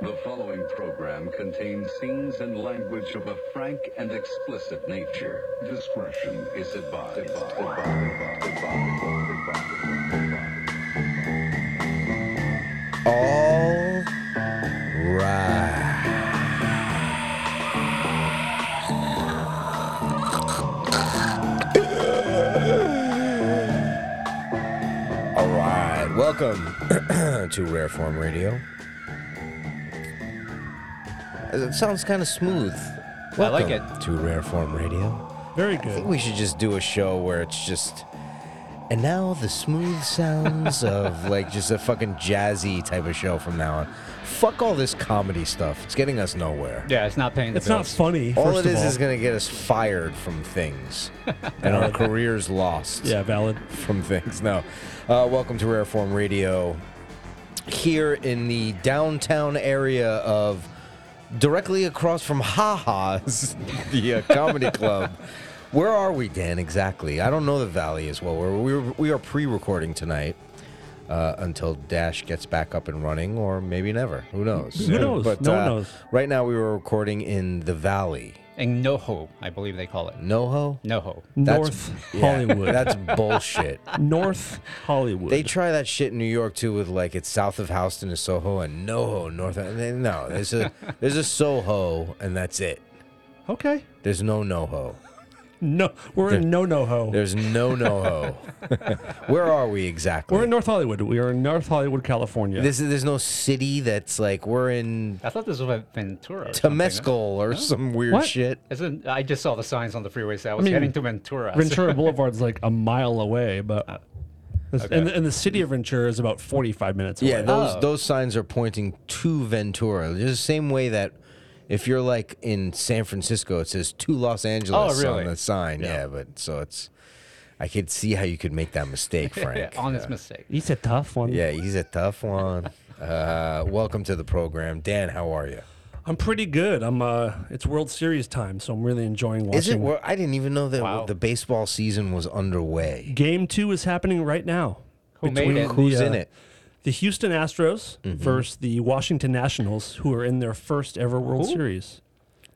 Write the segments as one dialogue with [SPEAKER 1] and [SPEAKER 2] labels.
[SPEAKER 1] The following program contains scenes and language of a frank and explicit nature. Discretion is advised. Advised. Advised. Advised. Advised.
[SPEAKER 2] All right. All right. Welcome to Rare Form Radio. It sounds kind of smooth.
[SPEAKER 3] I like
[SPEAKER 2] Welcome To Rare Form Radio.
[SPEAKER 3] Very
[SPEAKER 2] I think
[SPEAKER 3] good.
[SPEAKER 2] we should just do a show where it's just. And now the smooth sounds of like just a fucking jazzy type of show from now on. Fuck all this comedy stuff. It's getting us nowhere.
[SPEAKER 3] Yeah, it's not paying the
[SPEAKER 4] It's not
[SPEAKER 3] bills.
[SPEAKER 4] funny.
[SPEAKER 2] all it
[SPEAKER 4] first
[SPEAKER 2] is
[SPEAKER 4] of all.
[SPEAKER 2] is going to get us fired from things and our careers lost
[SPEAKER 4] yeah, valid.
[SPEAKER 2] from things. No. Uh, welcome to Rare Form Radio. Here in the downtown area of directly across from Ha Ha's, the uh, comedy club. Where are we, Dan, exactly? I don't know the valley as well. We're, we're, we are pre recording tonight. Uh, until Dash gets back up and running, or maybe never. Who knows?
[SPEAKER 4] Who knows?
[SPEAKER 2] But,
[SPEAKER 4] No one
[SPEAKER 2] uh,
[SPEAKER 4] knows.
[SPEAKER 2] Right now, we were recording in the Valley.
[SPEAKER 3] And NoHo, I believe they call it.
[SPEAKER 2] NoHo?
[SPEAKER 3] NoHo.
[SPEAKER 4] North Hollywood.
[SPEAKER 2] That's bullshit.
[SPEAKER 4] North Hollywood.
[SPEAKER 2] They try that shit in New York too, with like it's south of Houston is Soho and NoHo North. and they- No, there's a there's a Soho and that's it.
[SPEAKER 4] okay.
[SPEAKER 2] There's no NoHo.
[SPEAKER 4] No, we're in no no ho.
[SPEAKER 2] There's no NoHo. Where are we exactly?
[SPEAKER 4] We're in North Hollywood. We are in North Hollywood, California.
[SPEAKER 2] This is there's no city that's like we're in
[SPEAKER 3] I thought this was Ventura. Or
[SPEAKER 2] Temescal or some weird
[SPEAKER 4] What?
[SPEAKER 2] shit.
[SPEAKER 3] Isn't, I just saw the signs on the freeway, so I was
[SPEAKER 4] mean,
[SPEAKER 3] heading to Ventura.
[SPEAKER 4] Ventura Boulevard's like a mile away, but
[SPEAKER 2] Uh,
[SPEAKER 4] and, the, and the city of Ventura is about forty-five minutes away.
[SPEAKER 2] Yeah, those
[SPEAKER 3] Oh.
[SPEAKER 2] those signs are pointing to Ventura. Just the same way that if you're like in San Francisco, it says to Los Angeles
[SPEAKER 3] really?
[SPEAKER 2] on the sign. Yeah. but so it's I could see how you could make that mistake, Frank.
[SPEAKER 3] Honest mistake.
[SPEAKER 4] it's a tough one.
[SPEAKER 2] yeah, he's a tough one. Uh, welcome to the program, Dan. How are you?
[SPEAKER 4] I'm pretty good. I'm uh, it's World Series time, so I'm really enjoying watching.
[SPEAKER 2] Is it? wor- I didn't even know that
[SPEAKER 3] Wow.
[SPEAKER 2] the baseball season was underway.
[SPEAKER 4] Game two is happening right now.
[SPEAKER 3] Who made
[SPEAKER 4] Between
[SPEAKER 3] it?
[SPEAKER 4] the,
[SPEAKER 2] Who's in
[SPEAKER 4] uh,
[SPEAKER 2] it?
[SPEAKER 4] The Houston Astros
[SPEAKER 2] Mm-hmm.
[SPEAKER 4] versus the Washington Nationals, who are in their first ever World Series.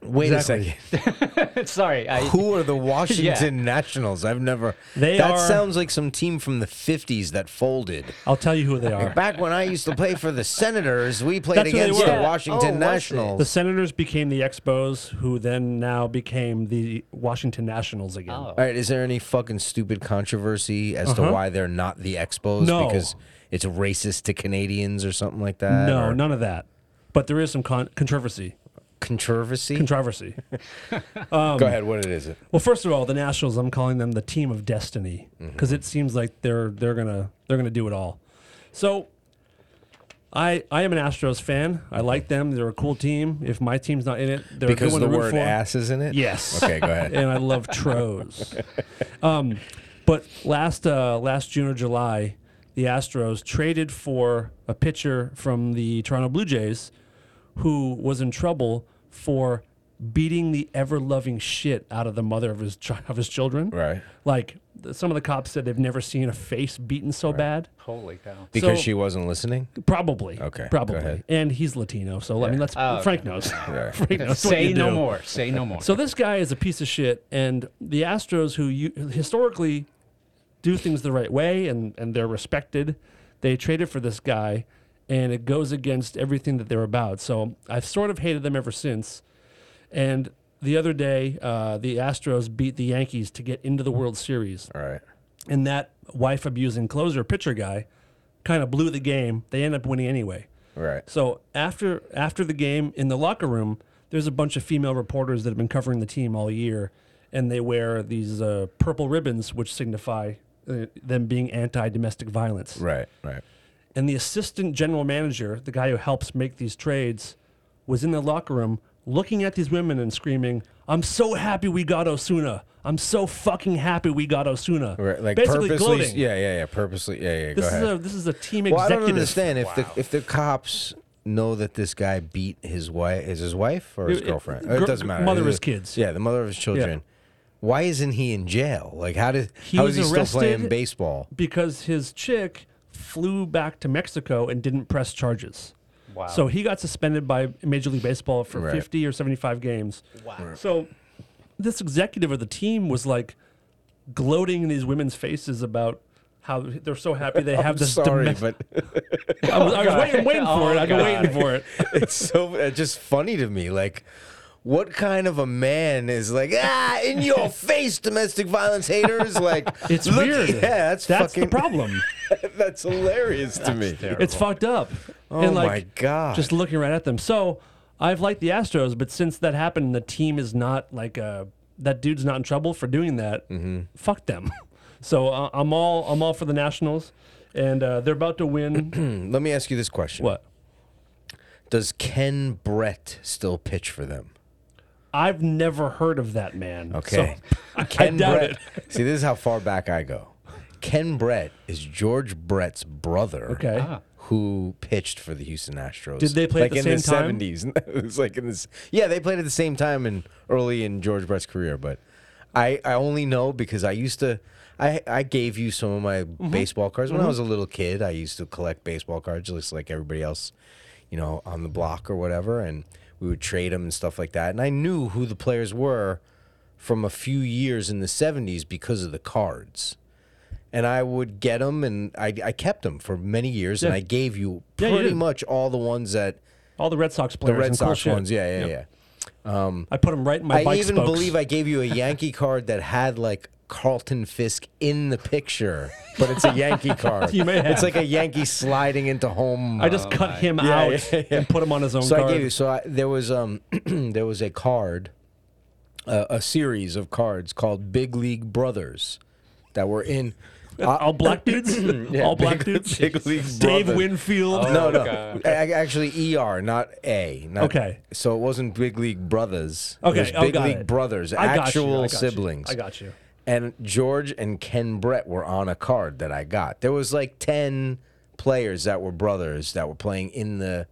[SPEAKER 2] Wait
[SPEAKER 4] exactly.
[SPEAKER 2] a second.
[SPEAKER 3] Sorry. I,
[SPEAKER 2] Who are the Washington Nationals? I've never.
[SPEAKER 4] They
[SPEAKER 2] that
[SPEAKER 4] are-
[SPEAKER 2] sounds like some team from the '50s that folded.
[SPEAKER 4] I'll tell you who they are.
[SPEAKER 2] Back when I used to play for the Senators, we played
[SPEAKER 4] That's who they
[SPEAKER 2] against
[SPEAKER 4] were.
[SPEAKER 2] the
[SPEAKER 4] Yeah.
[SPEAKER 3] Oh,
[SPEAKER 2] Washington
[SPEAKER 3] was it?
[SPEAKER 4] The
[SPEAKER 2] Nationals.
[SPEAKER 4] Senators became the Expos, who then now became the Washington Nationals again.
[SPEAKER 3] Oh.
[SPEAKER 2] All right, is there any fucking stupid controversy as to why they're not the Expos?
[SPEAKER 4] Uh-huh. No.
[SPEAKER 2] Because it's racist to Canadians or something like that?
[SPEAKER 4] No,
[SPEAKER 2] or
[SPEAKER 4] none of that. But there is some con- controversy.
[SPEAKER 2] Controversy?
[SPEAKER 4] Controversy.
[SPEAKER 2] Go ahead, what it is it?
[SPEAKER 4] well, first of all, the Nationals. I'm calling them the team of destiny
[SPEAKER 2] Mm-hmm.
[SPEAKER 4] because it seems like they're they're gonna they're gonna do it all. So, I I am an Astros fan. I like them. They're a cool team. If my team's not in it, they're a
[SPEAKER 2] Because
[SPEAKER 4] good one
[SPEAKER 2] the
[SPEAKER 4] to root
[SPEAKER 2] word
[SPEAKER 4] for.
[SPEAKER 2] ass is in it?
[SPEAKER 4] Yes.
[SPEAKER 2] Okay, go ahead.
[SPEAKER 4] and I love Tros. Um, but last uh, last June or July, the Astros traded for a pitcher from the Toronto Blue Jays who was in trouble for beating the ever loving shit out of the mother of his chi- of his children.
[SPEAKER 2] Right.
[SPEAKER 4] Like th- some of the cops said they've never seen a face beaten so bad.
[SPEAKER 3] Holy cow.
[SPEAKER 2] Because
[SPEAKER 4] So-
[SPEAKER 2] she wasn't listening?
[SPEAKER 4] Probably.
[SPEAKER 2] Okay, go
[SPEAKER 4] Probably.
[SPEAKER 2] ahead.
[SPEAKER 4] And he's Latino, so I mean let's
[SPEAKER 3] Oh, okay.
[SPEAKER 4] Frank knows. Frank knows what
[SPEAKER 3] Say
[SPEAKER 4] you
[SPEAKER 3] no
[SPEAKER 4] do.
[SPEAKER 3] more. Say no more.
[SPEAKER 4] So this guy is a piece of shit, and the Astros, who you, historically do things the right way and, and they're respected, they traded for this guy, and it goes against everything that they're about. So I've sort of hated them ever since. And the other day, uh, the Astros beat the Yankees to get into the World Series,
[SPEAKER 2] All right.
[SPEAKER 4] and that wife abusing closer pitcher guy kind of blew the game. They end up winning anyway.
[SPEAKER 2] Right.
[SPEAKER 4] So after after the game in the locker room, there's a bunch of female reporters that have been covering the team all year, and they wear these uh, purple ribbons, which signify uh, them being anti-domestic violence.
[SPEAKER 2] Right, right.
[SPEAKER 4] And the assistant general manager, the guy who helps make these trades, was in the locker room looking at these women and screaming, "I'm so happy we got Osuna! I'm so fucking happy we got Osuna!"
[SPEAKER 2] Right, like
[SPEAKER 4] basically
[SPEAKER 2] purposely,
[SPEAKER 4] gloating.
[SPEAKER 2] yeah, yeah, yeah, purposely, yeah, yeah. Go
[SPEAKER 4] This is
[SPEAKER 2] ahead.
[SPEAKER 4] a this is a team
[SPEAKER 2] Well, I
[SPEAKER 4] executive.
[SPEAKER 2] don't understand if the if the cops know that this guy beat his wife is his wife or his
[SPEAKER 4] It- it-
[SPEAKER 2] girlfriend.
[SPEAKER 4] gr-
[SPEAKER 2] it doesn't matter.
[SPEAKER 4] mother of his
[SPEAKER 2] It-
[SPEAKER 4] kids.
[SPEAKER 2] Yeah, the mother of his children. Why isn't he in jail? Like, how did
[SPEAKER 4] He
[SPEAKER 2] how
[SPEAKER 4] was
[SPEAKER 2] is he still
[SPEAKER 4] arrested-
[SPEAKER 2] playing baseball?
[SPEAKER 4] because his chick flew back to Mexico and didn't press charges.
[SPEAKER 3] Wow.
[SPEAKER 4] So he got suspended by Major League Baseball for
[SPEAKER 2] Right.
[SPEAKER 4] 50 or 75 games. Wow. So this executive of the team was like gloating in these women's faces about how they're so happy they have this.
[SPEAKER 2] Sorry,
[SPEAKER 4] domestic-
[SPEAKER 2] but
[SPEAKER 4] I was, I was
[SPEAKER 3] God.
[SPEAKER 4] waiting, waiting for
[SPEAKER 3] Oh,
[SPEAKER 4] it. I've been
[SPEAKER 3] God.
[SPEAKER 4] waiting for it.
[SPEAKER 2] it's so it's just funny to me. Like, what kind of a man is like ah in your face, domestic violence haters? Like,
[SPEAKER 4] It's
[SPEAKER 2] look-
[SPEAKER 4] weird.
[SPEAKER 2] Yeah, that's
[SPEAKER 4] that's
[SPEAKER 2] fucking
[SPEAKER 4] the problem.
[SPEAKER 2] that's hilarious to me.
[SPEAKER 4] It's fucked up. Oh
[SPEAKER 2] my God.
[SPEAKER 4] Just looking right at them. So I've liked the Astros, but since that happened, the team is not like uh that dude's not in trouble for doing that.
[SPEAKER 2] Mm-hmm.
[SPEAKER 4] Fuck them. So uh, I'm all I'm all for the Nationals, and uh, they're about to win.
[SPEAKER 2] Mm, Let me ask you this question:
[SPEAKER 4] what?
[SPEAKER 2] Does Ken Brett still pitch for them?
[SPEAKER 4] I've never heard of that man.
[SPEAKER 2] Okay.
[SPEAKER 4] So I doubt
[SPEAKER 2] Brett.
[SPEAKER 4] it.
[SPEAKER 2] see, this is how far back I go. Ken Brett is George Brett's brother.
[SPEAKER 4] Okay.
[SPEAKER 2] Who pitched for the Houston Astros?
[SPEAKER 4] Did they play at
[SPEAKER 2] like
[SPEAKER 4] the
[SPEAKER 2] in
[SPEAKER 4] same time?
[SPEAKER 2] the 70s? it was like in this. Yeah, they played at the same time and early in George Brett's career. But I, I only know because I used to. I, I gave you some of my
[SPEAKER 4] Mm-hmm.
[SPEAKER 2] baseball cards when I was a little kid. I used to collect baseball cards just like everybody else, you know, on the block or whatever, and we would trade them and stuff like that. And I knew who the players were from a few years in the 70s because of the cards. And I would get them and I, I kept them for many years. And
[SPEAKER 4] Yeah.
[SPEAKER 2] I gave you
[SPEAKER 4] Yeah, you
[SPEAKER 2] pretty
[SPEAKER 4] did.
[SPEAKER 2] much all the ones that
[SPEAKER 4] All the Red Sox
[SPEAKER 2] the
[SPEAKER 4] players.
[SPEAKER 2] Red
[SPEAKER 4] and cool
[SPEAKER 2] Sox
[SPEAKER 4] shit.
[SPEAKER 2] ones. Yeah, yeah, yeah.
[SPEAKER 4] I put them right in my
[SPEAKER 2] I
[SPEAKER 4] bike
[SPEAKER 2] even
[SPEAKER 4] spokes.
[SPEAKER 2] believe I gave you a Yankee card that had like Carlton Fisk in the picture, but it's a Yankee card.
[SPEAKER 4] You may have.
[SPEAKER 2] It's like a Yankee sliding into home. uh,
[SPEAKER 4] I just
[SPEAKER 2] Oh
[SPEAKER 4] cut him out and put him on his own
[SPEAKER 2] so
[SPEAKER 4] card.
[SPEAKER 2] I gave you. So I, there was um there was a card, uh, a series of cards called Big League Brothers, that were in.
[SPEAKER 4] all black dudes. all black
[SPEAKER 2] big-
[SPEAKER 4] dudes.
[SPEAKER 2] big league
[SPEAKER 4] Dave
[SPEAKER 2] brothers.
[SPEAKER 4] Winfield.
[SPEAKER 2] no, no,
[SPEAKER 3] okay,
[SPEAKER 2] A- a- actually ER, not A. not-
[SPEAKER 4] Okay.
[SPEAKER 2] So it wasn't Big League Brothers.
[SPEAKER 4] Okay,
[SPEAKER 2] it was
[SPEAKER 4] oh,
[SPEAKER 2] Big
[SPEAKER 4] got
[SPEAKER 2] League
[SPEAKER 4] it.
[SPEAKER 2] Brothers,
[SPEAKER 4] I got you,
[SPEAKER 2] actual
[SPEAKER 4] I got you,
[SPEAKER 2] siblings.
[SPEAKER 4] I got you.
[SPEAKER 2] And George and Ken Brett were on a card that I got. There was like ten players that were brothers that were playing in the.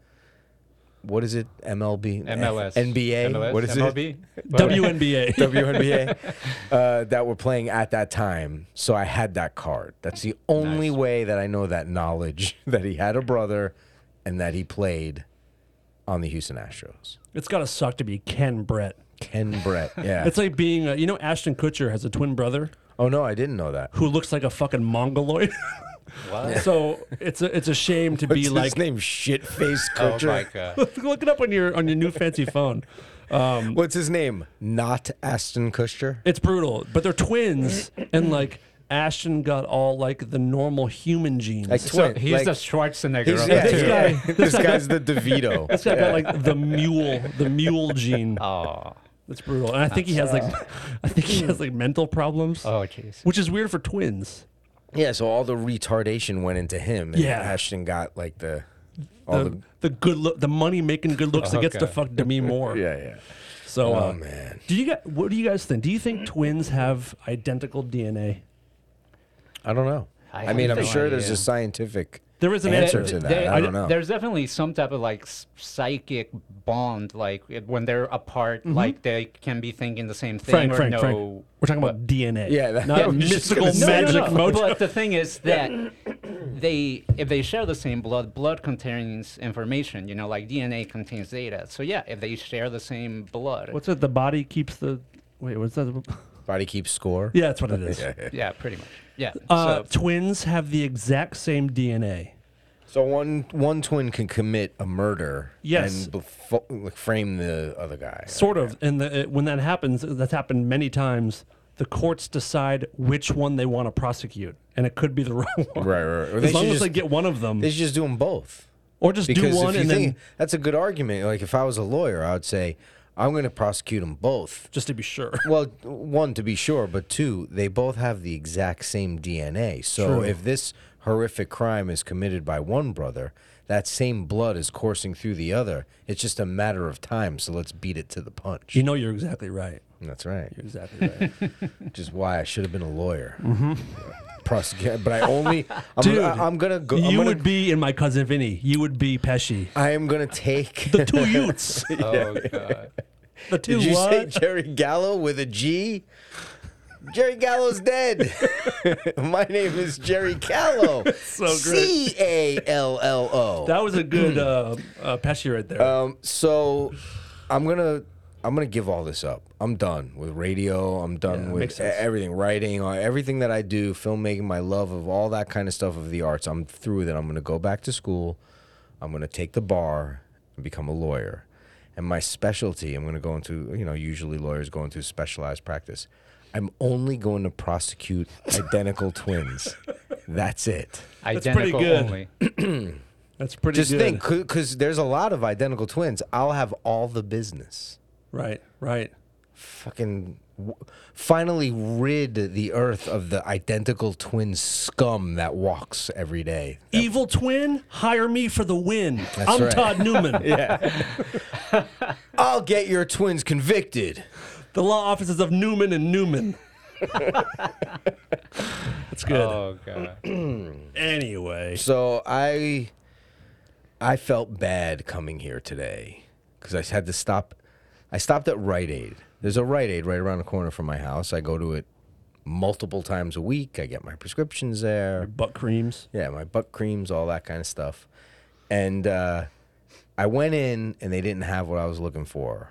[SPEAKER 2] What is it? MLB,
[SPEAKER 3] MLS,
[SPEAKER 2] NBA.
[SPEAKER 3] MLS,
[SPEAKER 2] what is it?
[SPEAKER 3] MLB?
[SPEAKER 4] WNBA.
[SPEAKER 2] WNBA uh, that were playing at that time. So I had that card. That's the only way that I know that knowledge that he had a brother and that he played on the Houston Astros.
[SPEAKER 4] it's gotta suck to be Ken Brett.
[SPEAKER 2] Ken Brett. Yeah.
[SPEAKER 4] It's like being, uh, you know, Ashton Kutcher has a twin brother
[SPEAKER 2] oh no, I didn't know that.
[SPEAKER 4] who looks like a fucking mongoloid.
[SPEAKER 3] What?
[SPEAKER 4] so it's a it's a shame to
[SPEAKER 2] What's
[SPEAKER 4] be
[SPEAKER 2] his
[SPEAKER 4] like.
[SPEAKER 2] name? Shitface
[SPEAKER 3] Oh
[SPEAKER 2] Kutcher.
[SPEAKER 3] my god.
[SPEAKER 4] Look it up on your on your new fancy phone. Um,
[SPEAKER 2] What's his name? Not Aston Kutcher.
[SPEAKER 4] It's brutal, but they're twins, and like Ashton got all like the normal human genes.
[SPEAKER 2] Like
[SPEAKER 3] So
[SPEAKER 2] twin.
[SPEAKER 3] he's
[SPEAKER 2] like,
[SPEAKER 3] the Schwarzenegger.
[SPEAKER 2] he's-
[SPEAKER 3] of
[SPEAKER 2] yeah,
[SPEAKER 3] the
[SPEAKER 2] this
[SPEAKER 3] two.
[SPEAKER 2] guy- this guy's the DeVito.
[SPEAKER 4] this guy got like the mule, the mule gene.
[SPEAKER 3] Oh,
[SPEAKER 4] That's brutal. And I think he has like, I think he has like mental problems,
[SPEAKER 3] oh, jeez.
[SPEAKER 4] which is weird for twins.
[SPEAKER 2] Yeah, so all the retardation went into him. And
[SPEAKER 4] Yeah.
[SPEAKER 2] Ashton got like the all
[SPEAKER 4] The, the good look, the money making good looks that gets to
[SPEAKER 3] Okay.
[SPEAKER 4] fuck Demi Moore.
[SPEAKER 2] the Yeah, yeah.
[SPEAKER 4] So,
[SPEAKER 2] Oh
[SPEAKER 4] uh,
[SPEAKER 2] man.
[SPEAKER 4] do you guys? What do you guys think? Do you think twins have identical DNA?
[SPEAKER 2] I don't know.
[SPEAKER 3] I
[SPEAKER 2] I, mean,
[SPEAKER 3] have
[SPEAKER 2] I'm
[SPEAKER 3] no
[SPEAKER 2] sure there's
[SPEAKER 3] idea.
[SPEAKER 2] a scientific
[SPEAKER 4] There is an
[SPEAKER 2] answer
[SPEAKER 4] answer.
[SPEAKER 2] to that.
[SPEAKER 3] They-
[SPEAKER 2] I don't know.
[SPEAKER 3] There's definitely some type of like s- psychic bond, like it- when they're apart, like they can be thinking the same thing
[SPEAKER 4] Mm-hmm. Frank,
[SPEAKER 3] or
[SPEAKER 4] Frank,
[SPEAKER 3] no.
[SPEAKER 4] Frank. We're talking about DNA.
[SPEAKER 2] Yeah, that-
[SPEAKER 4] not
[SPEAKER 2] I was just
[SPEAKER 4] mystical
[SPEAKER 2] gonna say.
[SPEAKER 4] magic
[SPEAKER 3] no, no, no.
[SPEAKER 4] mojo.
[SPEAKER 3] But the thing is that they, if they share the same blood, blood contains information. You know, like DNA contains data. So yeah, if they share the same blood,
[SPEAKER 4] What's it? The body keeps the. Wait, what's that?
[SPEAKER 2] Body keeps score.
[SPEAKER 4] Yeah, that's what it is.
[SPEAKER 3] yeah, pretty much, yeah.
[SPEAKER 4] Uh,
[SPEAKER 3] so,
[SPEAKER 4] twins have the exact same DNA.
[SPEAKER 2] So one one twin can commit a murder.
[SPEAKER 4] Yes.
[SPEAKER 2] And befo- like, frame the other guy.
[SPEAKER 4] Sort of, and the, it, when that happens, that's happened many times. The courts decide which one they want to prosecute, and it could be the wrong one.
[SPEAKER 2] Right, right, right. They
[SPEAKER 4] As
[SPEAKER 2] should
[SPEAKER 4] long as
[SPEAKER 2] just-
[SPEAKER 4] they get one of them,
[SPEAKER 2] They should just do them both.
[SPEAKER 4] or just do
[SPEAKER 2] Because
[SPEAKER 4] one
[SPEAKER 2] if you
[SPEAKER 4] and
[SPEAKER 2] think
[SPEAKER 4] then
[SPEAKER 2] that's a good argument. Like if I was a lawyer, I would say I'm going to prosecute them both.
[SPEAKER 4] just to be sure.
[SPEAKER 2] Well, one to be sure, but two, they both have the exact same DNA. So
[SPEAKER 4] True.
[SPEAKER 2] if this horrific crime is committed by one brother, that same blood is coursing through the other. It's just a matter of time. So let's beat it to the punch.
[SPEAKER 4] You know, you're exactly right.
[SPEAKER 2] That's right.
[SPEAKER 4] You're exactly right.
[SPEAKER 2] Which is why I should have been a lawyer. Prosecutor, but I only. I'm,
[SPEAKER 4] Mm-hmm. Dude,
[SPEAKER 2] I, am gonna go. I'm
[SPEAKER 4] you
[SPEAKER 2] gonna,
[SPEAKER 4] would be in my cousin Vinny. You would be Pesci.
[SPEAKER 2] I am gonna take.
[SPEAKER 4] The two Utes.
[SPEAKER 3] oh god.
[SPEAKER 4] The two
[SPEAKER 2] Did you say
[SPEAKER 4] what?
[SPEAKER 2] Jerry Gallo with a G? Jerry Gallo's dead. My name is Jerry Callow. so
[SPEAKER 4] great.
[SPEAKER 2] C A L L O.
[SPEAKER 4] That was a good uh, uh, Pesci right there.
[SPEAKER 2] Um, so I'm gonna I'm gonna give all this up. I'm done with radio. I'm done
[SPEAKER 4] makes
[SPEAKER 2] with e-
[SPEAKER 4] sense.
[SPEAKER 2] everything, writing, uh, everything that I do, filmmaking, my love of all that kind of stuff of the arts. I'm through with it. I'm gonna go back to school. I'm gonna take the bar and become a lawyer. And my specialty, I'm gonna go into you know usually lawyers go into specialized practice. I'm only going to prosecute identical twins. That's it.
[SPEAKER 4] pretty
[SPEAKER 3] Identical
[SPEAKER 4] good.
[SPEAKER 3] only.
[SPEAKER 4] That's pretty
[SPEAKER 2] Just
[SPEAKER 4] good.
[SPEAKER 2] think, because there's a lot of identical twins. I'll have all the business.
[SPEAKER 4] Right, right.
[SPEAKER 2] fucking w- finally rid the earth of the identical twin scum that walks every day.
[SPEAKER 4] Evil twin, hire me for the win. I'm
[SPEAKER 2] right.
[SPEAKER 4] Todd Newman.
[SPEAKER 2] I'll get your twins convicted.
[SPEAKER 4] The law offices of Newman and Newman. That's good.
[SPEAKER 3] Oh god.
[SPEAKER 4] anyway,
[SPEAKER 2] So I I felt bad coming here today cuz I had to stop I stopped at Rite Aid. There's a Rite Aid right around the corner from my house. I go to it multiple times a week. I get my prescriptions there.
[SPEAKER 4] butt creams.
[SPEAKER 2] Yeah, my butt creams, all that kind of stuff. And uh, I went in and they didn't have what I was looking for.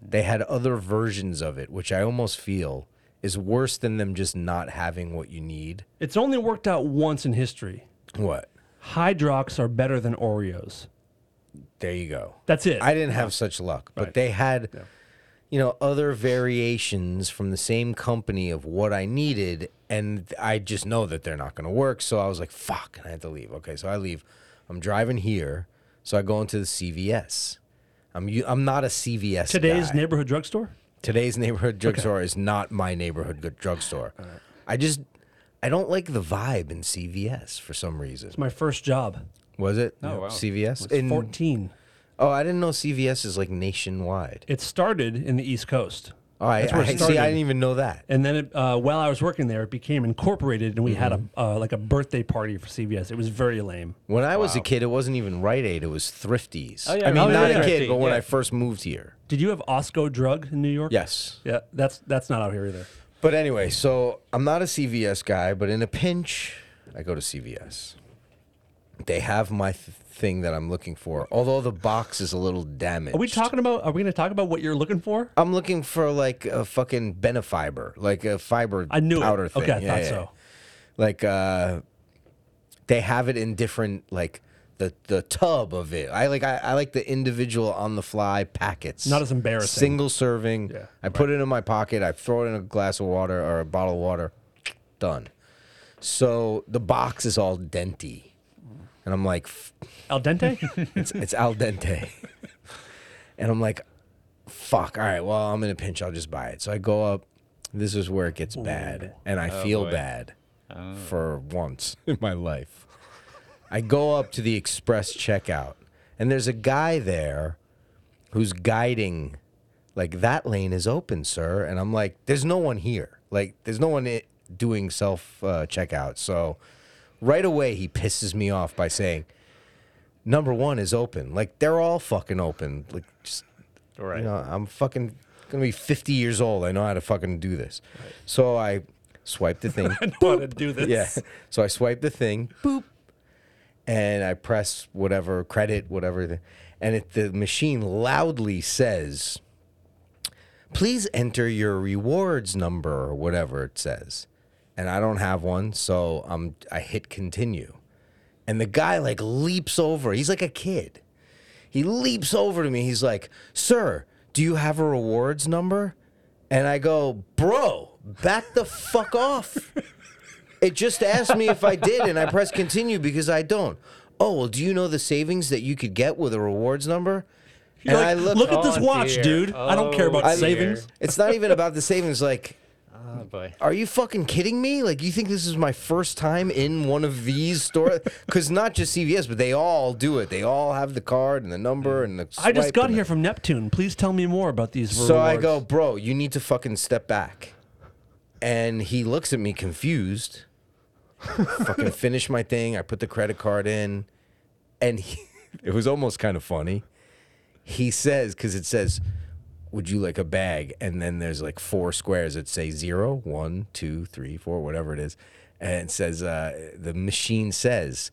[SPEAKER 2] They had other versions of it, which I almost feel is worse than them just not having what you need.
[SPEAKER 4] It's only worked out once in history.
[SPEAKER 2] What?
[SPEAKER 4] Hydrox are better than Oreos.
[SPEAKER 2] There you go.
[SPEAKER 4] That's it.
[SPEAKER 2] I didn't have such luck, but
[SPEAKER 4] Right.
[SPEAKER 2] they had, you know, other variations from the same company of what I needed, and I just know that they're not going to work. So I was like, "Fuck!" and I had to leave. Okay, so I leave. I'm driving here, so I go into the CVS. I'm u- I'm not a CVS.
[SPEAKER 4] Today's
[SPEAKER 2] guy.
[SPEAKER 4] neighborhood drugstore?
[SPEAKER 2] Today's neighborhood drugstore is not my neighborhood good drugstore. I just I don't like the vibe in CVS for some reason.
[SPEAKER 4] It's my first job.
[SPEAKER 2] Was it?
[SPEAKER 3] Oh, wow.
[SPEAKER 2] CVS.
[SPEAKER 4] It's
[SPEAKER 2] In-
[SPEAKER 4] 14.
[SPEAKER 2] oh, I didn't know CVS is like nationwide.
[SPEAKER 4] It started in the East Coast.
[SPEAKER 2] Oh, I,
[SPEAKER 4] That's where it
[SPEAKER 2] I- see.
[SPEAKER 4] started.
[SPEAKER 2] I didn't even know that.
[SPEAKER 4] And then it, uh, while I was working there, it became incorporated, and we had a
[SPEAKER 2] Mm-hmm.
[SPEAKER 4] uh, like a birthday party for CVS. It was very lame.
[SPEAKER 2] When I was a kid, it wasn't even Rite Aid; it was Thrifties.
[SPEAKER 3] Oh, yeah,
[SPEAKER 2] I mean,
[SPEAKER 3] right,
[SPEAKER 2] not
[SPEAKER 3] right,
[SPEAKER 2] a
[SPEAKER 3] right.
[SPEAKER 2] kid,
[SPEAKER 3] Thrifty,
[SPEAKER 2] but when
[SPEAKER 3] yeah.
[SPEAKER 2] I first moved here,
[SPEAKER 4] Did you have Osco Drug in New York?
[SPEAKER 2] yes.
[SPEAKER 4] Yeah, that's that's not out here either.
[SPEAKER 2] But anyway, so I'm not a CVS guy, but in a pinch, I go to CVS. They have my th- thing that I'm looking for, although the box is a little damaged.
[SPEAKER 4] Are we talking about? Are we going to talk about what you're looking for?
[SPEAKER 2] I'm looking for like a fucking Benefiber, like a fiber
[SPEAKER 4] I knew it.
[SPEAKER 2] powder thing.
[SPEAKER 4] Okay, I
[SPEAKER 2] Yeah,
[SPEAKER 4] thought
[SPEAKER 2] yeah.
[SPEAKER 4] so.
[SPEAKER 2] Like uh, they have it in different like the the tub of it. I like I, I like the individual on the fly packets.
[SPEAKER 4] Not as embarrassing.
[SPEAKER 2] Single serving.
[SPEAKER 4] Yeah,
[SPEAKER 2] I put it in my pocket. I throw it in a glass of water or a bottle of water. Done. So the box is all denty, and I'm like, "F-
[SPEAKER 4] Al dente.
[SPEAKER 2] it's, it's al dente. and I'm like, fuck, all right, well, I'm in a pinch. I'll just buy it. So I go up. This is where it gets bad. And I feel
[SPEAKER 3] boy.
[SPEAKER 2] bad for once Oh, in my life. I go up to the express checkout, and there's a guy there who's guiding, like, that lane is open, sir. And I'm like, there's no one here. Like, there's no one i doing self uh, checkout. So right away, he pisses me off by saying, number one is open. Like they're all fucking open. Like just
[SPEAKER 3] Right.
[SPEAKER 2] you know, I'm fucking gonna be 50 years old. I know how to fucking do this. So I swipe the thing.
[SPEAKER 4] I want to do this.
[SPEAKER 2] yeah. So I swipe the thing. Boop. And I press whatever credit, whatever, the, and it, the machine loudly says, "Please enter your rewards number or whatever it says." And I don't have one, so I'm I hit continue, and the guy like leaps over. He's like a kid. He leaps over to me. He's like, Sir, do you have a rewards number? And I go, Bro, back the fuck off. It just asked me if I did, and I press continue because I don't. Oh, well, do you know the savings that you could get with a rewards number?
[SPEAKER 4] You're
[SPEAKER 2] and
[SPEAKER 4] like,
[SPEAKER 2] I look,
[SPEAKER 4] look at this
[SPEAKER 3] Oh,
[SPEAKER 4] watch,
[SPEAKER 3] dear.
[SPEAKER 4] dude. I don't care about
[SPEAKER 3] Oh,
[SPEAKER 4] savings.
[SPEAKER 3] dear.
[SPEAKER 2] it's not even about the savings. Like,
[SPEAKER 3] Oh boy.
[SPEAKER 2] are you fucking kidding me? Like, you think this is my first time in one of these stores? Because not just CVS, but they all do it. They all have the card and the number and the.
[SPEAKER 4] Mm. I just
[SPEAKER 2] swipe
[SPEAKER 4] got
[SPEAKER 2] and the-
[SPEAKER 4] here from Neptune. Please tell me more about these.
[SPEAKER 2] So I
[SPEAKER 4] rewards.
[SPEAKER 2] go, bro, you need to fucking step back. And he looks at me confused. fucking finish my thing. I put the credit card in. And he, it was almost kind of funny. He says, because it says, would you like a bag? And then there's like four squares that say zero, one, two, three, four, whatever it is. And it says, uh, the machine says,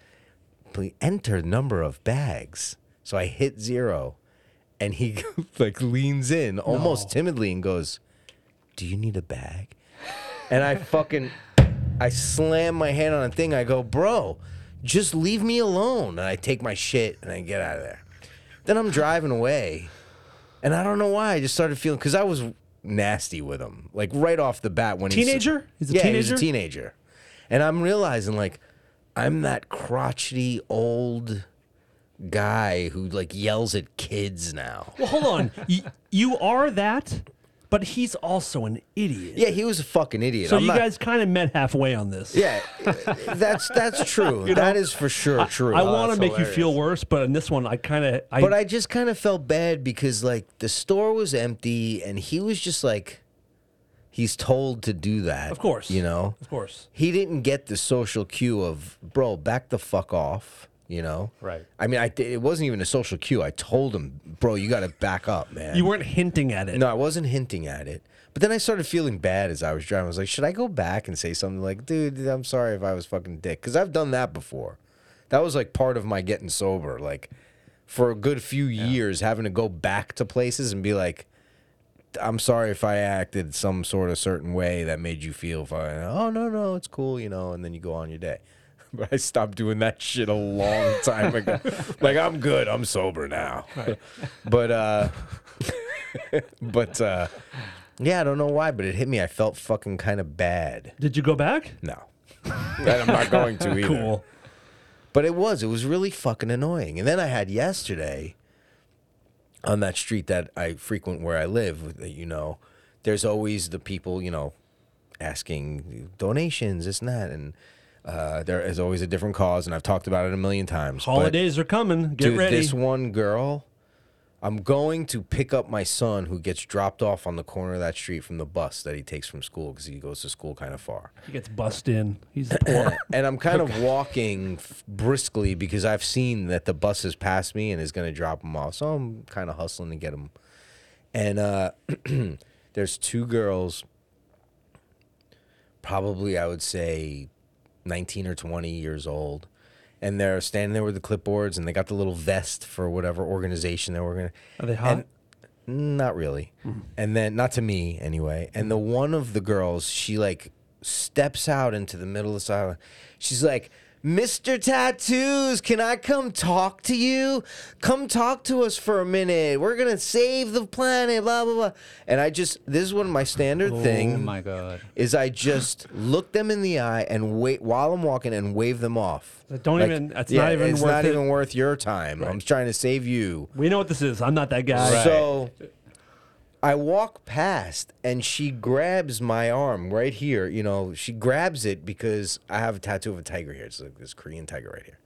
[SPEAKER 2] please enter number of bags. So I hit zero and he like leans in almost timidly and goes, do you need a bag? And I fucking, I slam my hand on a thing. I go, bro, just leave me alone. And I take my shit and I get out of there. Then I'm driving away. And I don't know why. I just started feeling, because I was nasty with him. Like right off the bat when he's-
[SPEAKER 4] Teenager? He's a
[SPEAKER 2] yeah, He's a
[SPEAKER 4] teenager?
[SPEAKER 2] teenager. And I'm realizing, like, I'm that crotchety old guy who like yells at kids now.
[SPEAKER 4] Well, hold on. you, you are that, but he's also an idiot.
[SPEAKER 2] Yeah, he was a fucking idiot.
[SPEAKER 4] So
[SPEAKER 2] I'm
[SPEAKER 4] you
[SPEAKER 2] not-
[SPEAKER 4] guys kind of met halfway on this.
[SPEAKER 2] Yeah, that's that's true. that is for sure true.
[SPEAKER 4] I
[SPEAKER 2] Oh,
[SPEAKER 4] want
[SPEAKER 2] that's
[SPEAKER 4] to make you feel
[SPEAKER 2] hilarious.
[SPEAKER 4] worse, but in this one, I kind of. I,
[SPEAKER 2] But I just kind of felt bad because like the store was empty and he was just like, he's told to do that.
[SPEAKER 4] Of course.
[SPEAKER 2] you know.
[SPEAKER 4] Of course.
[SPEAKER 2] He didn't get the social cue of bro, back the fuck off. You know.
[SPEAKER 4] Right.
[SPEAKER 2] I mean, I did- it wasn't even a social cue. I told him, bro, you got to back up, man.
[SPEAKER 4] You weren't hinting at it.
[SPEAKER 2] No, I wasn't hinting at it. But then I started feeling bad as I was driving. I was like, should I go back and say something like, dude, I'm sorry if I was fucking a dick? Because I've done that before. That was like part of my getting sober. Like for a good few years, having to go back to places and be like, I'm sorry if I acted some sort of certain way that made you feel fine. Oh, no, no, it's cool, you know, and then you go on your day. But I stopped doing that shit a long time ago. like, I'm good. I'm sober now. But, uh, but uh, yeah, I don't know why, but it hit me. I felt fucking kind of bad.
[SPEAKER 4] Did you go back?
[SPEAKER 2] No, and I'm not going to either.
[SPEAKER 4] Cool.
[SPEAKER 2] But it was. It was really fucking annoying. And then I had yesterday on that street that I frequent where I live, that you know, there's always the people, you know, asking donations, this and that. And uh, there is always a different cause. And I've talked about it a million times. but-
[SPEAKER 4] Holidays are coming. Get
[SPEAKER 2] Dude,
[SPEAKER 4] ready.
[SPEAKER 2] this one girl, I'm going to pick up my son who gets dropped off on the corner of that street from the bus that he takes from school because he goes to school kind of far.
[SPEAKER 4] He gets bussed in. He's poor.
[SPEAKER 2] And I'm kind of walking f- briskly because I've seen that the bus has passed me and is going to drop him off. So I'm kind of hustling to get him. And uh, there's two girls, probably I would say 19 or 20 years old. And they're standing there with the clipboards and they got the little vest for whatever organization they're working
[SPEAKER 4] Are they hot?
[SPEAKER 2] not really.
[SPEAKER 4] Mm-hmm.
[SPEAKER 2] And then, not to me anyway. And the one of the girls, she like steps out into the middle of the silence. She's like, Mr. Tattoos, can I come talk to you? Come talk to us for a minute. We're going to save the planet, blah, blah, blah. And I just, this is one of my standard
[SPEAKER 3] Oh
[SPEAKER 2] thing
[SPEAKER 3] my god.
[SPEAKER 2] is I just look them in the eye and wait while I'm walking and wave them off.
[SPEAKER 4] But don't even- that's not even
[SPEAKER 2] it's
[SPEAKER 4] worth
[SPEAKER 2] not
[SPEAKER 4] it.
[SPEAKER 2] even worth your time. I'm trying to save you.
[SPEAKER 4] we know what this is. I'm not that guy.
[SPEAKER 2] So I walk past and she grabs my arm right here. You know, she grabs it because I have a tattoo of a tiger here. It's like this Korean tiger right here.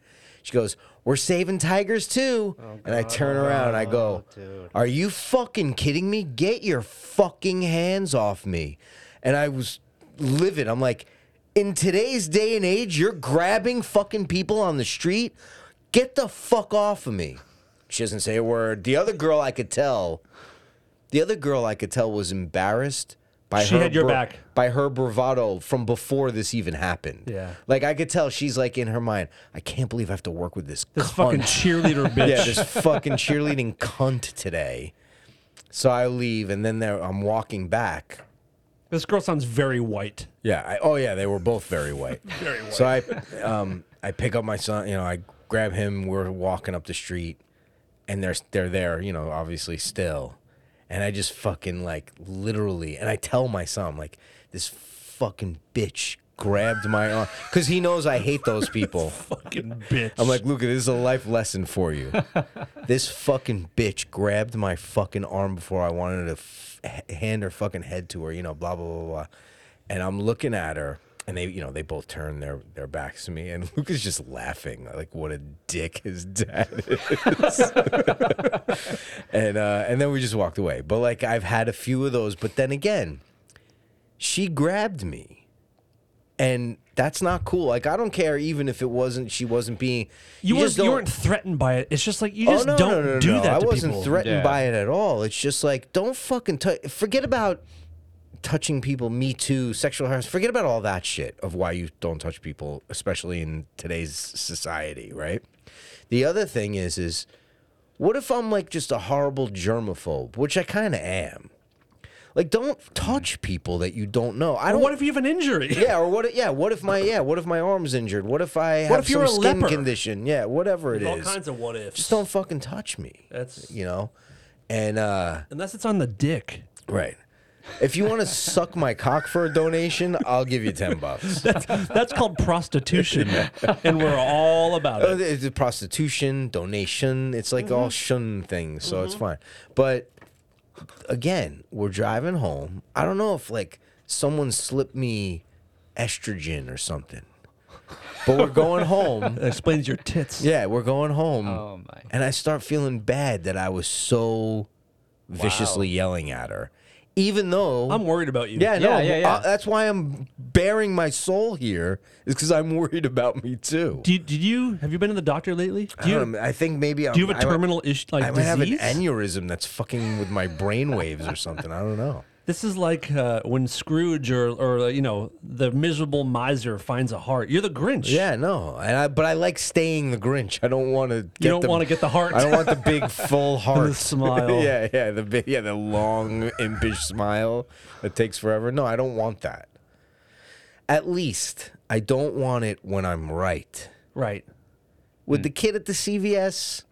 [SPEAKER 2] She goes, We're saving tigers too. and I turn around and I go,
[SPEAKER 3] dude.
[SPEAKER 2] Are you fucking kidding me? Get your fucking hands off me. And I was livid. I'm like, In today's day and age, you're grabbing fucking people on the street? Get the fuck off of me. She doesn't say a word. The other girl I could tell, the other girl I could tell was embarrassed by
[SPEAKER 4] She
[SPEAKER 2] her
[SPEAKER 4] had your back.
[SPEAKER 2] by her bravado from before this even happened.
[SPEAKER 4] Yeah.
[SPEAKER 2] like I could tell she's like in her mind. I can't believe I have to work with this,
[SPEAKER 4] This
[SPEAKER 2] cunt.
[SPEAKER 4] fucking cheerleader bitch.
[SPEAKER 2] yeah, this fucking cheerleading cunt today. So I leave, and then there I'm walking back.
[SPEAKER 4] This girl sounds very white.
[SPEAKER 2] Yeah. I, oh yeah, they were both very white. very white. So I, um, I pick up my son. You know, I grab him. We're walking up the street, and they're they're there. You know, obviously still, and I just fucking like literally, and I tell my son like this fucking bitch grabbed my arm because he knows I hate those people.
[SPEAKER 4] Fucking bitch.
[SPEAKER 2] I'm like, Luca, this is a life lesson for you. this fucking bitch grabbed my fucking arm before I wanted to f- h- hand her fucking head to her, you know, blah, blah, blah, blah. And I'm looking at her, and they, you know, they both turn their, their backs to me, and Luca's just laughing, like, what a dick his dad is. and, uh, and then we just walked away. But, like, I've had a few of those, but then again, she grabbed me. And that's not cool. Like I don't care even if it wasn't she wasn't being
[SPEAKER 4] You,
[SPEAKER 2] just
[SPEAKER 4] weren't, you
[SPEAKER 2] don't-
[SPEAKER 4] weren't threatened by it. It's just like you
[SPEAKER 2] Oh,
[SPEAKER 4] just
[SPEAKER 2] no, no,
[SPEAKER 4] don't
[SPEAKER 2] no, no,
[SPEAKER 4] do
[SPEAKER 2] no.
[SPEAKER 4] that.
[SPEAKER 2] I
[SPEAKER 4] to
[SPEAKER 2] wasn't
[SPEAKER 4] people.
[SPEAKER 2] threatened
[SPEAKER 3] Yeah.
[SPEAKER 2] by it at all. It's just like don't fucking tou- forget about touching people, me too, sexual harassment. Forget about all that shit of why you don't touch people, especially in today's society, right? The other thing is is what if I'm like just a horrible germaphobe, which I kind of am. Like don't touch people that you don't know. I don't
[SPEAKER 4] What if you have an injury?
[SPEAKER 2] yeah, or what? Yeah, what if my yeah? What if my arm's injured? What if I have
[SPEAKER 4] What if
[SPEAKER 2] some
[SPEAKER 4] you're a
[SPEAKER 2] skin
[SPEAKER 4] leper?
[SPEAKER 2] condition? Yeah, whatever it is.
[SPEAKER 4] All kinds of what ifs.
[SPEAKER 2] Just don't fucking touch me.
[SPEAKER 4] That's-
[SPEAKER 2] you know, and uh,
[SPEAKER 4] Unless it's on the dick.
[SPEAKER 2] right. If you want to suck my cock for a donation, I'll give you ten bucks.
[SPEAKER 4] That's, that's called prostitution, and we're all about
[SPEAKER 2] Uh,
[SPEAKER 4] it.
[SPEAKER 2] it's a prostitution, donation. It's like all shun things, so it's fine. But again, we're driving home. I don't know if like someone slipped me estrogen or something. But we're going home.
[SPEAKER 4] That explains your tits.
[SPEAKER 2] Yeah, we're going home.
[SPEAKER 3] Oh, my.
[SPEAKER 2] And I start feeling bad that I was so viciously yelling at her. Even though
[SPEAKER 4] I'm worried about you.
[SPEAKER 2] Yeah, no.
[SPEAKER 3] Yeah, yeah, yeah.
[SPEAKER 2] I- that's why I'm bearing my soul here is cuz I'm worried about me too.
[SPEAKER 4] Do you, did you have you been to the doctor lately?
[SPEAKER 2] I,
[SPEAKER 4] Do you,
[SPEAKER 2] don't know, I think maybe I'm,
[SPEAKER 4] do you have a
[SPEAKER 2] I might-
[SPEAKER 4] terminal issue like
[SPEAKER 2] I might
[SPEAKER 4] disease?
[SPEAKER 2] have an aneurysm that's fucking with my brain waves or something. I don't know.
[SPEAKER 4] This is like uh, when Scrooge or, or uh, you know the miserable miser finds a heart. You're the Grinch.
[SPEAKER 2] Yeah, no. And I but I like staying the Grinch. I don't want to get
[SPEAKER 4] don't
[SPEAKER 2] the-
[SPEAKER 4] wanna get the heart.
[SPEAKER 2] I don't want the big full heart.
[SPEAKER 4] smile.
[SPEAKER 2] yeah, yeah, the big yeah, the long impish smile that takes forever. No, I don't want that. At least I don't want it when I'm right.
[SPEAKER 4] Right. Mm.
[SPEAKER 2] With the kid at the CVS,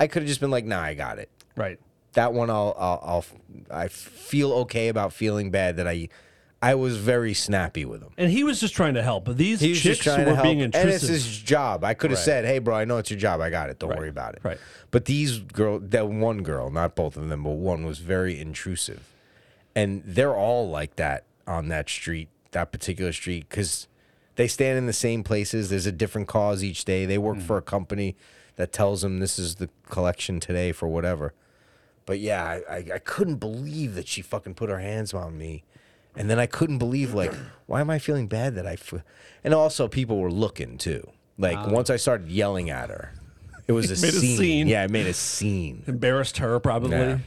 [SPEAKER 2] I could have just been like, "Nah, I got it."
[SPEAKER 4] Right.
[SPEAKER 2] that one I'll, I'll I'll I feel okay about feeling bad that I I was very snappy with him.
[SPEAKER 4] And he was just trying to help. But these
[SPEAKER 2] He was
[SPEAKER 4] chicks
[SPEAKER 2] just trying
[SPEAKER 4] were
[SPEAKER 2] to help,
[SPEAKER 4] being
[SPEAKER 2] and it's
[SPEAKER 4] intrusive.
[SPEAKER 2] his job. I could have
[SPEAKER 4] Right.
[SPEAKER 2] said, "Hey, bro, I know it's your job. I got it. Don't
[SPEAKER 4] Right.
[SPEAKER 2] worry about it."
[SPEAKER 4] Right.
[SPEAKER 2] But these girl, that one girl, not both of them, but one was very intrusive, and they're all like that on that street, that particular street, because they stand in the same places. There's a different cause each day. They
[SPEAKER 4] Hmm.
[SPEAKER 2] work for a company that tells them this is the collection today for whatever. But yeah, I, I, I couldn't believe that she fucking put her hands on me. And then I couldn't believe, like, why am I feeling bad that I. F-? And also, people were looking too. Like,
[SPEAKER 3] Oh.
[SPEAKER 2] once I started yelling at her, it was a,
[SPEAKER 4] made a
[SPEAKER 2] scene.
[SPEAKER 4] scene.
[SPEAKER 2] Yeah, it made a scene.
[SPEAKER 4] embarrassed her probably.
[SPEAKER 2] Yeah.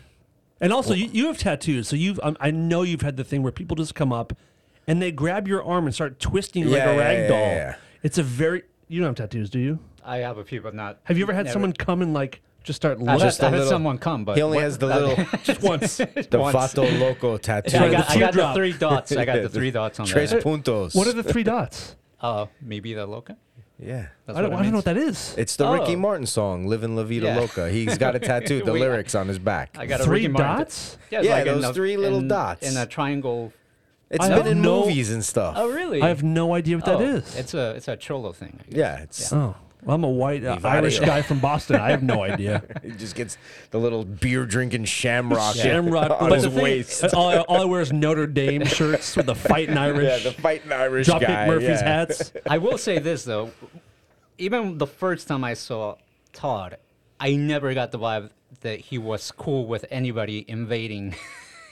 [SPEAKER 4] And also, you, you have tattoos, so you've um, I know you've had the thing where people just come up and they grab your arm and start twisting you like
[SPEAKER 2] Yeah,
[SPEAKER 4] a
[SPEAKER 2] yeah,
[SPEAKER 4] rag
[SPEAKER 2] yeah,
[SPEAKER 4] doll.
[SPEAKER 2] yeah, yeah.
[SPEAKER 4] It's a very you don't have tattoos, do you?
[SPEAKER 3] I have a few, but not.
[SPEAKER 4] Have you ever had
[SPEAKER 3] never-
[SPEAKER 4] someone come and like just start
[SPEAKER 3] I've
[SPEAKER 2] Just
[SPEAKER 4] just
[SPEAKER 3] just
[SPEAKER 2] a
[SPEAKER 3] had
[SPEAKER 2] little-
[SPEAKER 3] someone come, but
[SPEAKER 2] He only
[SPEAKER 3] what-
[SPEAKER 2] has the little.
[SPEAKER 4] just once?
[SPEAKER 2] the
[SPEAKER 3] Once.
[SPEAKER 2] Fato Loco tattoo.
[SPEAKER 3] I got, I
[SPEAKER 4] the
[SPEAKER 3] got the
[SPEAKER 4] teardrop.
[SPEAKER 3] three dots. I got the three dots on
[SPEAKER 2] Tres
[SPEAKER 3] there.
[SPEAKER 2] puntos.
[SPEAKER 4] what are the three dots?
[SPEAKER 3] Uh, maybe the loca.
[SPEAKER 2] Yeah.
[SPEAKER 4] I don't, I don't know what that is.
[SPEAKER 2] It's the Ricky
[SPEAKER 3] Oh.
[SPEAKER 2] Martin song, Livin' La Vida
[SPEAKER 3] Yeah.
[SPEAKER 2] Loca. He's got a tattoo, the
[SPEAKER 3] We-
[SPEAKER 2] lyrics on his back.
[SPEAKER 3] I got a
[SPEAKER 4] three
[SPEAKER 3] Ricky Martin-
[SPEAKER 4] dots?
[SPEAKER 3] Yeah, it's
[SPEAKER 2] Yeah,
[SPEAKER 3] like in
[SPEAKER 2] those
[SPEAKER 3] a-
[SPEAKER 2] three little
[SPEAKER 3] in-
[SPEAKER 2] dots.
[SPEAKER 3] in a triangle.
[SPEAKER 2] It's
[SPEAKER 4] I
[SPEAKER 2] been
[SPEAKER 4] don't
[SPEAKER 2] in
[SPEAKER 4] know-
[SPEAKER 2] movies and stuff.
[SPEAKER 3] Oh, really?
[SPEAKER 4] I have no idea what that
[SPEAKER 3] Oh,
[SPEAKER 4] is.
[SPEAKER 3] It's a it's a cholo thing. I guess.
[SPEAKER 2] Yeah, it's
[SPEAKER 4] oh, well, I'm a white uh,
[SPEAKER 2] Leave outta
[SPEAKER 4] Irish
[SPEAKER 2] here.
[SPEAKER 4] guy from Boston. I have no idea.
[SPEAKER 2] It just gets the little beer drinking shamrock,
[SPEAKER 4] Shamrock
[SPEAKER 2] on
[SPEAKER 4] but
[SPEAKER 2] his
[SPEAKER 4] the thing-
[SPEAKER 2] waist.
[SPEAKER 4] all, I- all I wear is uh, Notre Dame shirts with a fighting Irish.
[SPEAKER 2] yeah, the fighting Irish
[SPEAKER 4] Dropkick
[SPEAKER 2] guy.
[SPEAKER 4] Murphys
[SPEAKER 2] yeah.
[SPEAKER 4] hats.
[SPEAKER 3] I will say this though, even the first time I saw Todd, I never got the vibe that he was cool with anybody invading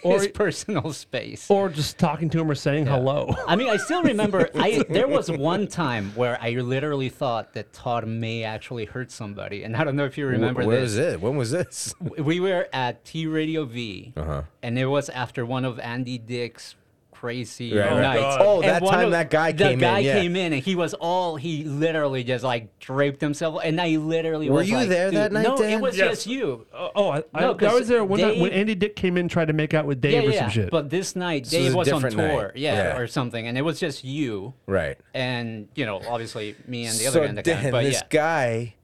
[SPEAKER 3] his
[SPEAKER 4] Or-
[SPEAKER 3] personal space.
[SPEAKER 4] Or just talking to him or saying hello.
[SPEAKER 3] I mean, I still remember. I there was one time where I literally thought that Todd may actually hurt somebody, and I don't know if you remember
[SPEAKER 2] Where
[SPEAKER 3] this.
[SPEAKER 2] is it? When was this?
[SPEAKER 3] We were at T Radio V,
[SPEAKER 2] Uh-huh.
[SPEAKER 3] and it was after one of Andy Dick's crazy
[SPEAKER 2] Right, right.
[SPEAKER 3] nights.
[SPEAKER 2] Oh,
[SPEAKER 3] And
[SPEAKER 2] that
[SPEAKER 3] one
[SPEAKER 2] time
[SPEAKER 3] of-
[SPEAKER 2] that guy
[SPEAKER 3] the
[SPEAKER 2] came in,
[SPEAKER 3] guy
[SPEAKER 2] yeah.
[SPEAKER 3] came in, and he was all he literally just like draped himself, and I literally
[SPEAKER 2] Were
[SPEAKER 3] was
[SPEAKER 2] you
[SPEAKER 3] like,
[SPEAKER 2] there that
[SPEAKER 3] "Dude,
[SPEAKER 2] night,
[SPEAKER 3] No,
[SPEAKER 2] Dan?"
[SPEAKER 3] it was
[SPEAKER 4] Yes.
[SPEAKER 3] just you.
[SPEAKER 4] Uh, oh, I, I,
[SPEAKER 3] No,
[SPEAKER 4] I
[SPEAKER 3] 'cause
[SPEAKER 4] was there one night when
[SPEAKER 3] Dave-
[SPEAKER 4] Andy Dick came in and tried to make out with Dave
[SPEAKER 3] Yeah,
[SPEAKER 4] or
[SPEAKER 3] yeah.
[SPEAKER 4] some shit.
[SPEAKER 3] But this night,
[SPEAKER 2] was
[SPEAKER 3] Dave
[SPEAKER 2] a
[SPEAKER 3] was on
[SPEAKER 2] different night.
[SPEAKER 3] tour, yeah,
[SPEAKER 2] Yeah.
[SPEAKER 3] or something, and it was just you.
[SPEAKER 2] Right.
[SPEAKER 3] And you know, obviously, me and the
[SPEAKER 2] so
[SPEAKER 3] other end
[SPEAKER 2] Dan,
[SPEAKER 3] account, but
[SPEAKER 2] this
[SPEAKER 3] yeah,
[SPEAKER 2] guy,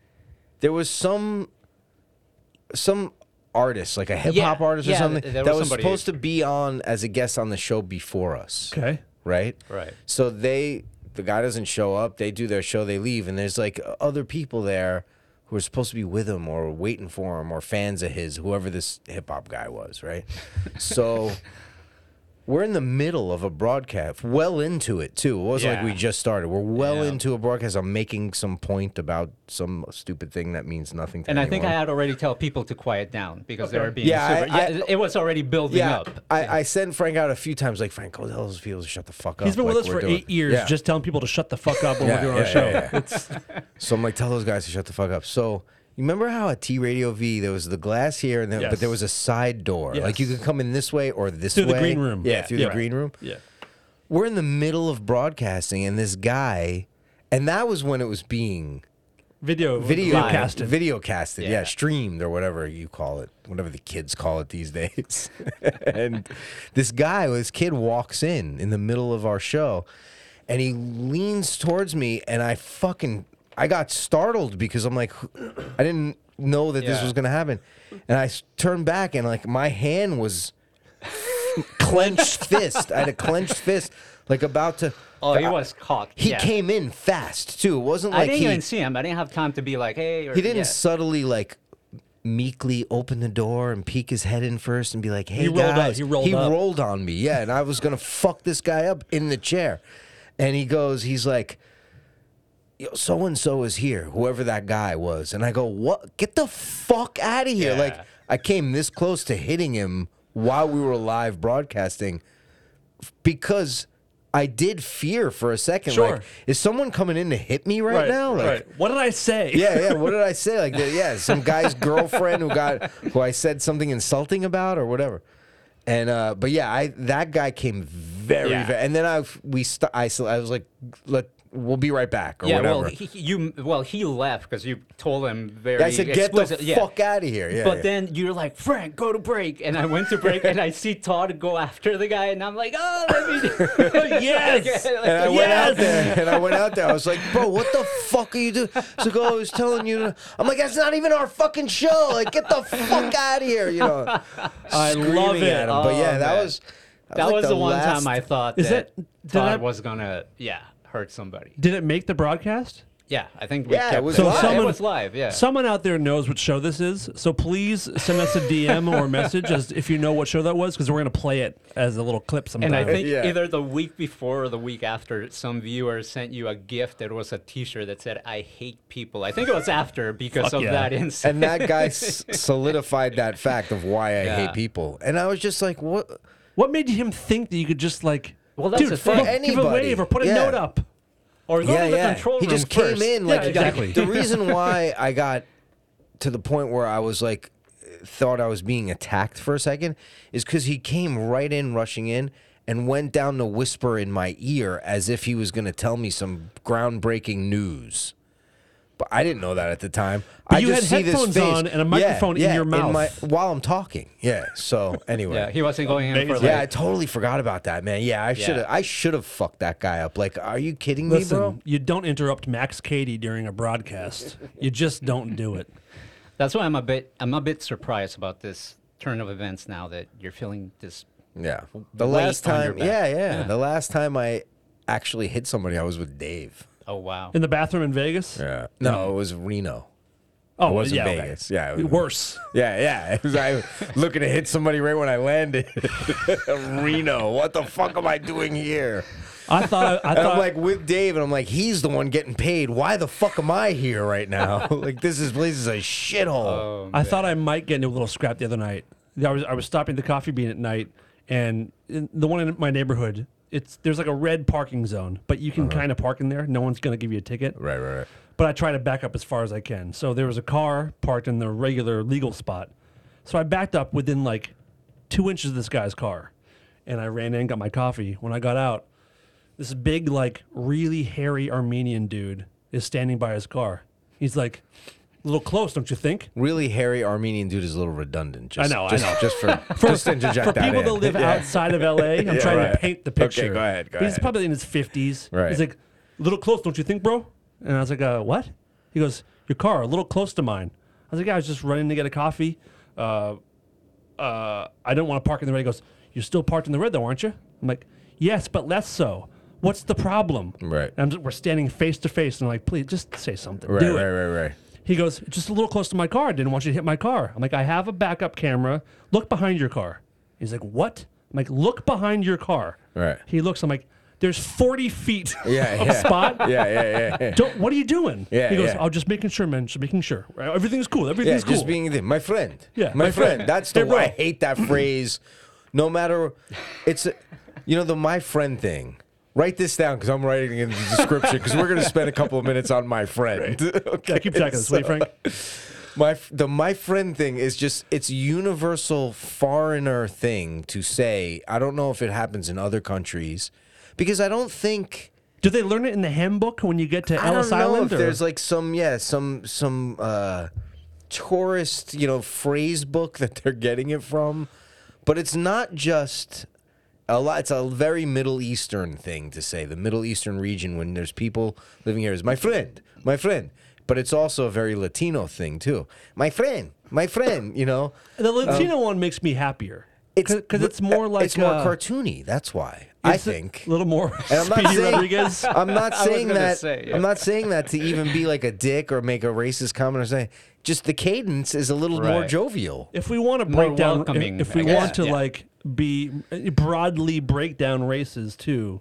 [SPEAKER 2] there was some, some artist, like a hip hop
[SPEAKER 3] Yeah,
[SPEAKER 2] artist or
[SPEAKER 3] yeah,
[SPEAKER 2] something,
[SPEAKER 3] th- there
[SPEAKER 2] that
[SPEAKER 3] was
[SPEAKER 2] was
[SPEAKER 3] somebody-
[SPEAKER 2] supposed to be on as a guest on the show before us.
[SPEAKER 4] okay.
[SPEAKER 2] right?
[SPEAKER 3] Right.
[SPEAKER 2] So they, the guy doesn't show up. They do their show. They leave, and there's like other people there who are supposed to be with him or waiting for him or fans of his, whoever this hip hop guy was, right? So We're in the middle of a broadcast, well into it too. It wasn't like we
[SPEAKER 3] Yeah.
[SPEAKER 2] just started. We're well
[SPEAKER 3] Yeah.
[SPEAKER 2] into a broadcast. I'm making some point about some stupid thing that means nothing to
[SPEAKER 3] And I
[SPEAKER 2] anyone.
[SPEAKER 3] think I had already tell people to quiet down because they were being
[SPEAKER 2] Yeah, I-
[SPEAKER 3] super.
[SPEAKER 2] I-
[SPEAKER 3] yeah, it was already building
[SPEAKER 2] yeah,
[SPEAKER 3] up.
[SPEAKER 2] I, I sent Frank out a few times. Like Frank, go tell those people to shut the fuck up.
[SPEAKER 4] He's been
[SPEAKER 2] like
[SPEAKER 4] with us
[SPEAKER 2] we're
[SPEAKER 4] for
[SPEAKER 2] doing."
[SPEAKER 4] eight years,
[SPEAKER 2] Yeah.
[SPEAKER 4] just telling people to shut the fuck up when
[SPEAKER 2] Yeah,
[SPEAKER 4] we're doing
[SPEAKER 2] yeah,
[SPEAKER 4] our show.
[SPEAKER 2] yeah, yeah.
[SPEAKER 4] It's
[SPEAKER 2] So I'm like, tell those guys to shut the fuck up. So you remember how at T Radio V there was the glass here, and then, but
[SPEAKER 4] Yes.
[SPEAKER 2] there was a side door. Like you
[SPEAKER 4] Yes.
[SPEAKER 2] could come in this way or this
[SPEAKER 4] through
[SPEAKER 2] way
[SPEAKER 4] the green room.
[SPEAKER 2] Yeah, through the
[SPEAKER 4] Right.
[SPEAKER 2] green room.
[SPEAKER 4] Yeah.
[SPEAKER 2] We're in the middle of broadcasting, and this guy, and that was when it was being
[SPEAKER 4] Video,
[SPEAKER 2] video
[SPEAKER 4] casted.
[SPEAKER 2] video casted, yeah.
[SPEAKER 3] Yeah.
[SPEAKER 2] streamed or whatever you call it, whatever the kids call it these days. and this guy, this kid, walks in in the middle of our show, and he leans towards me, and I fucking I got startled because I'm like, I didn't know that this
[SPEAKER 3] Yeah.
[SPEAKER 2] was gonna happen, and I s- turned back and like my hand was clenched fist. I had a clenched fist, like about to.
[SPEAKER 3] oh, he was caught.
[SPEAKER 2] He
[SPEAKER 3] yeah.
[SPEAKER 2] came in fast too. It wasn't
[SPEAKER 3] I
[SPEAKER 2] like
[SPEAKER 3] didn't
[SPEAKER 2] he
[SPEAKER 3] even see him. I didn't have time to be like, hey. Or,
[SPEAKER 2] he didn't
[SPEAKER 3] yeah.
[SPEAKER 2] subtly like meekly open the door and peek his head in first and be like, "Hey
[SPEAKER 4] He rolled up,
[SPEAKER 2] guys,"
[SPEAKER 4] he rolled up.
[SPEAKER 2] rolled on me, yeah, and I was gonna fuck this guy up in the chair, and he goes, he's like. So and so is here, whoever that guy was, and I go, "What? Get the fuck out of here!"
[SPEAKER 3] Yeah.
[SPEAKER 2] Like I came this close to hitting him while we were live broadcasting because I did fear for a second. Like,
[SPEAKER 4] Sure.
[SPEAKER 2] is someone coming in to hit me right,
[SPEAKER 4] Right
[SPEAKER 2] now? Like,
[SPEAKER 4] right. What did I say?
[SPEAKER 2] yeah, yeah. What did I say? Like, the, yeah, some guy's girlfriend who got who I said something insulting about or whatever. And uh, but yeah, I that guy came very,
[SPEAKER 3] Yeah.
[SPEAKER 2] very and then I we st- I, s- I was like, let we'll be right back or
[SPEAKER 3] Yeah,
[SPEAKER 2] whatever.
[SPEAKER 3] well, he, he- you well he left because you told him very.
[SPEAKER 2] I said, get the
[SPEAKER 3] explicit, yeah.
[SPEAKER 2] fuck out of here. Yeah,
[SPEAKER 3] but
[SPEAKER 2] yeah.
[SPEAKER 3] then you're like, Frank, go to break, and I went to break, and I see Todd go after the guy, and I'm like, oh, let me.
[SPEAKER 4] Yes!
[SPEAKER 3] Like,
[SPEAKER 2] And I went out
[SPEAKER 4] Yes!
[SPEAKER 2] there, and I went out there. I was like, "Bro, what the fuck are you doing?" So go, I was telling you, to-" I'm like, "That's not even our fucking show. Like, get the fuck out of here," you know.
[SPEAKER 4] I
[SPEAKER 2] screaming
[SPEAKER 4] love it.
[SPEAKER 2] At him. but
[SPEAKER 3] Oh,
[SPEAKER 2] yeah, that
[SPEAKER 3] man.
[SPEAKER 2] was that,
[SPEAKER 3] that
[SPEAKER 2] like
[SPEAKER 3] was the, one
[SPEAKER 2] last-
[SPEAKER 3] time I thought
[SPEAKER 4] Is
[SPEAKER 3] that,
[SPEAKER 4] that- did
[SPEAKER 3] Todd
[SPEAKER 4] I-
[SPEAKER 3] was gonna yeah hurt somebody.
[SPEAKER 4] Did it make the broadcast?
[SPEAKER 3] Yeah, I think we
[SPEAKER 2] Yeah, it
[SPEAKER 3] kept
[SPEAKER 2] was
[SPEAKER 3] that.
[SPEAKER 2] live.
[SPEAKER 3] it
[SPEAKER 4] Someone-
[SPEAKER 3] was live. Yeah,
[SPEAKER 4] Someone out there knows what show this is, so please send us a DM or message as if you know what show that was, because we're gonna play it as a little clip sometime.
[SPEAKER 3] and I think
[SPEAKER 2] Yeah.
[SPEAKER 3] either the week before or the week after, some viewer sent you a gift that was a T-shirt that said "I hate people." I think it was after because
[SPEAKER 4] Fuck
[SPEAKER 3] of
[SPEAKER 4] yeah.
[SPEAKER 3] that
[SPEAKER 2] and
[SPEAKER 3] incident.
[SPEAKER 2] that guy s- solidified that fact of why I
[SPEAKER 3] Yeah.
[SPEAKER 2] hate people. And I was just like, what?
[SPEAKER 4] what made him think that you could just like,
[SPEAKER 3] Well, that's
[SPEAKER 4] dude,
[SPEAKER 3] the
[SPEAKER 4] fuck,
[SPEAKER 3] thing.
[SPEAKER 4] give a
[SPEAKER 2] Anybody.
[SPEAKER 4] wave or put a
[SPEAKER 2] Yeah.
[SPEAKER 4] note up?
[SPEAKER 3] or go
[SPEAKER 2] yeah,
[SPEAKER 3] to the
[SPEAKER 2] yeah.
[SPEAKER 3] control
[SPEAKER 2] He
[SPEAKER 3] room
[SPEAKER 2] just came
[SPEAKER 3] first.
[SPEAKER 2] in like
[SPEAKER 4] Yeah, exactly.
[SPEAKER 2] the reason why I got to the point where I was like thought I was being attacked for a second is because he came right in rushing in and went down to whisper in my ear as if he was going to tell me some groundbreaking news. But I didn't know that at the time. I
[SPEAKER 4] you
[SPEAKER 2] just
[SPEAKER 4] had
[SPEAKER 2] see this
[SPEAKER 4] headphones
[SPEAKER 2] face-
[SPEAKER 4] on and a
[SPEAKER 2] Yeah,
[SPEAKER 4] microphone in
[SPEAKER 2] yeah,
[SPEAKER 4] your mouth.
[SPEAKER 2] while I'm talking. Yeah. So anyway.
[SPEAKER 3] Yeah, he wasn't going in for like.
[SPEAKER 2] Yeah, I totally forgot about that, man. Yeah, I should have.
[SPEAKER 3] Yeah.
[SPEAKER 2] I should have fucked that guy up. Like, are you kidding
[SPEAKER 4] Listen,
[SPEAKER 2] me, bro?
[SPEAKER 4] you don't interrupt Max Cady during a broadcast. you just don't do it.
[SPEAKER 3] That's why I'm a bit I'm a bit surprised about this turn of events now that you're feeling this.
[SPEAKER 2] Yeah. The
[SPEAKER 3] weight
[SPEAKER 2] last
[SPEAKER 3] on your
[SPEAKER 2] time.
[SPEAKER 3] back.
[SPEAKER 2] Yeah, yeah, The last time I actually hit somebody, I was with Dave.
[SPEAKER 3] Oh wow.
[SPEAKER 4] In the bathroom in Vegas?
[SPEAKER 2] Yeah. No, it was Reno.
[SPEAKER 4] Oh,
[SPEAKER 2] It wasn't
[SPEAKER 4] yeah, okay.
[SPEAKER 2] Vegas. Yeah. It was,
[SPEAKER 4] Worse.
[SPEAKER 2] Yeah, yeah. It was, I was looking to hit somebody right when I landed. Reno. What the fuck am I doing here?
[SPEAKER 4] I thought. I, I
[SPEAKER 2] And
[SPEAKER 4] thought.
[SPEAKER 2] I'm like with Dave, and I'm like, he's the one getting paid. Why the fuck am I here right now? like, this is place is a shithole.
[SPEAKER 4] I thought I might get into a little scrap the other night. I was I was stopping at the coffee bean at night, and in the one in my neighborhood, it's there's like a red parking zone, but you
[SPEAKER 2] Uh-huh.
[SPEAKER 4] can kind of park in there. No one's gonna give you a ticket.
[SPEAKER 2] right, right, right.
[SPEAKER 4] But I try to back up as far as I can. So there was a car parked in the regular legal spot. So I backed up within like two inches of this guy's car, and I ran in, got my coffee. When I got out, this big, like, really hairy Armenian dude is standing by his car. He's like, a little close, don't you think?
[SPEAKER 2] really hairy Armenian dude is a little redundant. Just,
[SPEAKER 4] I know, I
[SPEAKER 2] just,
[SPEAKER 4] know.
[SPEAKER 2] Just for, just to interject
[SPEAKER 4] for
[SPEAKER 2] that
[SPEAKER 4] people
[SPEAKER 2] in.
[SPEAKER 4] that live
[SPEAKER 2] Yeah.
[SPEAKER 4] outside of LA, I'm
[SPEAKER 2] Yeah,
[SPEAKER 4] trying
[SPEAKER 2] right.
[SPEAKER 4] to paint the
[SPEAKER 2] Okay,
[SPEAKER 4] picture.
[SPEAKER 2] go ahead, go
[SPEAKER 4] But he's
[SPEAKER 2] ahead.
[SPEAKER 4] probably in his 50s.
[SPEAKER 2] Right.
[SPEAKER 4] He's like, a little close, don't you think, bro? And I was like, uh, what? He goes, your car, a little close to mine. I was like, yeah, I was just running to get a coffee. Uh, uh, I don't want to park in the red. He goes, you're still parked in the red, though, aren't you? I'm like, yes, but less so. What's the problem?
[SPEAKER 2] Right.
[SPEAKER 4] And I'm just, we're standing face to face, and I'm like, please, just say something.
[SPEAKER 2] Right,
[SPEAKER 4] Do it.
[SPEAKER 2] right, right, right.
[SPEAKER 4] He goes, just a little close to my car. Didn't want you to hit my car. I'm like, I have a backup camera. Look behind your car. He's like, what? I'm like, look behind your car.
[SPEAKER 2] Right.
[SPEAKER 4] He looks. I'm like, there's 40 feet
[SPEAKER 2] Yeah,
[SPEAKER 4] of
[SPEAKER 2] yeah.
[SPEAKER 4] spot.
[SPEAKER 2] Yeah, yeah, yeah.
[SPEAKER 4] Don't. What are you doing?
[SPEAKER 2] Yeah,
[SPEAKER 4] he goes.
[SPEAKER 2] yeah.
[SPEAKER 4] I'm just making sure, man. Just making sure. Everything's cool.
[SPEAKER 2] Yeah,
[SPEAKER 4] Everything's cool.
[SPEAKER 2] just being the, my friend.
[SPEAKER 4] Yeah,
[SPEAKER 2] my,
[SPEAKER 4] my
[SPEAKER 2] friend.
[SPEAKER 4] friend.
[SPEAKER 2] That's the
[SPEAKER 4] Hey, bro.
[SPEAKER 2] I hate that phrase. No matter, it's a- you know the my friend thing. Write this down because I'm writing it in the description because we're gonna spend a couple of minutes on my friend. okay,
[SPEAKER 4] yeah, keep track of this, will you,
[SPEAKER 2] so-
[SPEAKER 4] Frank?
[SPEAKER 2] my f- the my friend thing is just it's a universal foreigner thing to say. I don't know if it happens in other countries because I don't think
[SPEAKER 4] Do they learn it in the handbook when you get to
[SPEAKER 2] I don't
[SPEAKER 4] Ellis
[SPEAKER 2] know
[SPEAKER 4] Island?
[SPEAKER 2] if
[SPEAKER 4] or-
[SPEAKER 2] there's like some yeah some some uh, tourist you know phrase book that they're getting it from, but it's not just a lot. It's a very Middle Eastern thing to say. The Middle Eastern region when there's people living here is my friend, my friend. But it's also a very Latino thing too. My friend, my friend. You know,
[SPEAKER 4] the Latino one makes me happier. because it's more like
[SPEAKER 2] um, it's more
[SPEAKER 4] uh,
[SPEAKER 2] cartoony. That's why I
[SPEAKER 4] it's a
[SPEAKER 2] think.
[SPEAKER 4] little more.
[SPEAKER 2] And I'm not
[SPEAKER 4] Speedy
[SPEAKER 2] saying
[SPEAKER 4] Rodriguez.
[SPEAKER 2] I'm not
[SPEAKER 3] was
[SPEAKER 2] saying
[SPEAKER 3] gonna
[SPEAKER 2] that.
[SPEAKER 3] say, yeah.
[SPEAKER 2] I'm not saying that to even be like a dick or make a racist comment or say. Just the cadence is a little more
[SPEAKER 3] Right.
[SPEAKER 2] jovial.
[SPEAKER 4] if we want to
[SPEAKER 3] More
[SPEAKER 4] break down,
[SPEAKER 3] welcoming,
[SPEAKER 4] if, if
[SPEAKER 3] I
[SPEAKER 4] we
[SPEAKER 3] guess.
[SPEAKER 4] want to
[SPEAKER 3] Yeah.
[SPEAKER 4] like be eh, broadly break down races too,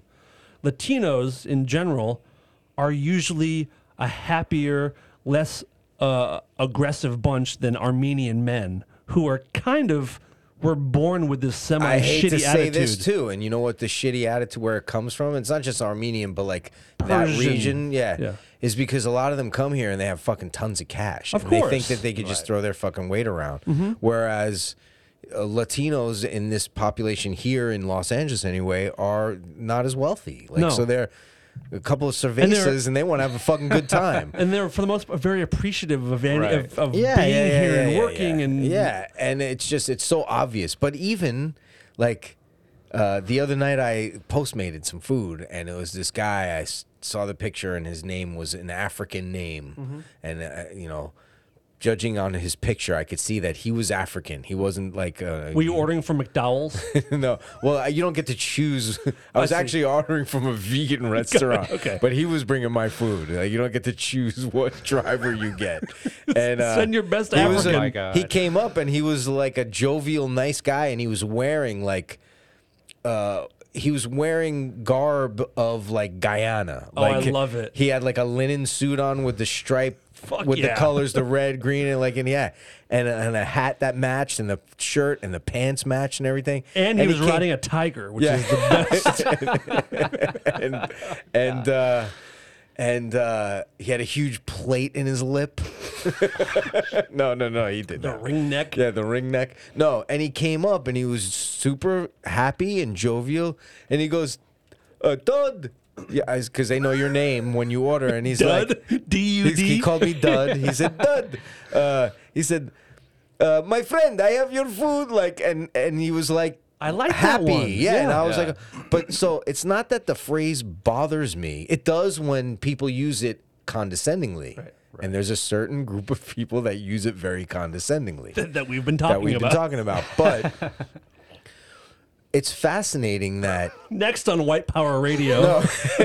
[SPEAKER 4] Latinos in general are usually a happier, less uh, aggressive bunch than Armenian men who are kind of were born with this semi
[SPEAKER 2] I hate
[SPEAKER 4] shitty
[SPEAKER 2] to say
[SPEAKER 4] attitude.
[SPEAKER 2] this too, and you know what? The shitty attitude where it comes from. It's not just Armenian, but like that
[SPEAKER 4] Persian.
[SPEAKER 2] region. Yeah,
[SPEAKER 4] Yeah.
[SPEAKER 2] is because a lot of them come here and they have fucking tons of cash.
[SPEAKER 4] Of
[SPEAKER 2] and they think
[SPEAKER 4] course. Mm-hmm.
[SPEAKER 2] that they could just throw their fucking weight around. Whereas. Uh, Latinos in this population here in Los Angeles, anyway, are not as wealthy. Like,
[SPEAKER 4] No.
[SPEAKER 2] so they're a couple of
[SPEAKER 4] they're-
[SPEAKER 2] cervezas, and, they want to have a fucking good time.
[SPEAKER 4] and they're for the most part very appreciative of any,
[SPEAKER 3] Right.
[SPEAKER 4] of, of being here and working
[SPEAKER 2] yeah.
[SPEAKER 4] and
[SPEAKER 2] yeah, and it's just it's so obvious. But even like uh, the other night, I postmated some food, and it was this guy. I s- saw the picture, and his name was an African name, and uh, you know. Judging on his picture, I could see that he was African. He wasn't like uh,
[SPEAKER 4] Were you ordering from McDowell's?
[SPEAKER 2] no. Well, I- you don't get to choose. I was
[SPEAKER 4] see.
[SPEAKER 2] actually ordering from a vegan restaurant.
[SPEAKER 4] okay.
[SPEAKER 2] But he was bringing my food. Like, you don't get to choose what driver you get. And uh,
[SPEAKER 4] Send your best
[SPEAKER 2] he was
[SPEAKER 4] African.
[SPEAKER 2] a-
[SPEAKER 4] Oh my
[SPEAKER 3] God.
[SPEAKER 2] He came up and he was like a jovial, nice guy, and he was wearing like. Uh, he was wearing garb of like Guyana.
[SPEAKER 4] Oh, I
[SPEAKER 2] Like,
[SPEAKER 4] love it.
[SPEAKER 2] He had like a linen suit on with the stripe,
[SPEAKER 4] Fuck
[SPEAKER 2] with the
[SPEAKER 4] yeah.
[SPEAKER 2] color colors, the red, green, and like, and yeah, and a, and a hat that matched, and the shirt and the pants matched, and everything.
[SPEAKER 4] And he was
[SPEAKER 2] came-
[SPEAKER 4] riding a tiger, which
[SPEAKER 2] Yeah.
[SPEAKER 4] is the best.
[SPEAKER 2] and and uh, and uh, he had a huge plate in his lip. no, no, no, he did
[SPEAKER 4] The
[SPEAKER 2] not.
[SPEAKER 4] ring neck.
[SPEAKER 2] Yeah, the ring neck. No, and he came up and he was super happy and jovial, and he goes, uh, "Dud." Yeah, because they know your name when you order, and he's
[SPEAKER 4] Dud?
[SPEAKER 2] like,
[SPEAKER 4] D U
[SPEAKER 2] He's- He
[SPEAKER 4] D?
[SPEAKER 2] called me Dud. He said Dud. Uh, he said, uh, "My friend, I have your food." Like, and and he was like,
[SPEAKER 4] I like that
[SPEAKER 2] happy."
[SPEAKER 4] one.
[SPEAKER 2] Yeah, and
[SPEAKER 4] Yeah.
[SPEAKER 2] I was like, but so it's not that the phrase bothers me. It does when people use it condescendingly, and there's a certain group of people that use it very condescendingly
[SPEAKER 4] that we've been
[SPEAKER 2] that
[SPEAKER 4] talking
[SPEAKER 2] we've been
[SPEAKER 4] about.
[SPEAKER 2] talking about, but. It's fascinating that
[SPEAKER 4] Next on White Power Radio.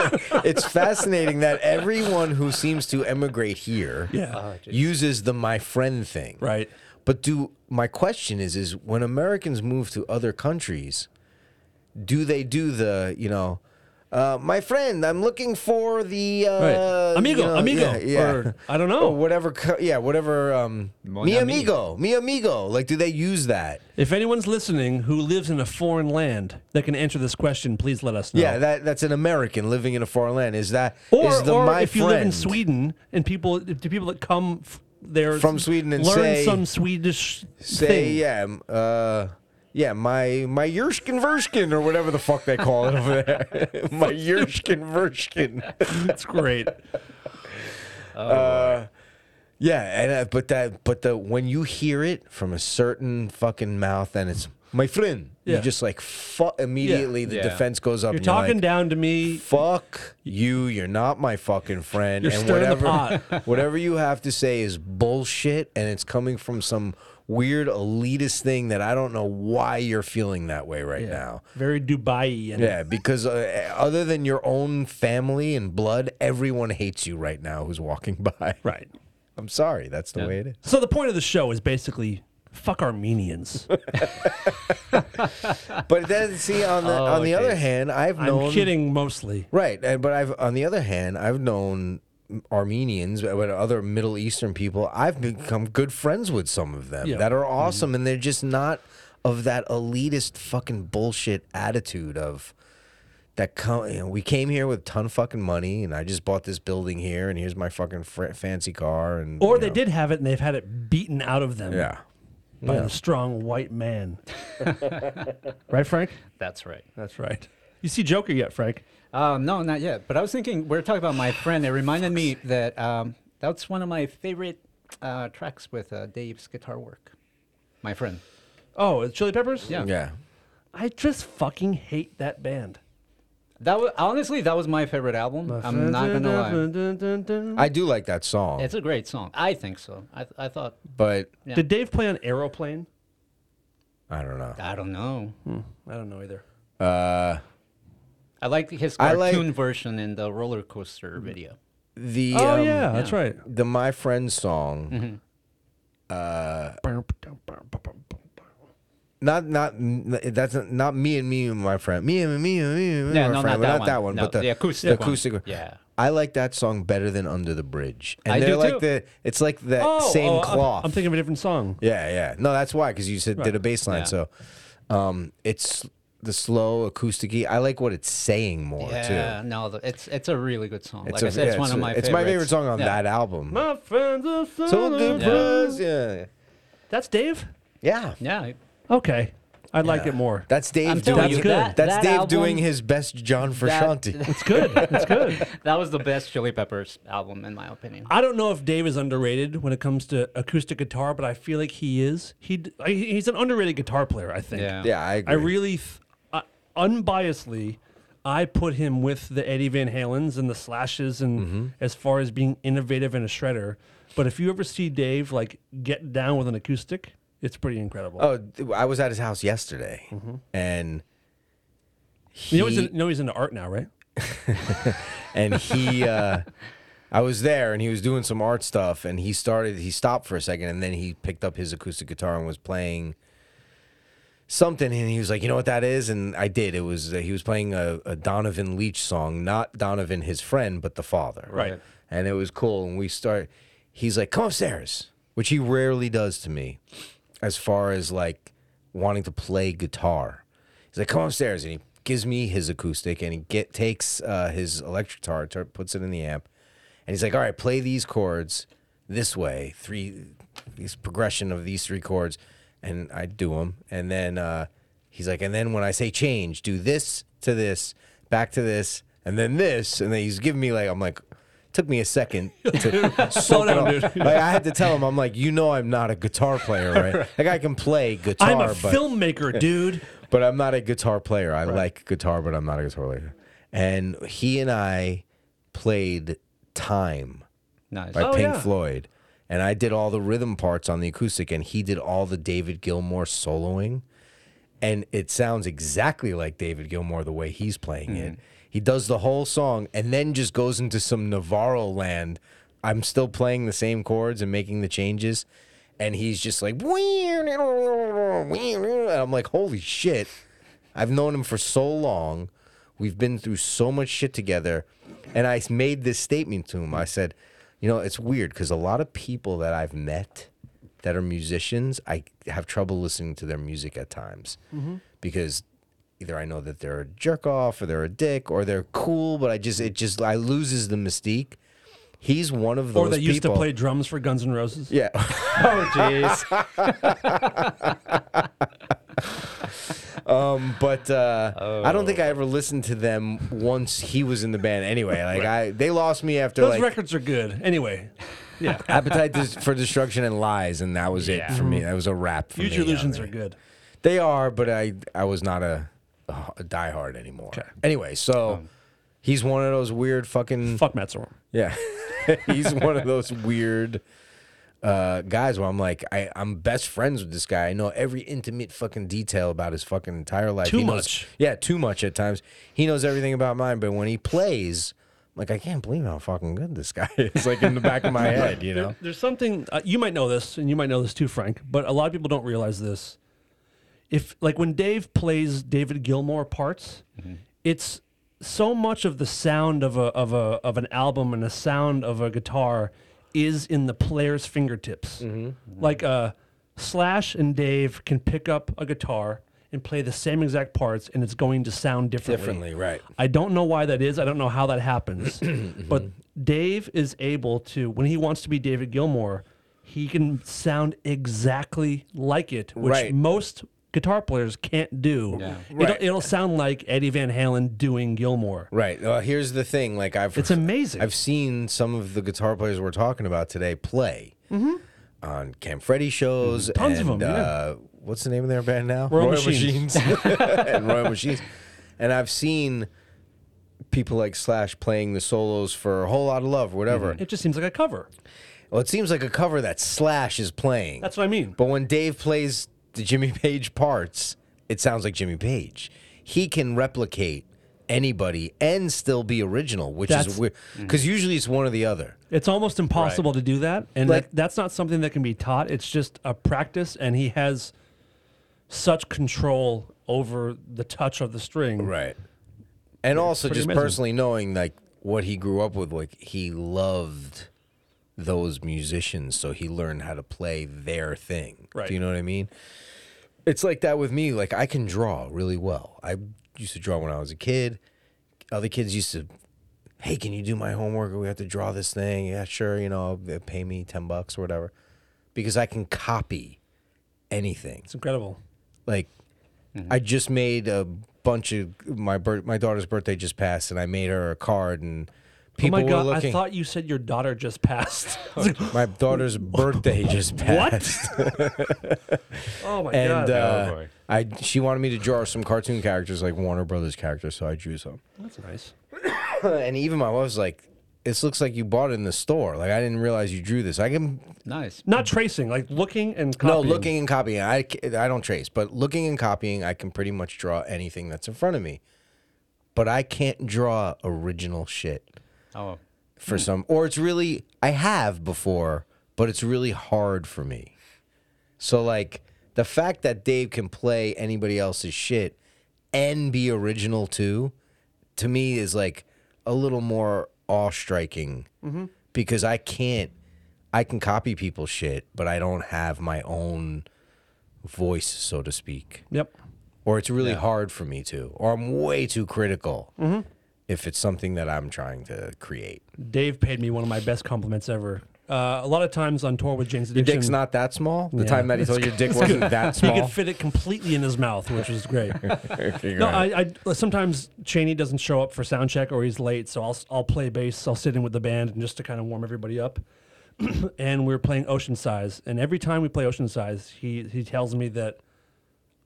[SPEAKER 2] it's fascinating that everyone who seems to emigrate here
[SPEAKER 4] Yeah.
[SPEAKER 2] uses the my friend thing.
[SPEAKER 4] Right.
[SPEAKER 2] But do my question is is when Americans move to other countries, do they do the, you know, uh, my friend, I'm looking for the uh,
[SPEAKER 4] Right. Amigo,
[SPEAKER 2] you know,
[SPEAKER 4] amigo,
[SPEAKER 2] yeah, yeah.
[SPEAKER 4] or I don't know.
[SPEAKER 2] or whatever, co- yeah, whatever. Um,
[SPEAKER 3] Mon
[SPEAKER 2] mi
[SPEAKER 3] ami.
[SPEAKER 2] amigo, mi amigo. Like, do they use that?
[SPEAKER 4] If anyone's listening who lives in a foreign land that can answer this question, please let us know.
[SPEAKER 2] Yeah, that that's an American living in a foreign land. Is that
[SPEAKER 4] or
[SPEAKER 2] is the
[SPEAKER 4] or
[SPEAKER 2] my
[SPEAKER 4] if you live in
[SPEAKER 2] friend?
[SPEAKER 4] Sweden and people, do people that come f- there
[SPEAKER 2] From Sweden and
[SPEAKER 4] learn
[SPEAKER 2] say-
[SPEAKER 4] some Swedish
[SPEAKER 2] say
[SPEAKER 4] thing.
[SPEAKER 2] yeah, m- uh, yeah, my my Yershkin Vershkin or whatever the fuck they call it over there, my Yershkin Vershkin.
[SPEAKER 4] That's great.
[SPEAKER 2] Yeah, and uh, but that but the when you hear it from a certain fucking mouth and it's my friend,
[SPEAKER 4] Yeah.
[SPEAKER 2] you just like fuck immediately the
[SPEAKER 3] Yeah.
[SPEAKER 2] defense goes up.
[SPEAKER 4] You're
[SPEAKER 2] and you're
[SPEAKER 4] talking
[SPEAKER 2] like,
[SPEAKER 4] down to me.
[SPEAKER 2] Fuck you! You're not my fucking friend.
[SPEAKER 4] You're
[SPEAKER 2] and
[SPEAKER 4] stirring the
[SPEAKER 2] whatever, whatever you have to say is bullshit, and it's coming from some weird elitist thing that I don't know why you're feeling that way right now.
[SPEAKER 4] Very Dubai. And
[SPEAKER 2] Yeah, because uh, other than your own family and blood, everyone hates you right now who's walking by.
[SPEAKER 4] Right.
[SPEAKER 2] I'm sorry, that's the way it is.
[SPEAKER 4] So the point of the show is basically Fuck Armenians.
[SPEAKER 2] But then, see, on the on the other
[SPEAKER 3] geez.
[SPEAKER 2] hand, I've known
[SPEAKER 4] Oh, I'm kidding mostly.
[SPEAKER 2] right, and- but I've on the other hand, I've known Armenians, uh, but but other Middle Eastern people. I've become good friends with some of them
[SPEAKER 4] Yeah. Mm-hmm.
[SPEAKER 2] that are awesome, and they're just not of that elitist fucking bullshit attitude of. That come, you know, we came here with ton fucking money, and I just bought this building here, and here's my fucking fr- fancy car, and
[SPEAKER 4] Or
[SPEAKER 2] you
[SPEAKER 4] they
[SPEAKER 2] know.
[SPEAKER 4] did have it and they've had it beaten out of them
[SPEAKER 2] yeah,
[SPEAKER 4] by a strong white man. right, Frank?
[SPEAKER 3] That's right.
[SPEAKER 4] That's right. You see Joker yet, Frank?
[SPEAKER 3] Uh, no, not yet. But I was thinking, we were talking about my friend. It reminded me that um, that's one of my favorite uh, tracks with uh, Dave's guitar work. My friend.
[SPEAKER 4] Oh, it's Chili Peppers?
[SPEAKER 3] Yeah.
[SPEAKER 2] yeah.
[SPEAKER 4] I just fucking hate that band.
[SPEAKER 3] That was, honestly, that was my favorite album. I'm not gonna lie.
[SPEAKER 4] lie.
[SPEAKER 2] I do like that song,
[SPEAKER 3] It's a great song. I think so. I, I thought.
[SPEAKER 2] but
[SPEAKER 3] Yeah.
[SPEAKER 4] Did Dave play on Aeroplane?
[SPEAKER 2] I don't know. Uh,
[SPEAKER 3] I don't know.
[SPEAKER 2] Hmm.
[SPEAKER 4] I don't know either.
[SPEAKER 3] I like his
[SPEAKER 2] I like- Mm.
[SPEAKER 3] cartoon version in the roller coaster video.
[SPEAKER 2] The
[SPEAKER 4] oh
[SPEAKER 2] um,
[SPEAKER 4] yeah, Mm-hmm. that's right.
[SPEAKER 2] the My Friend song. Not not n- that's not, not me and me and my friend. Me and me and me and me
[SPEAKER 3] Yeah,
[SPEAKER 2] and my
[SPEAKER 3] no,
[SPEAKER 2] friend.
[SPEAKER 3] not that
[SPEAKER 2] but
[SPEAKER 3] one.
[SPEAKER 2] that one.
[SPEAKER 3] No,
[SPEAKER 2] but the,
[SPEAKER 3] the acoustic one.
[SPEAKER 2] acoustic
[SPEAKER 3] Yeah.
[SPEAKER 2] I like that song better than Under the Bridge. And
[SPEAKER 3] I
[SPEAKER 2] they're
[SPEAKER 3] do,
[SPEAKER 2] like
[SPEAKER 3] too.
[SPEAKER 2] the it's like that same
[SPEAKER 4] oh, I'm-
[SPEAKER 2] cloth.
[SPEAKER 4] I'm, thinking of a different song.
[SPEAKER 2] Yeah, yeah. No, that's why because you said did a bass line.
[SPEAKER 3] Yeah.
[SPEAKER 2] So, um, it's the slow acousticy. I like what it's saying more
[SPEAKER 3] Yeah,
[SPEAKER 2] too.
[SPEAKER 3] no, the, it's it's a really good song. like
[SPEAKER 2] a-
[SPEAKER 3] I said,
[SPEAKER 2] yeah,
[SPEAKER 3] it's one of
[SPEAKER 2] a-
[SPEAKER 3] my
[SPEAKER 2] It's
[SPEAKER 3] favorites.
[SPEAKER 2] my favorite song on
[SPEAKER 3] Yeah.
[SPEAKER 2] that album.
[SPEAKER 4] My friends are
[SPEAKER 2] So
[SPEAKER 4] son of-
[SPEAKER 2] depressed, yeah.
[SPEAKER 4] That's Dave.
[SPEAKER 2] Yeah.
[SPEAKER 3] Yeah,
[SPEAKER 4] Okay, I like it more.
[SPEAKER 2] That's Dave
[SPEAKER 3] I'm
[SPEAKER 2] doing
[SPEAKER 3] telling you,
[SPEAKER 2] that's,
[SPEAKER 3] that- that
[SPEAKER 2] Dave
[SPEAKER 3] album-
[SPEAKER 2] doing his best John Frusciante.
[SPEAKER 4] It's good. It's good.
[SPEAKER 3] that was the best Chili Peppers album in my opinion.
[SPEAKER 4] I don't know if Dave is underrated when it comes to acoustic guitar, but I feel like he is. He d- I- he's an underrated guitar player. I think.
[SPEAKER 3] Yeah.
[SPEAKER 2] yeah, I
[SPEAKER 4] I
[SPEAKER 2] agree.
[SPEAKER 4] really, th- uh, unbiasedly, I put him with the Eddie Van Halens and the Slashes, and
[SPEAKER 2] Mm-hmm.
[SPEAKER 4] as far as being innovative and a shredder. But if you ever see Dave like get down with an acoustic, it's pretty incredible.
[SPEAKER 2] oh, th- I was at his house yesterday, and he
[SPEAKER 4] you know he's, in, you know he's into art now, right?
[SPEAKER 2] and he. Uh, I was there, and he was doing some art stuff, and he started. He stopped for a second, and then he picked up his acoustic guitar and was playing something, and he was like, "You know what that is?" And I did. It was uh, he was playing a, a Donovan Leach song, not Donovan his friend, but the father.
[SPEAKER 4] Right.
[SPEAKER 2] And it was cool. And we start. He's like, "Come upstairs," which he rarely does to me, as far as like wanting to play guitar. He's like, "Come upstairs," and he gives me his acoustic, and he get takes uh, his electric guitar, tur- puts it in the amp, and he's like, "All right, play these chords this way, three, these progression of these three chords," and I do them, and then uh, he's like, "And then when I say change, do this to this, back to this, and then this," and then he's giving me like, I'm like. Took me a second to slow
[SPEAKER 4] down,
[SPEAKER 2] dude. Like I had to tell him, I'm like, you know, I'm not a guitar player, right? Like I can play guitar,
[SPEAKER 4] I'm a
[SPEAKER 2] but
[SPEAKER 4] filmmaker, dude.
[SPEAKER 2] but I'm not a guitar player. I like guitar, but I'm not a guitar player. And he and I played Time
[SPEAKER 3] Nice. Oh,
[SPEAKER 2] by Pink
[SPEAKER 4] Oh, yeah.
[SPEAKER 2] Floyd. And I did all the rhythm parts on the acoustic, and he did all the David Gilmour soloing. And it sounds exactly like David Gilmour the way he's playing it. He does the whole song and then just goes into some Navarro land. I'm still playing the same chords and making the changes. And he's just like, and I'm like, holy shit. I've known him for so long. We've been through so much shit together. And I made this statement to him. I said, you know, it's weird because a lot of people that I've met that are musicians, I have trouble listening to their music at times because either I know that they're a jerk off or they're a dick or they're cool, but I just, it just, I loses the mystique. He's one of those
[SPEAKER 4] Or they used
[SPEAKER 2] people.
[SPEAKER 4] to play drums for Guns N' Roses.
[SPEAKER 2] Yeah.
[SPEAKER 3] oh jeez.
[SPEAKER 2] Um, but uh, I don't
[SPEAKER 4] Oh.
[SPEAKER 2] think I ever listened to them once he was in the band. Anyway, like I, they lost me after
[SPEAKER 4] Those
[SPEAKER 2] like
[SPEAKER 4] records are good. Anyway, yeah,
[SPEAKER 2] Appetite Dis- for Destruction and Lies, and that was it for me. That was a wrap for
[SPEAKER 4] Future
[SPEAKER 2] me.
[SPEAKER 4] Illusions
[SPEAKER 2] I
[SPEAKER 4] are
[SPEAKER 2] mean,
[SPEAKER 4] good.
[SPEAKER 2] They are, but I, I was not a, a diehard anymore. Anyway, so he's one of those weird fucking
[SPEAKER 4] Um, Fuck Matt Sorum.
[SPEAKER 2] yeah. he's one of those weird. Uh, guys, where I'm like, I, I'm best friends with this guy. I know every intimate fucking detail about his fucking entire life.
[SPEAKER 4] Too
[SPEAKER 2] He knows-
[SPEAKER 4] much.
[SPEAKER 2] yeah, too much at times. He knows everything about mine, but when he plays, Like I can't believe how fucking good this guy is. Like in the back of my head, you know.
[SPEAKER 4] There's something uh, you might know this, and you might know this too, Frank. But a lot of people don't realize this. If like when Dave plays David Gilmour parts,
[SPEAKER 2] Mm-hmm.
[SPEAKER 4] it's so much of the sound of a of a of an album and the sound of a guitar is in the player's fingertips.
[SPEAKER 2] Mm-hmm.
[SPEAKER 4] Like uh, Slash and Dave can pick up a guitar and play the same exact parts, and it's going to sound
[SPEAKER 2] Differently, right?
[SPEAKER 4] I don't know why that is. I don't know how that happens. but
[SPEAKER 2] Mm-hmm.
[SPEAKER 4] Dave is able to, when he wants to be David Gilmour, he can sound exactly like it, which
[SPEAKER 2] Right.
[SPEAKER 4] most guitar players can't do.
[SPEAKER 3] Yeah.
[SPEAKER 2] Right.
[SPEAKER 4] It'll, it'll sound like Eddie Van Halen doing Gilmour.
[SPEAKER 2] Right. Well, here's the thing. Like I've
[SPEAKER 4] It's amazing.
[SPEAKER 2] I've seen some of the guitar players we're talking about today play on Camp Freddy shows.
[SPEAKER 4] Mm-hmm. Tons of
[SPEAKER 2] and,
[SPEAKER 4] them, yeah.
[SPEAKER 2] Uh, what's the name of their band now?
[SPEAKER 4] Royal
[SPEAKER 2] Machines.
[SPEAKER 4] Machines.
[SPEAKER 2] and Royal Machines. And I've seen people like Slash playing the solos for a whole lot of love, or whatever.
[SPEAKER 4] it just seems like a cover.
[SPEAKER 2] Well, it seems like a cover that Slash is playing.
[SPEAKER 4] That's what I mean.
[SPEAKER 2] But when Dave plays the Jimmy Page parts, it sounds like Jimmy Page. He can replicate anybody and still be original, which is
[SPEAKER 4] That's-
[SPEAKER 2] weird. Because
[SPEAKER 4] Mm-hmm.
[SPEAKER 2] usually it's one or the other.
[SPEAKER 4] It's almost impossible to do that, and
[SPEAKER 2] Like-
[SPEAKER 4] that, that's not something that can be taught. It's just a practice, and he has such control over the touch of the string.
[SPEAKER 2] Right. And also
[SPEAKER 4] pretty
[SPEAKER 2] just
[SPEAKER 4] amazing.
[SPEAKER 2] personally knowing like what he grew up with, like he loved those musicians, so he learned how to play their thing.
[SPEAKER 4] Right.
[SPEAKER 2] Do you know what I mean? It's like that with me. Like I can draw really well. I used to draw when I was a kid. Other kids used to, hey, can you do my homework? We have to draw this thing. Yeah, sure. You know, they pay me ten bucks or whatever, because I can copy anything.
[SPEAKER 4] It's incredible.
[SPEAKER 2] Like,
[SPEAKER 4] Mm-hmm.
[SPEAKER 2] I just made a bunch of my bir- my daughter's birthday just passed, and I made her a card, and people
[SPEAKER 4] oh my
[SPEAKER 2] were
[SPEAKER 4] god!
[SPEAKER 2] looking. Oh,
[SPEAKER 4] I thought you said your daughter just passed. I was like,
[SPEAKER 2] my daughter's birthday just passed,
[SPEAKER 4] what? oh my
[SPEAKER 2] and
[SPEAKER 4] god!
[SPEAKER 2] uh,
[SPEAKER 3] boy.
[SPEAKER 2] I she wanted me to draw her some cartoon characters like Warner Brothers characters, so I drew some.
[SPEAKER 4] That's nice.
[SPEAKER 2] and even my wife's like, "This looks like you bought it in the store. Like I didn't realize you drew this. I can
[SPEAKER 3] Nice.
[SPEAKER 4] Not tracing, like looking and copying.
[SPEAKER 2] No, looking and copying. I, c- I don't trace, but looking and copying, I can pretty much draw anything that's in front of me. But I can't draw original shit
[SPEAKER 3] Oh,
[SPEAKER 2] for some, or it's really, I have before, but it's really hard for me. So, like, the fact that Dave can play anybody else's shit and be original too, to me is like a little more awe striking because I can't, I can copy people's shit, but I don't have my own voice, so to speak.
[SPEAKER 4] Yep.
[SPEAKER 2] Or it's really hard for me to, or I'm way too critical if it's something that I'm trying to create.
[SPEAKER 4] Dave paid me one of my best compliments ever. Uh, a lot of times on tour with James Addiction,
[SPEAKER 2] dick's not that small. The
[SPEAKER 4] Yeah.
[SPEAKER 2] time that he told you your dick wasn't that
[SPEAKER 4] he
[SPEAKER 2] small.
[SPEAKER 4] could fit it completely in his mouth, which was great.
[SPEAKER 2] Okay, go
[SPEAKER 4] no,
[SPEAKER 2] ahead.
[SPEAKER 4] I, I sometimes Cheney doesn't show up for sound check or he's late, so I'll I'll play bass. I'll sit in with the band and just to kind of warm everybody up. and we were playing Ocean Size, and every time we play Ocean Size, he he tells me that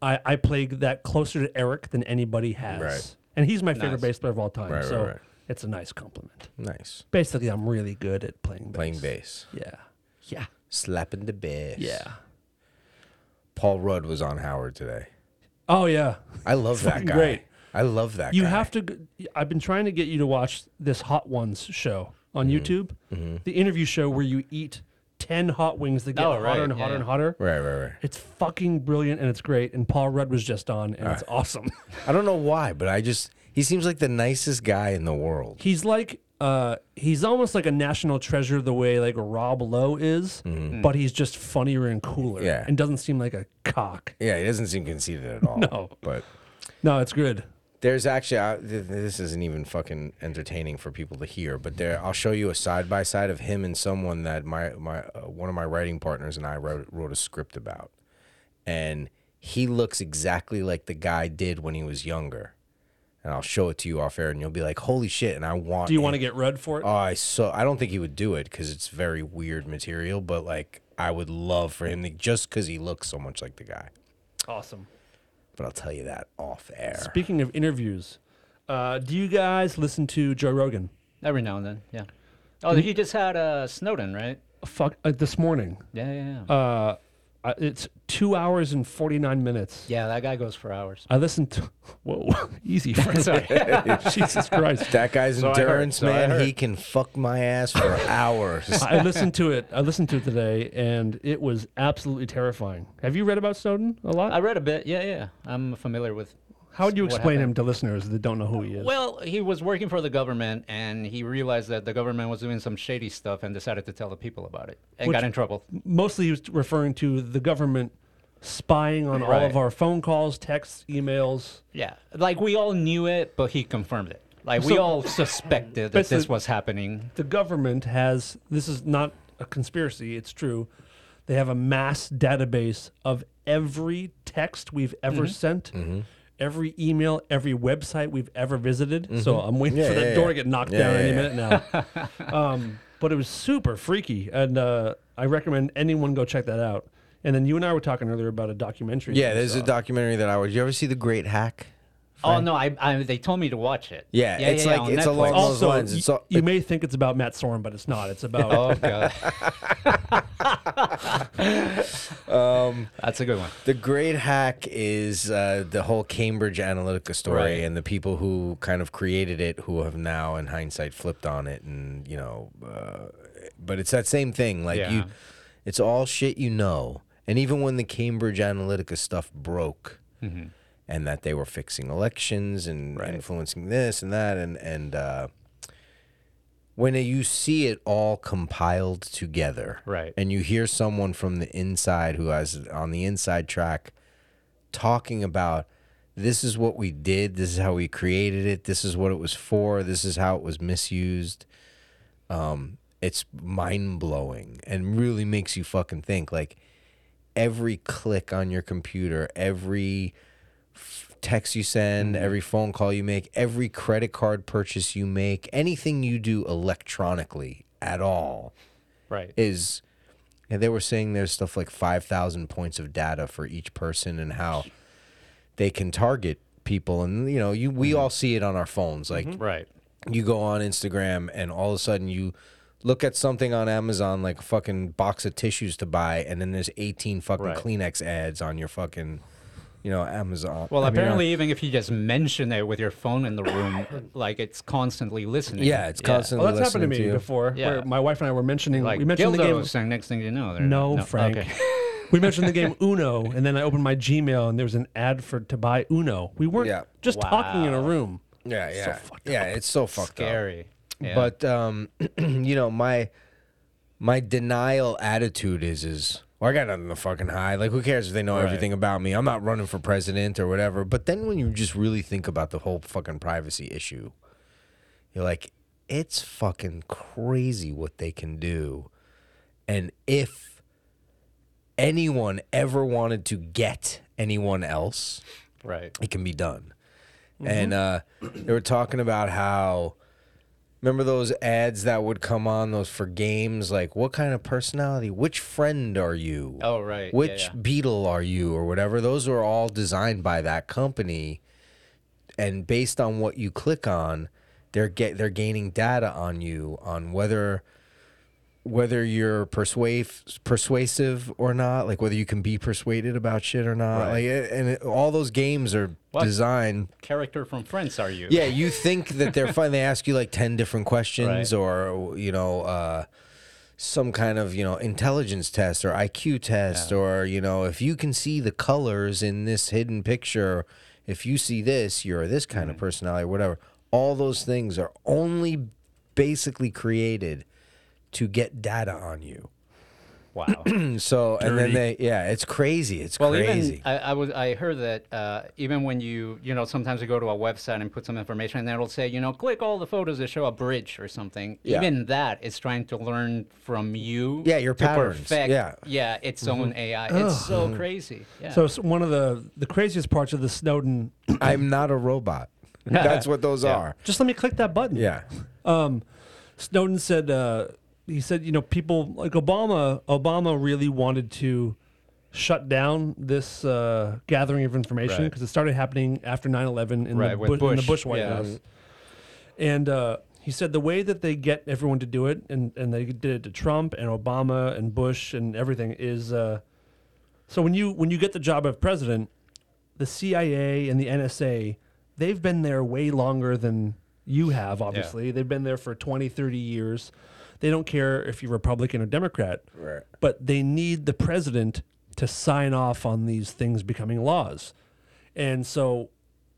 [SPEAKER 4] I I play that closer to Eric than anybody has,
[SPEAKER 2] Right.
[SPEAKER 4] and he's my favorite
[SPEAKER 3] Nice.
[SPEAKER 4] bass player of all time.
[SPEAKER 2] Right, right,
[SPEAKER 4] so
[SPEAKER 2] right.
[SPEAKER 4] it's a nice compliment.
[SPEAKER 2] nice.
[SPEAKER 4] Basically, I'm really good at playing bass.
[SPEAKER 2] Playing bass.
[SPEAKER 4] Yeah. Yeah.
[SPEAKER 2] Slapping the bass.
[SPEAKER 4] Yeah.
[SPEAKER 2] Paul Rudd was on Howard today.
[SPEAKER 4] Oh yeah.
[SPEAKER 2] I love that
[SPEAKER 4] fucking
[SPEAKER 2] guy.
[SPEAKER 4] great.
[SPEAKER 2] I love that
[SPEAKER 4] You
[SPEAKER 2] guy.
[SPEAKER 4] have to. g- I've been trying to get you to watch this Hot Ones show on
[SPEAKER 3] Mm-hmm.
[SPEAKER 4] YouTube, the interview show where you eat ten hot wings that get
[SPEAKER 3] Oh,
[SPEAKER 4] hotter
[SPEAKER 3] right,
[SPEAKER 4] and
[SPEAKER 3] yeah,
[SPEAKER 4] hotter and
[SPEAKER 3] yeah.
[SPEAKER 4] hotter.
[SPEAKER 2] Right, right, right.
[SPEAKER 4] It's fucking brilliant and it's great. And Paul Rudd was just on and it's awesome.
[SPEAKER 2] I don't know why, but I just he seems like the nicest guy in the world.
[SPEAKER 4] he's like, uh, he's almost like a national treasure the way like Rob Lowe is,
[SPEAKER 3] Mm-hmm.
[SPEAKER 4] but he's just funnier and cooler.
[SPEAKER 2] Yeah.
[SPEAKER 4] and doesn't seem like a cock.
[SPEAKER 2] Yeah, he doesn't seem conceited at all.
[SPEAKER 4] No.
[SPEAKER 2] But
[SPEAKER 4] No, it's good.
[SPEAKER 2] there's actually I, th- this isn't even fucking entertaining for people to hear, but there I'll show you a side by side of him and someone that my my uh, one of my writing partners and I wrote wrote a script about, and he looks exactly like the guy did when he was younger, and I'll show it to you off air, and you'll be like, holy shit! And I want.
[SPEAKER 4] Do you
[SPEAKER 2] him-
[SPEAKER 4] want to get Rudd for it?
[SPEAKER 2] Oh, I so I don't think he would do it because it's very weird material, but like I would love for him to just because he looks so much like the guy.
[SPEAKER 4] awesome.
[SPEAKER 2] But I'll tell you that off air.
[SPEAKER 4] Speaking of interviews, uh, do you guys listen to Joe Rogan?
[SPEAKER 3] every now and then, yeah. Oh, he just had uh, Snowden, right?
[SPEAKER 4] Fuck, uh, this morning.
[SPEAKER 3] Yeah, yeah, yeah.
[SPEAKER 4] uh, uh, it's two hours and 49 minutes.
[SPEAKER 3] Yeah, that guy goes for hours.
[SPEAKER 4] I listened to, whoa, easy, friend.
[SPEAKER 3] Sorry.
[SPEAKER 4] Jesus Christ.
[SPEAKER 2] That guy's
[SPEAKER 3] So I heard,
[SPEAKER 2] endurance,
[SPEAKER 3] so I
[SPEAKER 2] man, he
[SPEAKER 3] heard.
[SPEAKER 2] can fuck my ass for hours.
[SPEAKER 4] I listened to it. I listened to it today, and it was absolutely terrifying. Have you read about Snowden a lot?
[SPEAKER 3] I read a bit. Yeah, yeah. I'm familiar with.
[SPEAKER 4] How would you
[SPEAKER 3] what
[SPEAKER 4] explain
[SPEAKER 3] happened.
[SPEAKER 4] him to listeners that don't know who he is?
[SPEAKER 3] Well, he was working for the government, and he realized that the government was doing some shady stuff, and decided to tell the people about it, and
[SPEAKER 4] Which-
[SPEAKER 3] got in trouble.
[SPEAKER 4] Mostly he was referring to the government spying on all of
[SPEAKER 3] Right.
[SPEAKER 4] our phone calls, texts, emails.
[SPEAKER 3] Yeah, like we all knew it, but he confirmed it. Like we
[SPEAKER 4] So-
[SPEAKER 3] all suspected
[SPEAKER 4] But
[SPEAKER 3] that
[SPEAKER 4] so-
[SPEAKER 3] this was happening.
[SPEAKER 4] The government has, this is not a conspiracy, it's true. They have a mass database of every text we've ever
[SPEAKER 2] Mm-hmm.
[SPEAKER 4] sent. Every email, every website we've ever visited. So I'm
[SPEAKER 2] Mm-hmm.
[SPEAKER 4] waiting
[SPEAKER 2] Yeah,
[SPEAKER 4] for that
[SPEAKER 2] yeah,
[SPEAKER 4] door
[SPEAKER 2] yeah.
[SPEAKER 4] to get knocked
[SPEAKER 2] Yeah,
[SPEAKER 4] down
[SPEAKER 2] yeah,
[SPEAKER 4] any
[SPEAKER 2] yeah.
[SPEAKER 4] minute now. um, but it was super freaky, and uh, I recommend anyone go check that out. And then you and I were talking earlier about a documentary.
[SPEAKER 2] yeah,
[SPEAKER 4] we
[SPEAKER 2] there's
[SPEAKER 4] saw.
[SPEAKER 2] a documentary that I was. You ever see The Great Hack?
[SPEAKER 3] Oh no, I, I they told me to watch it.
[SPEAKER 2] Yeah, it's like-
[SPEAKER 3] on
[SPEAKER 2] it's a
[SPEAKER 3] Netflix.
[SPEAKER 2] long-
[SPEAKER 3] Oh,
[SPEAKER 2] those lines,
[SPEAKER 4] y-
[SPEAKER 2] it's all-
[SPEAKER 4] you may think it's about Matt Sorum, but it's not. It's about
[SPEAKER 3] oh, god. That's a good one.
[SPEAKER 2] The Great Hack is uh, the whole Cambridge Analytica story
[SPEAKER 3] Right.
[SPEAKER 2] and the people who kind of created it who have now, in hindsight, flipped on it. And, you know, uh, but it's that same thing. Like, you,
[SPEAKER 3] Yeah.
[SPEAKER 2] it's all shit you know. And even when the Cambridge Analytica stuff broke
[SPEAKER 3] Mm-hmm.
[SPEAKER 2] and that they were fixing elections and influencing this and that, and, and, uh, when you see it all compiled together,
[SPEAKER 3] Right.
[SPEAKER 2] and you hear someone from the inside who has on the inside track talking about this is what we did, this is how we created it, this is what it was for, this is how it was misused. Um, it's mind blowing and really makes you fucking think. Like every click on your computer, every f- text you send,
[SPEAKER 3] Mm-hmm.
[SPEAKER 2] every phone call you make, every credit card purchase you make, anything you do electronically at all
[SPEAKER 3] Right.
[SPEAKER 2] is and they were saying there's stuff like 5000 points of data for each person and how they can target people and you know you we
[SPEAKER 3] Mm-hmm.
[SPEAKER 2] all see it on our phones like
[SPEAKER 3] right.
[SPEAKER 2] you go on Instagram and all of a sudden you look at something on Amazon like a fucking box of tissues to buy and then there's 18 fucking
[SPEAKER 3] Right.
[SPEAKER 2] Kleenex ads on your fucking you know Amazon
[SPEAKER 3] Well,
[SPEAKER 2] I mean, uh,
[SPEAKER 3] apparently, even if you just mention it with your phone in the room, like it's constantly listening.
[SPEAKER 2] yeah it's constantly
[SPEAKER 4] Well, Oh, that's happened to me
[SPEAKER 2] listening you.
[SPEAKER 4] before.
[SPEAKER 3] Yeah.
[SPEAKER 4] Where my wife and I were mentioning.
[SPEAKER 3] Like
[SPEAKER 4] we mentioned the game.
[SPEAKER 3] dildos, and next thing you know, they're-
[SPEAKER 4] No, Frank.
[SPEAKER 3] Okay.
[SPEAKER 4] we mentioned the game Uno, and then I opened my Gmail, and there was an ad for to buy Uno. We weren't
[SPEAKER 2] Yeah.
[SPEAKER 4] just talking in a room.
[SPEAKER 2] yeah yeah yeah it's so fucked up
[SPEAKER 3] Scary. Yeah.
[SPEAKER 2] But um, you know, my my denial attitude is is well, I got nothing to fucking hide. Like, who cares if they know everything about me? I'm not running for president or whatever. But then when you just really think about the whole fucking privacy issue, you're like, it's fucking crazy what they can do. And if anyone ever wanted to get anyone else,
[SPEAKER 3] right.
[SPEAKER 2] it can be done. And uh, they were talking about how remember those ads that would come on those for games like what kind of personality, which friend are you?
[SPEAKER 3] Oh, right. Yeah,
[SPEAKER 2] Which
[SPEAKER 3] yeah.
[SPEAKER 2] beetle are you or whatever? Those were all designed by that company and based on what you click on, they're get they're gaining data on you on whether whether you're persuasive persuasive or not, like whether you can be persuaded about shit or not, like it- and it, all those games are
[SPEAKER 3] What?
[SPEAKER 2] designed.
[SPEAKER 3] Character from Friends, are you?
[SPEAKER 2] Yeah, you think that they're fun. They ask you like ten different questions,
[SPEAKER 3] Right.
[SPEAKER 2] or you know, uh, some kind of you know intelligence test or IQ test, or you know, if you can see the colors in this hidden picture, if you see this, you're this kind
[SPEAKER 3] Mm.
[SPEAKER 2] of personality, whatever. All those things are only basically created to get data on you.
[SPEAKER 3] Wow.
[SPEAKER 2] And so and then they yeah, it's crazy. It's
[SPEAKER 3] Well,
[SPEAKER 2] crazy.
[SPEAKER 3] even I, I was I heard that uh, even when you you know sometimes you go to a website and put some information and it'll say you know click all the photos that show a bridge or something.
[SPEAKER 2] Yeah.
[SPEAKER 3] Even that is trying to learn from you.
[SPEAKER 2] Yeah, your
[SPEAKER 3] to
[SPEAKER 2] patterns.
[SPEAKER 3] perfect,
[SPEAKER 2] Yeah. Mm-hmm.
[SPEAKER 3] yeah, its own AI. It's so crazy. Yeah.
[SPEAKER 4] So it's one of the the craziest parts of the Snowden.
[SPEAKER 2] I'm not a robot. That's what those are.
[SPEAKER 4] Just let me click that button.
[SPEAKER 2] Yeah.
[SPEAKER 4] Um, Snowden said uh, he said you know people like Obama Obama really wanted to shut down this uh, gathering of information
[SPEAKER 3] Right.
[SPEAKER 4] because it started happening after 9-11 in, the,
[SPEAKER 3] Right, with
[SPEAKER 4] Bush, in the
[SPEAKER 3] Bush,
[SPEAKER 4] Bush White
[SPEAKER 3] yeah.
[SPEAKER 4] House. And uh, he said the way that they get everyone to do it, and, and they did it to Trump and Obama and Bush and everything, is uh, So when you when you get the job of president, the CIA and the NSA, they've been there way longer than you have obviously. They've been there for 20, 30 years. They don't care if you're Republican or Democrat.
[SPEAKER 2] Right.
[SPEAKER 4] But they need the president to sign off on these things becoming laws. And so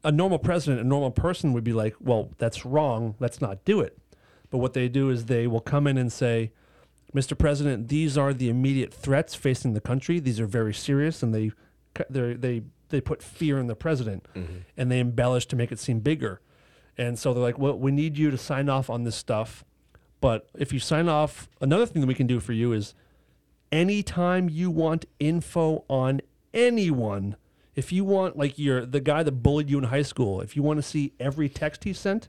[SPEAKER 4] a normal president, a normal person would be like, well, that's wrong. Let's not do it. But what they do is they will come in and say, Mr. President, these are the immediate threats facing the country. These are very serious, and they cu- they're- they they put fear in the president, and they embellish to make it seem bigger. And so they're like, "Well, we need you to sign off on this stuff, but if you sign off, another thing that we can do for you is anytime you want info on anyone if you want like your the guy that bullied you in high school if you want to see every text he sent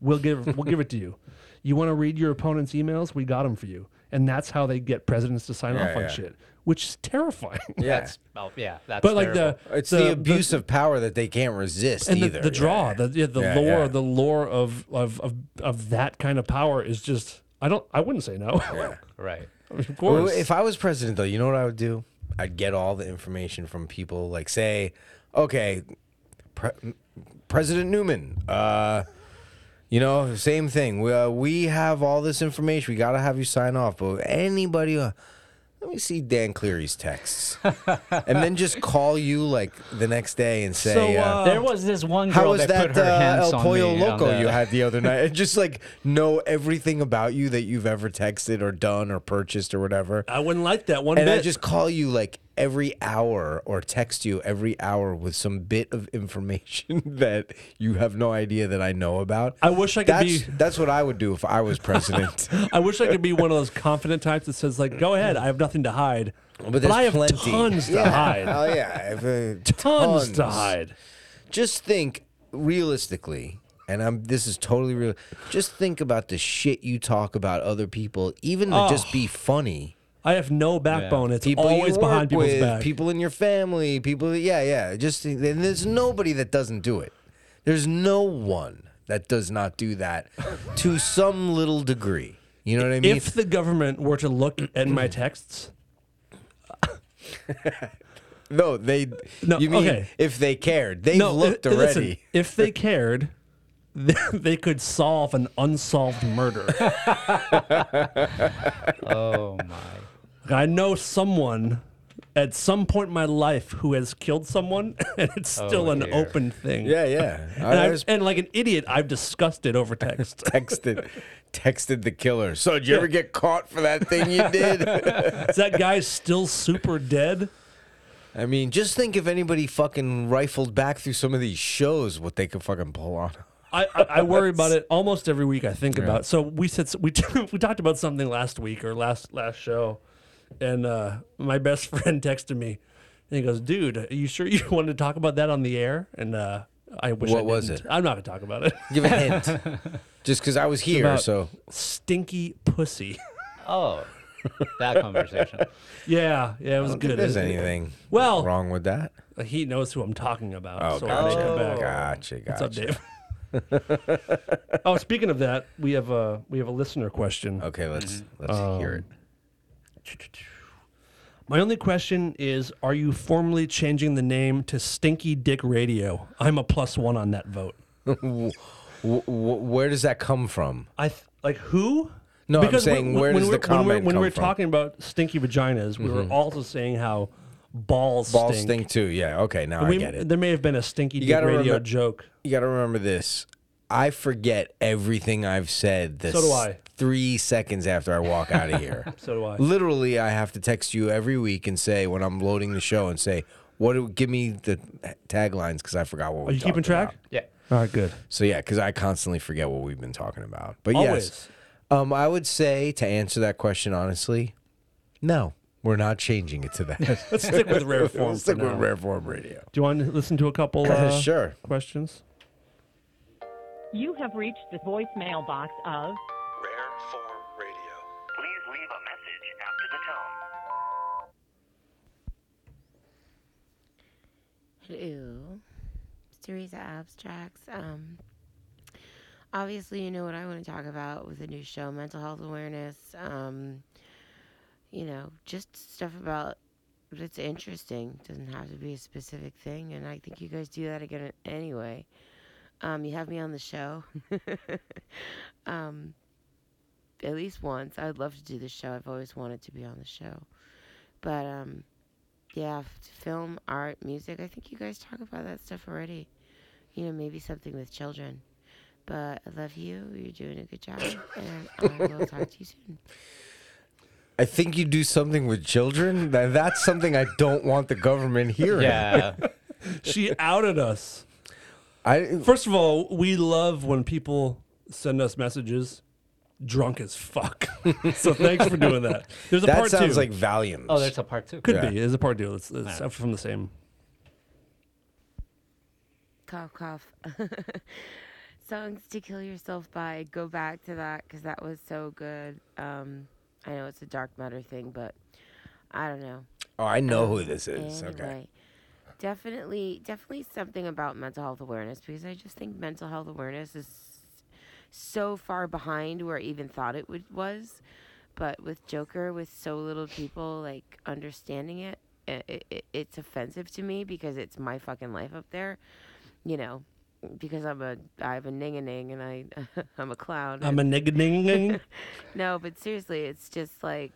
[SPEAKER 4] we'll give we'll give it to you you want to read your opponent's emails we got them for you and that's how they get presidents to sign off on
[SPEAKER 2] yeah.
[SPEAKER 4] shit which is terrifying
[SPEAKER 2] Yeah.
[SPEAKER 3] That's oh yeah, that's
[SPEAKER 4] but like
[SPEAKER 3] terrible.
[SPEAKER 4] the
[SPEAKER 2] It's the, abuse of power that they can't resist
[SPEAKER 4] and the,
[SPEAKER 2] either.
[SPEAKER 4] the draw, the yeah, the
[SPEAKER 2] Yeah,
[SPEAKER 4] lore,
[SPEAKER 2] yeah.
[SPEAKER 4] the lore of, of of of that kind of power is just I don't I wouldn't say no.
[SPEAKER 3] right.
[SPEAKER 4] of
[SPEAKER 2] Well,
[SPEAKER 4] course.
[SPEAKER 2] if I was president, though, you know what I would do? I'd get all the information from people. Like, say, okay, Pre- President Newman. Uh, you know, same thing. We, uh, we have all this information. We got to have you sign off. But anybody, uh, let me see Dan Cleary's texts, and then just call you like the next day and say. uh,
[SPEAKER 4] So, uh,
[SPEAKER 3] There was this one girl
[SPEAKER 2] how was
[SPEAKER 3] that,
[SPEAKER 2] that
[SPEAKER 3] put her
[SPEAKER 2] uh,
[SPEAKER 3] hands
[SPEAKER 2] El
[SPEAKER 3] on
[SPEAKER 2] Pollo
[SPEAKER 3] me on
[SPEAKER 2] Loco
[SPEAKER 3] the-
[SPEAKER 2] you had the other night? And just like know everything about you that you've ever texted or done or purchased or whatever.
[SPEAKER 4] I wouldn't like that one
[SPEAKER 2] And
[SPEAKER 4] bit.
[SPEAKER 2] I just call you like every hour or text you every hour with some bit of information that you have no idea that I know about.
[SPEAKER 4] I wish I could
[SPEAKER 2] that's,
[SPEAKER 4] be-
[SPEAKER 2] That's what I would do if I was president.
[SPEAKER 4] I wish I could be one of those confident types that says like, "Go ahead, I have nothing to hide," but,
[SPEAKER 2] there's
[SPEAKER 4] I have
[SPEAKER 2] plenty.
[SPEAKER 4] tons to
[SPEAKER 2] Yeah.
[SPEAKER 4] hide.
[SPEAKER 2] Oh yeah, I've, uh,
[SPEAKER 4] Tons, to hide.
[SPEAKER 2] just think realistically and I'm this is totally real. Just think about the shit you talk about other people, even to just be funny.
[SPEAKER 4] I have no backbone. Oh. It's
[SPEAKER 2] People you
[SPEAKER 4] always
[SPEAKER 2] work
[SPEAKER 4] behind people's
[SPEAKER 2] with,
[SPEAKER 4] back.
[SPEAKER 2] people in your family, people. that- Yeah, yeah. Just and there's nobody that doesn't do it. There's no one that does not do that to some little degree. You know what I mean?
[SPEAKER 4] if the government were to look at my texts,
[SPEAKER 2] no, they.
[SPEAKER 4] No,
[SPEAKER 2] you mean
[SPEAKER 4] okay.
[SPEAKER 2] if they cared? They've
[SPEAKER 4] no,
[SPEAKER 2] looked
[SPEAKER 4] i-
[SPEAKER 2] already.
[SPEAKER 4] listen, if they cared, they, they could solve an unsolved murder.
[SPEAKER 3] Oh my.
[SPEAKER 4] I know someone at some point in my life who has killed someone, and it's still
[SPEAKER 3] Oh,
[SPEAKER 4] an
[SPEAKER 3] dear.
[SPEAKER 4] open thing.
[SPEAKER 2] Yeah, yeah.
[SPEAKER 4] And,
[SPEAKER 2] I
[SPEAKER 4] I've-
[SPEAKER 2] was
[SPEAKER 4] and like an idiot, I've discussed it over text.
[SPEAKER 2] texted texted the killer. So did you ever get caught for that thing you did?
[SPEAKER 4] Is that guy still super dead?
[SPEAKER 2] I mean, just think if anybody fucking rifled back through some of these shows, what they could fucking pull on.
[SPEAKER 4] I, I, I worry about it almost every week. I think about. So we said we we talked about something last week or last last show, and uh, my best friend texted me, and he goes, "Dude, are you sure you wanted to talk about that on the air?" And uh, I wish. I
[SPEAKER 2] What was
[SPEAKER 4] didn't.
[SPEAKER 2] it?
[SPEAKER 4] I'm not gonna talk about it.
[SPEAKER 2] Give a hint, just because I was here.
[SPEAKER 4] About
[SPEAKER 2] so
[SPEAKER 4] stinky pussy.
[SPEAKER 3] Oh, that conversation.
[SPEAKER 4] yeah, yeah, it was good.
[SPEAKER 2] there's
[SPEAKER 4] isn't it?
[SPEAKER 2] anything
[SPEAKER 4] Well-
[SPEAKER 2] wrong with that.
[SPEAKER 4] He knows who I'm talking about.
[SPEAKER 2] Oh,
[SPEAKER 4] so I'll
[SPEAKER 2] gotcha,
[SPEAKER 4] take it back.
[SPEAKER 2] gotcha,
[SPEAKER 4] What's
[SPEAKER 2] gotcha.
[SPEAKER 4] up, Dave? oh, speaking of that, we have a we have a listener question.
[SPEAKER 2] Okay, let's
[SPEAKER 4] Mm-hmm.
[SPEAKER 2] let's hear it.
[SPEAKER 4] My only question is Are you formally changing the name to Stinky Dick Radio? I'm a plus one on that vote.
[SPEAKER 2] W- w- where does that come from?
[SPEAKER 4] I th- like who?
[SPEAKER 2] No, I'm
[SPEAKER 4] when-
[SPEAKER 2] saying
[SPEAKER 4] when-
[SPEAKER 2] where
[SPEAKER 4] when
[SPEAKER 2] does the
[SPEAKER 4] we- When we
[SPEAKER 2] comment
[SPEAKER 4] when we
[SPEAKER 2] come from?
[SPEAKER 4] were
[SPEAKER 2] Mm-hmm.
[SPEAKER 4] talking about stinky vaginas, we were also saying how balls,
[SPEAKER 2] Balls stink
[SPEAKER 4] stink.
[SPEAKER 2] too. Yeah. Okay, now
[SPEAKER 4] We-
[SPEAKER 2] I get it.
[SPEAKER 4] There may have been a Stinky Dick
[SPEAKER 2] gotta
[SPEAKER 4] Radio
[SPEAKER 2] remem-
[SPEAKER 4] joke.
[SPEAKER 2] you got to remember this. I forget everything I've said. This
[SPEAKER 4] So do I.
[SPEAKER 2] Three seconds after I walk out of here.
[SPEAKER 4] So do I.
[SPEAKER 2] Literally, I have to text you every week and say when I'm loading the show and say, "What? Do, give me the taglines because I forgot what."
[SPEAKER 4] Are
[SPEAKER 2] we
[SPEAKER 4] you keeping
[SPEAKER 2] talked
[SPEAKER 4] track?
[SPEAKER 2] about.
[SPEAKER 3] Yeah.
[SPEAKER 4] All right, good.
[SPEAKER 2] So yeah, because I constantly forget what we've been talking about. But yes,
[SPEAKER 4] Always.
[SPEAKER 2] um, I would say to answer that question honestly, no, we're not changing it to that.
[SPEAKER 4] Let's stick with rare form.
[SPEAKER 2] Let's
[SPEAKER 4] for
[SPEAKER 2] stick with
[SPEAKER 4] now.
[SPEAKER 2] Rare Form Radio.
[SPEAKER 4] Do you want to listen to a couple uh,
[SPEAKER 2] Sure.
[SPEAKER 4] questions?
[SPEAKER 5] You have reached the voicemail box of
[SPEAKER 6] Rare Form Radio.
[SPEAKER 7] Please leave a message after the tone.
[SPEAKER 8] Hello. It's Teresa Abstracts. Um, obviously, you know what I want to talk about with the new show, mental health awareness. Um, you know, just stuff about But it's interesting. Doesn't have to be a specific thing, and I think you guys do that again anyway. Um, you have me on the show. um, at least once. I'd love to do the show. I've always wanted to be on the show. But um, yeah, f- film, art, music. I think you guys talk about that stuff already. You know, maybe something with children. But I love you. You're doing a good job, and I will talk to you soon.
[SPEAKER 2] I think you do something with children. Now, that's something I don't want the government hearing.
[SPEAKER 3] Yeah.
[SPEAKER 4] she outed us.
[SPEAKER 2] I
[SPEAKER 4] First of all, we love when people send us messages drunk as fuck. so thanks for doing that. There's a
[SPEAKER 2] that
[SPEAKER 4] part
[SPEAKER 2] sounds
[SPEAKER 4] two.
[SPEAKER 2] like Valium.
[SPEAKER 3] oh, there's a part two.
[SPEAKER 4] could
[SPEAKER 2] Yeah.
[SPEAKER 4] be. There's a part two. It's, it's from the same.
[SPEAKER 8] cough cough songs to kill yourself by go back to that because that was so good um i know it's a dark matter thing but i don't know
[SPEAKER 2] oh, I know who this is. Okay.
[SPEAKER 8] Anyway, definitely definitely something about mental health awareness because i just think mental health awareness is so far behind where i even thought it would, was but with joker with so little people like understanding it i i i- it's offensive to me because it's my fucking life up there you know because i'm a i have a ning a ning and i i'm a clown
[SPEAKER 4] I'm a nigga
[SPEAKER 8] no, but seriously, it's just like,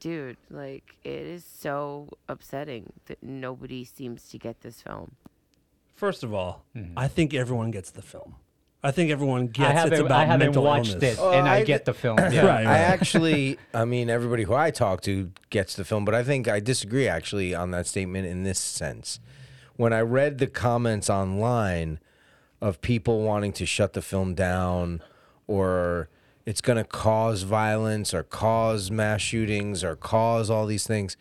[SPEAKER 8] dude, like it is so upsetting that nobody seems to get this film.
[SPEAKER 4] First of all, I think everyone gets the film. I think everyone gets
[SPEAKER 3] Hmm. I haven't,
[SPEAKER 4] it's about
[SPEAKER 3] I haven't
[SPEAKER 4] mental
[SPEAKER 3] watched
[SPEAKER 4] illness.
[SPEAKER 3] it, and
[SPEAKER 2] Oh, I
[SPEAKER 3] I,
[SPEAKER 2] d-
[SPEAKER 3] get the film. Yeah.
[SPEAKER 2] I
[SPEAKER 4] Right, right.
[SPEAKER 2] actually, I mean, everybody who I talk to gets the film, but I think I disagree actually on that statement in this sense. When I read the comments online of people wanting to shut the film down or it's going to cause violence or cause mass shootings or cause all these things,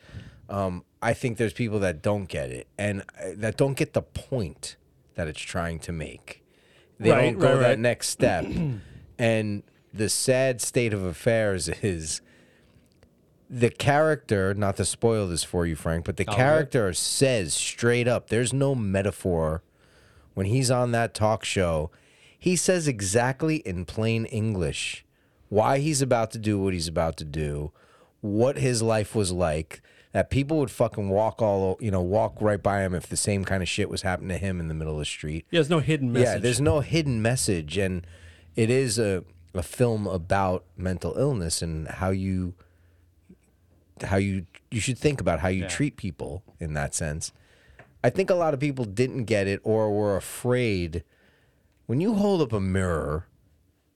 [SPEAKER 2] um, I think there's people that don't get it and uh, that don't get the point that it's trying to make. They
[SPEAKER 4] Right,
[SPEAKER 2] don't go
[SPEAKER 4] right,
[SPEAKER 2] that
[SPEAKER 4] right.
[SPEAKER 2] next step. and the sad state of affairs is the character, not to spoil this for you, Frank, but the
[SPEAKER 4] Oh,
[SPEAKER 2] character says straight up there's no metaphor when he's on that talk show. He says exactly in plain English why he's about to do what he's about to do, what his life was like, that people would fucking walk all, o- you know, walk right by him if the same kind of shit was happening to him in the middle of the street.
[SPEAKER 4] Yeah, there's no hidden message.
[SPEAKER 2] Yeah, there's no hidden message, and it is a a film about mental illness and how you how you you should think about how you treat people in that sense. I think a lot of people didn't get it or were afraid. When you hold up a mirror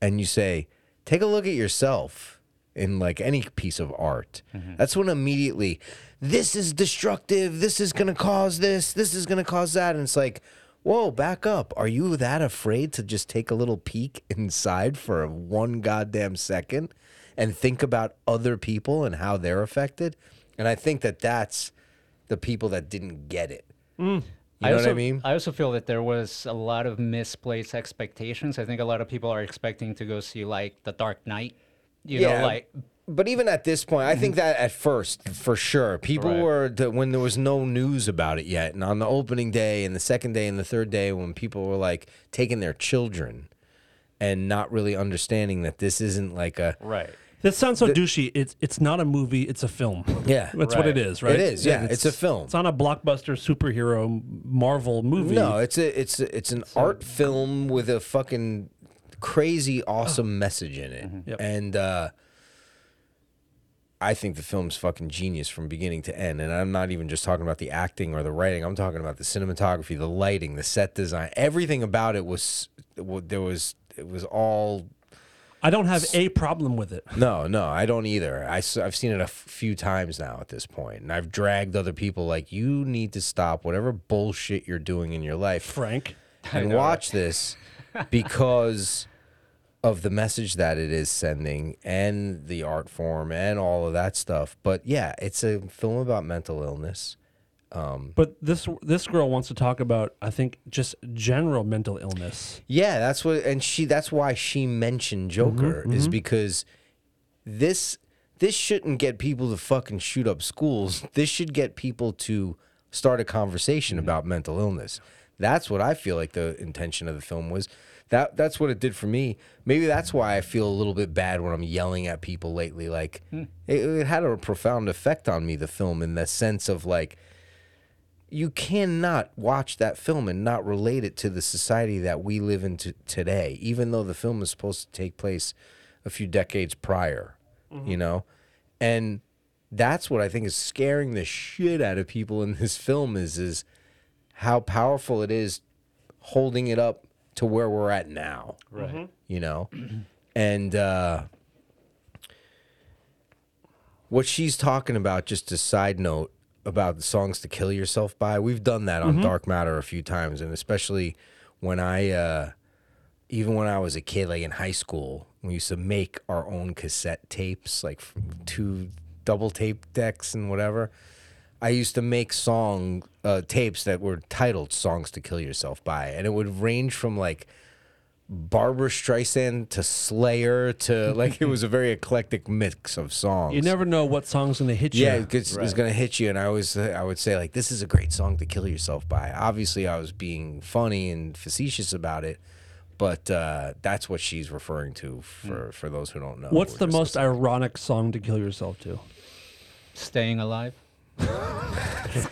[SPEAKER 2] and you say, "Take a look at yourself." In like any piece of art, that's when immediately, this is destructive. This is gonna cause this. This is gonna cause that. And it's like, whoa, back up. Are you that afraid to just take a little peek inside for one goddamn second and think about other people and how they're affected? And I think that that's the people that didn't get it. You know
[SPEAKER 3] also,
[SPEAKER 2] what I mean?
[SPEAKER 3] also feel that there was a lot of misplaced expectations. I think a lot of people are expecting to go see like The Dark Knight. You know, like
[SPEAKER 2] but even at this point, I think that at first, for sure, people
[SPEAKER 3] Right.
[SPEAKER 2] were the, when there was no news about it yet, and on the opening day, and the second day, and the third day, when people were like taking their children, and not really understanding that this isn't like a
[SPEAKER 3] right.
[SPEAKER 4] That sounds so douchey. It's it's not a movie. It's a film.
[SPEAKER 2] Yeah.
[SPEAKER 4] that's what
[SPEAKER 3] Right.
[SPEAKER 4] it is, right?
[SPEAKER 2] It is, yeah, it's a film.
[SPEAKER 4] It's not a blockbuster superhero Marvel movie.
[SPEAKER 2] no, it's a it's a, it's an art film with a fucking crazy awesome message in it,
[SPEAKER 4] Yep.
[SPEAKER 2] and uh, I think the film's fucking genius from beginning to end. And I'm not even just talking about the acting or the writing. I'm talking about the cinematography, the lighting, the set design, everything about it was there was it was all
[SPEAKER 4] I don't have a problem with it.
[SPEAKER 2] no, no, I don't either. I, have seen it a f- few times now at this point, and I've dragged other people like, you need to stop whatever bullshit you're doing in your life
[SPEAKER 4] Frank,
[SPEAKER 2] and watch this because of the message that it is sending and the art form and all of that stuff. But yeah, it's a film about mental illness.
[SPEAKER 4] but this this girl wants to talk about I think just general mental illness.
[SPEAKER 2] Yeah, that's what, and she that's why she mentioned Joker is because this this shouldn't get people to fucking shoot up schools. This should get people to start a conversation about mental illness. That's what I feel like the intention of the film was. That that's what it did for me. Maybe that's why I feel a little bit bad when I'm yelling at people lately. Like it, it had a profound effect on me. The film, in the sense of like, you cannot watch that film and not relate it to the society that we live in to today, even though the film is supposed to take place a few decades prior, you know? And that's what I think is scaring the shit out of people in this film is is how powerful it is holding it up to where we're at now. Right. You know? and uh what she's talking about, just a side note about the songs to kill yourself by, we've done that
[SPEAKER 4] Mm-hmm.
[SPEAKER 2] on Dark Matter a few times, and especially when I, uh, even when I was a kid, like in high school, we used to make our own cassette tapes, like f- two double tape decks and whatever. I used to make song uh, tapes that were titled "Songs to Kill Yourself By," and it would range from like Barbara Streisand to Slayer to like it was a very eclectic mix of songs.
[SPEAKER 4] You never know what song's going to hit you.
[SPEAKER 2] Yeah, it gets- it's gonna hit you, and I always I would say like this is a great song to kill yourself by. Obviously, I was being funny and facetious about it, but uh, that's what she's referring to
[SPEAKER 4] Hmm.
[SPEAKER 2] for for those who don't know.
[SPEAKER 4] What's
[SPEAKER 2] We're
[SPEAKER 4] the
[SPEAKER 2] just-
[SPEAKER 4] most ironic song to kill yourself to?
[SPEAKER 3] Staying alive.
[SPEAKER 4] It's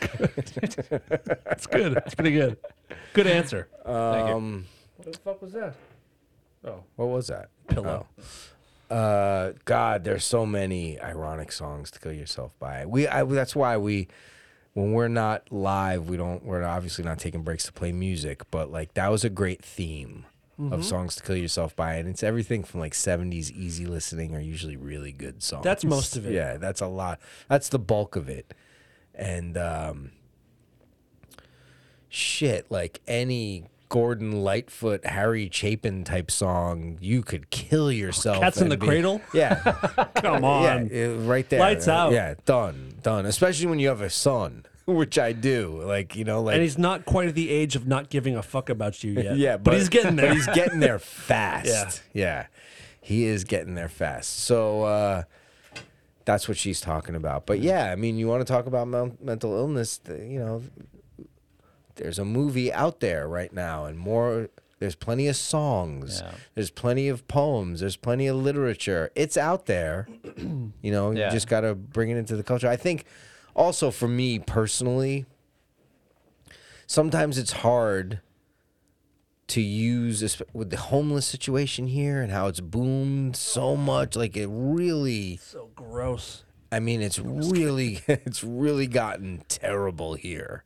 [SPEAKER 4] good. It's pretty good. Good answer.
[SPEAKER 2] Oh,
[SPEAKER 3] Thank you.
[SPEAKER 4] What the fuck was that?
[SPEAKER 2] What was that?
[SPEAKER 4] Pillow.
[SPEAKER 2] Oh. Uh, God, there's so many ironic songs to kill yourself by. We I, that's why we. When we're not live, we don't. We're obviously not taking breaks to play music, but like that was a great theme
[SPEAKER 4] Mm-hmm.
[SPEAKER 2] of songs to kill yourself by, and it's everything from like '70s easy listening are usually really good songs.
[SPEAKER 4] That's most of it.
[SPEAKER 2] Yeah, that's a lot. That's the bulk of it, and um, shit, like any Gordon Lightfoot, Harry Chapin type song, you could kill yourself.
[SPEAKER 4] Cats in
[SPEAKER 2] and
[SPEAKER 4] the Cradle?
[SPEAKER 2] Yeah.
[SPEAKER 4] Come
[SPEAKER 2] yeah.
[SPEAKER 4] on.
[SPEAKER 2] it- Right there.
[SPEAKER 4] Lights out.
[SPEAKER 2] Yeah. Done. Done. Especially when you have a son, which I do. Like, you know, like.
[SPEAKER 4] And he's not quite at the age of not giving a fuck about you yet.
[SPEAKER 2] yeah,
[SPEAKER 4] but, he's getting there.
[SPEAKER 2] But he's getting there fast. yeah. Yeah. He is getting there fast. So, uh, that's what she's talking about. But yeah, I mean, you want to talk about men- mental illness, th- you know, there's a movie out there right now and more there's plenty of songs.
[SPEAKER 3] Yeah.
[SPEAKER 2] There's plenty of poems. There's plenty of literature. It's out there. you know,
[SPEAKER 3] Yeah.
[SPEAKER 2] you just got to bring it into the culture. I think also for me personally, sometimes it's hard to use this with the homeless situation here and how it's boomed so much like it really
[SPEAKER 4] so gross.
[SPEAKER 2] I mean, it's really, it's really gotten terrible here,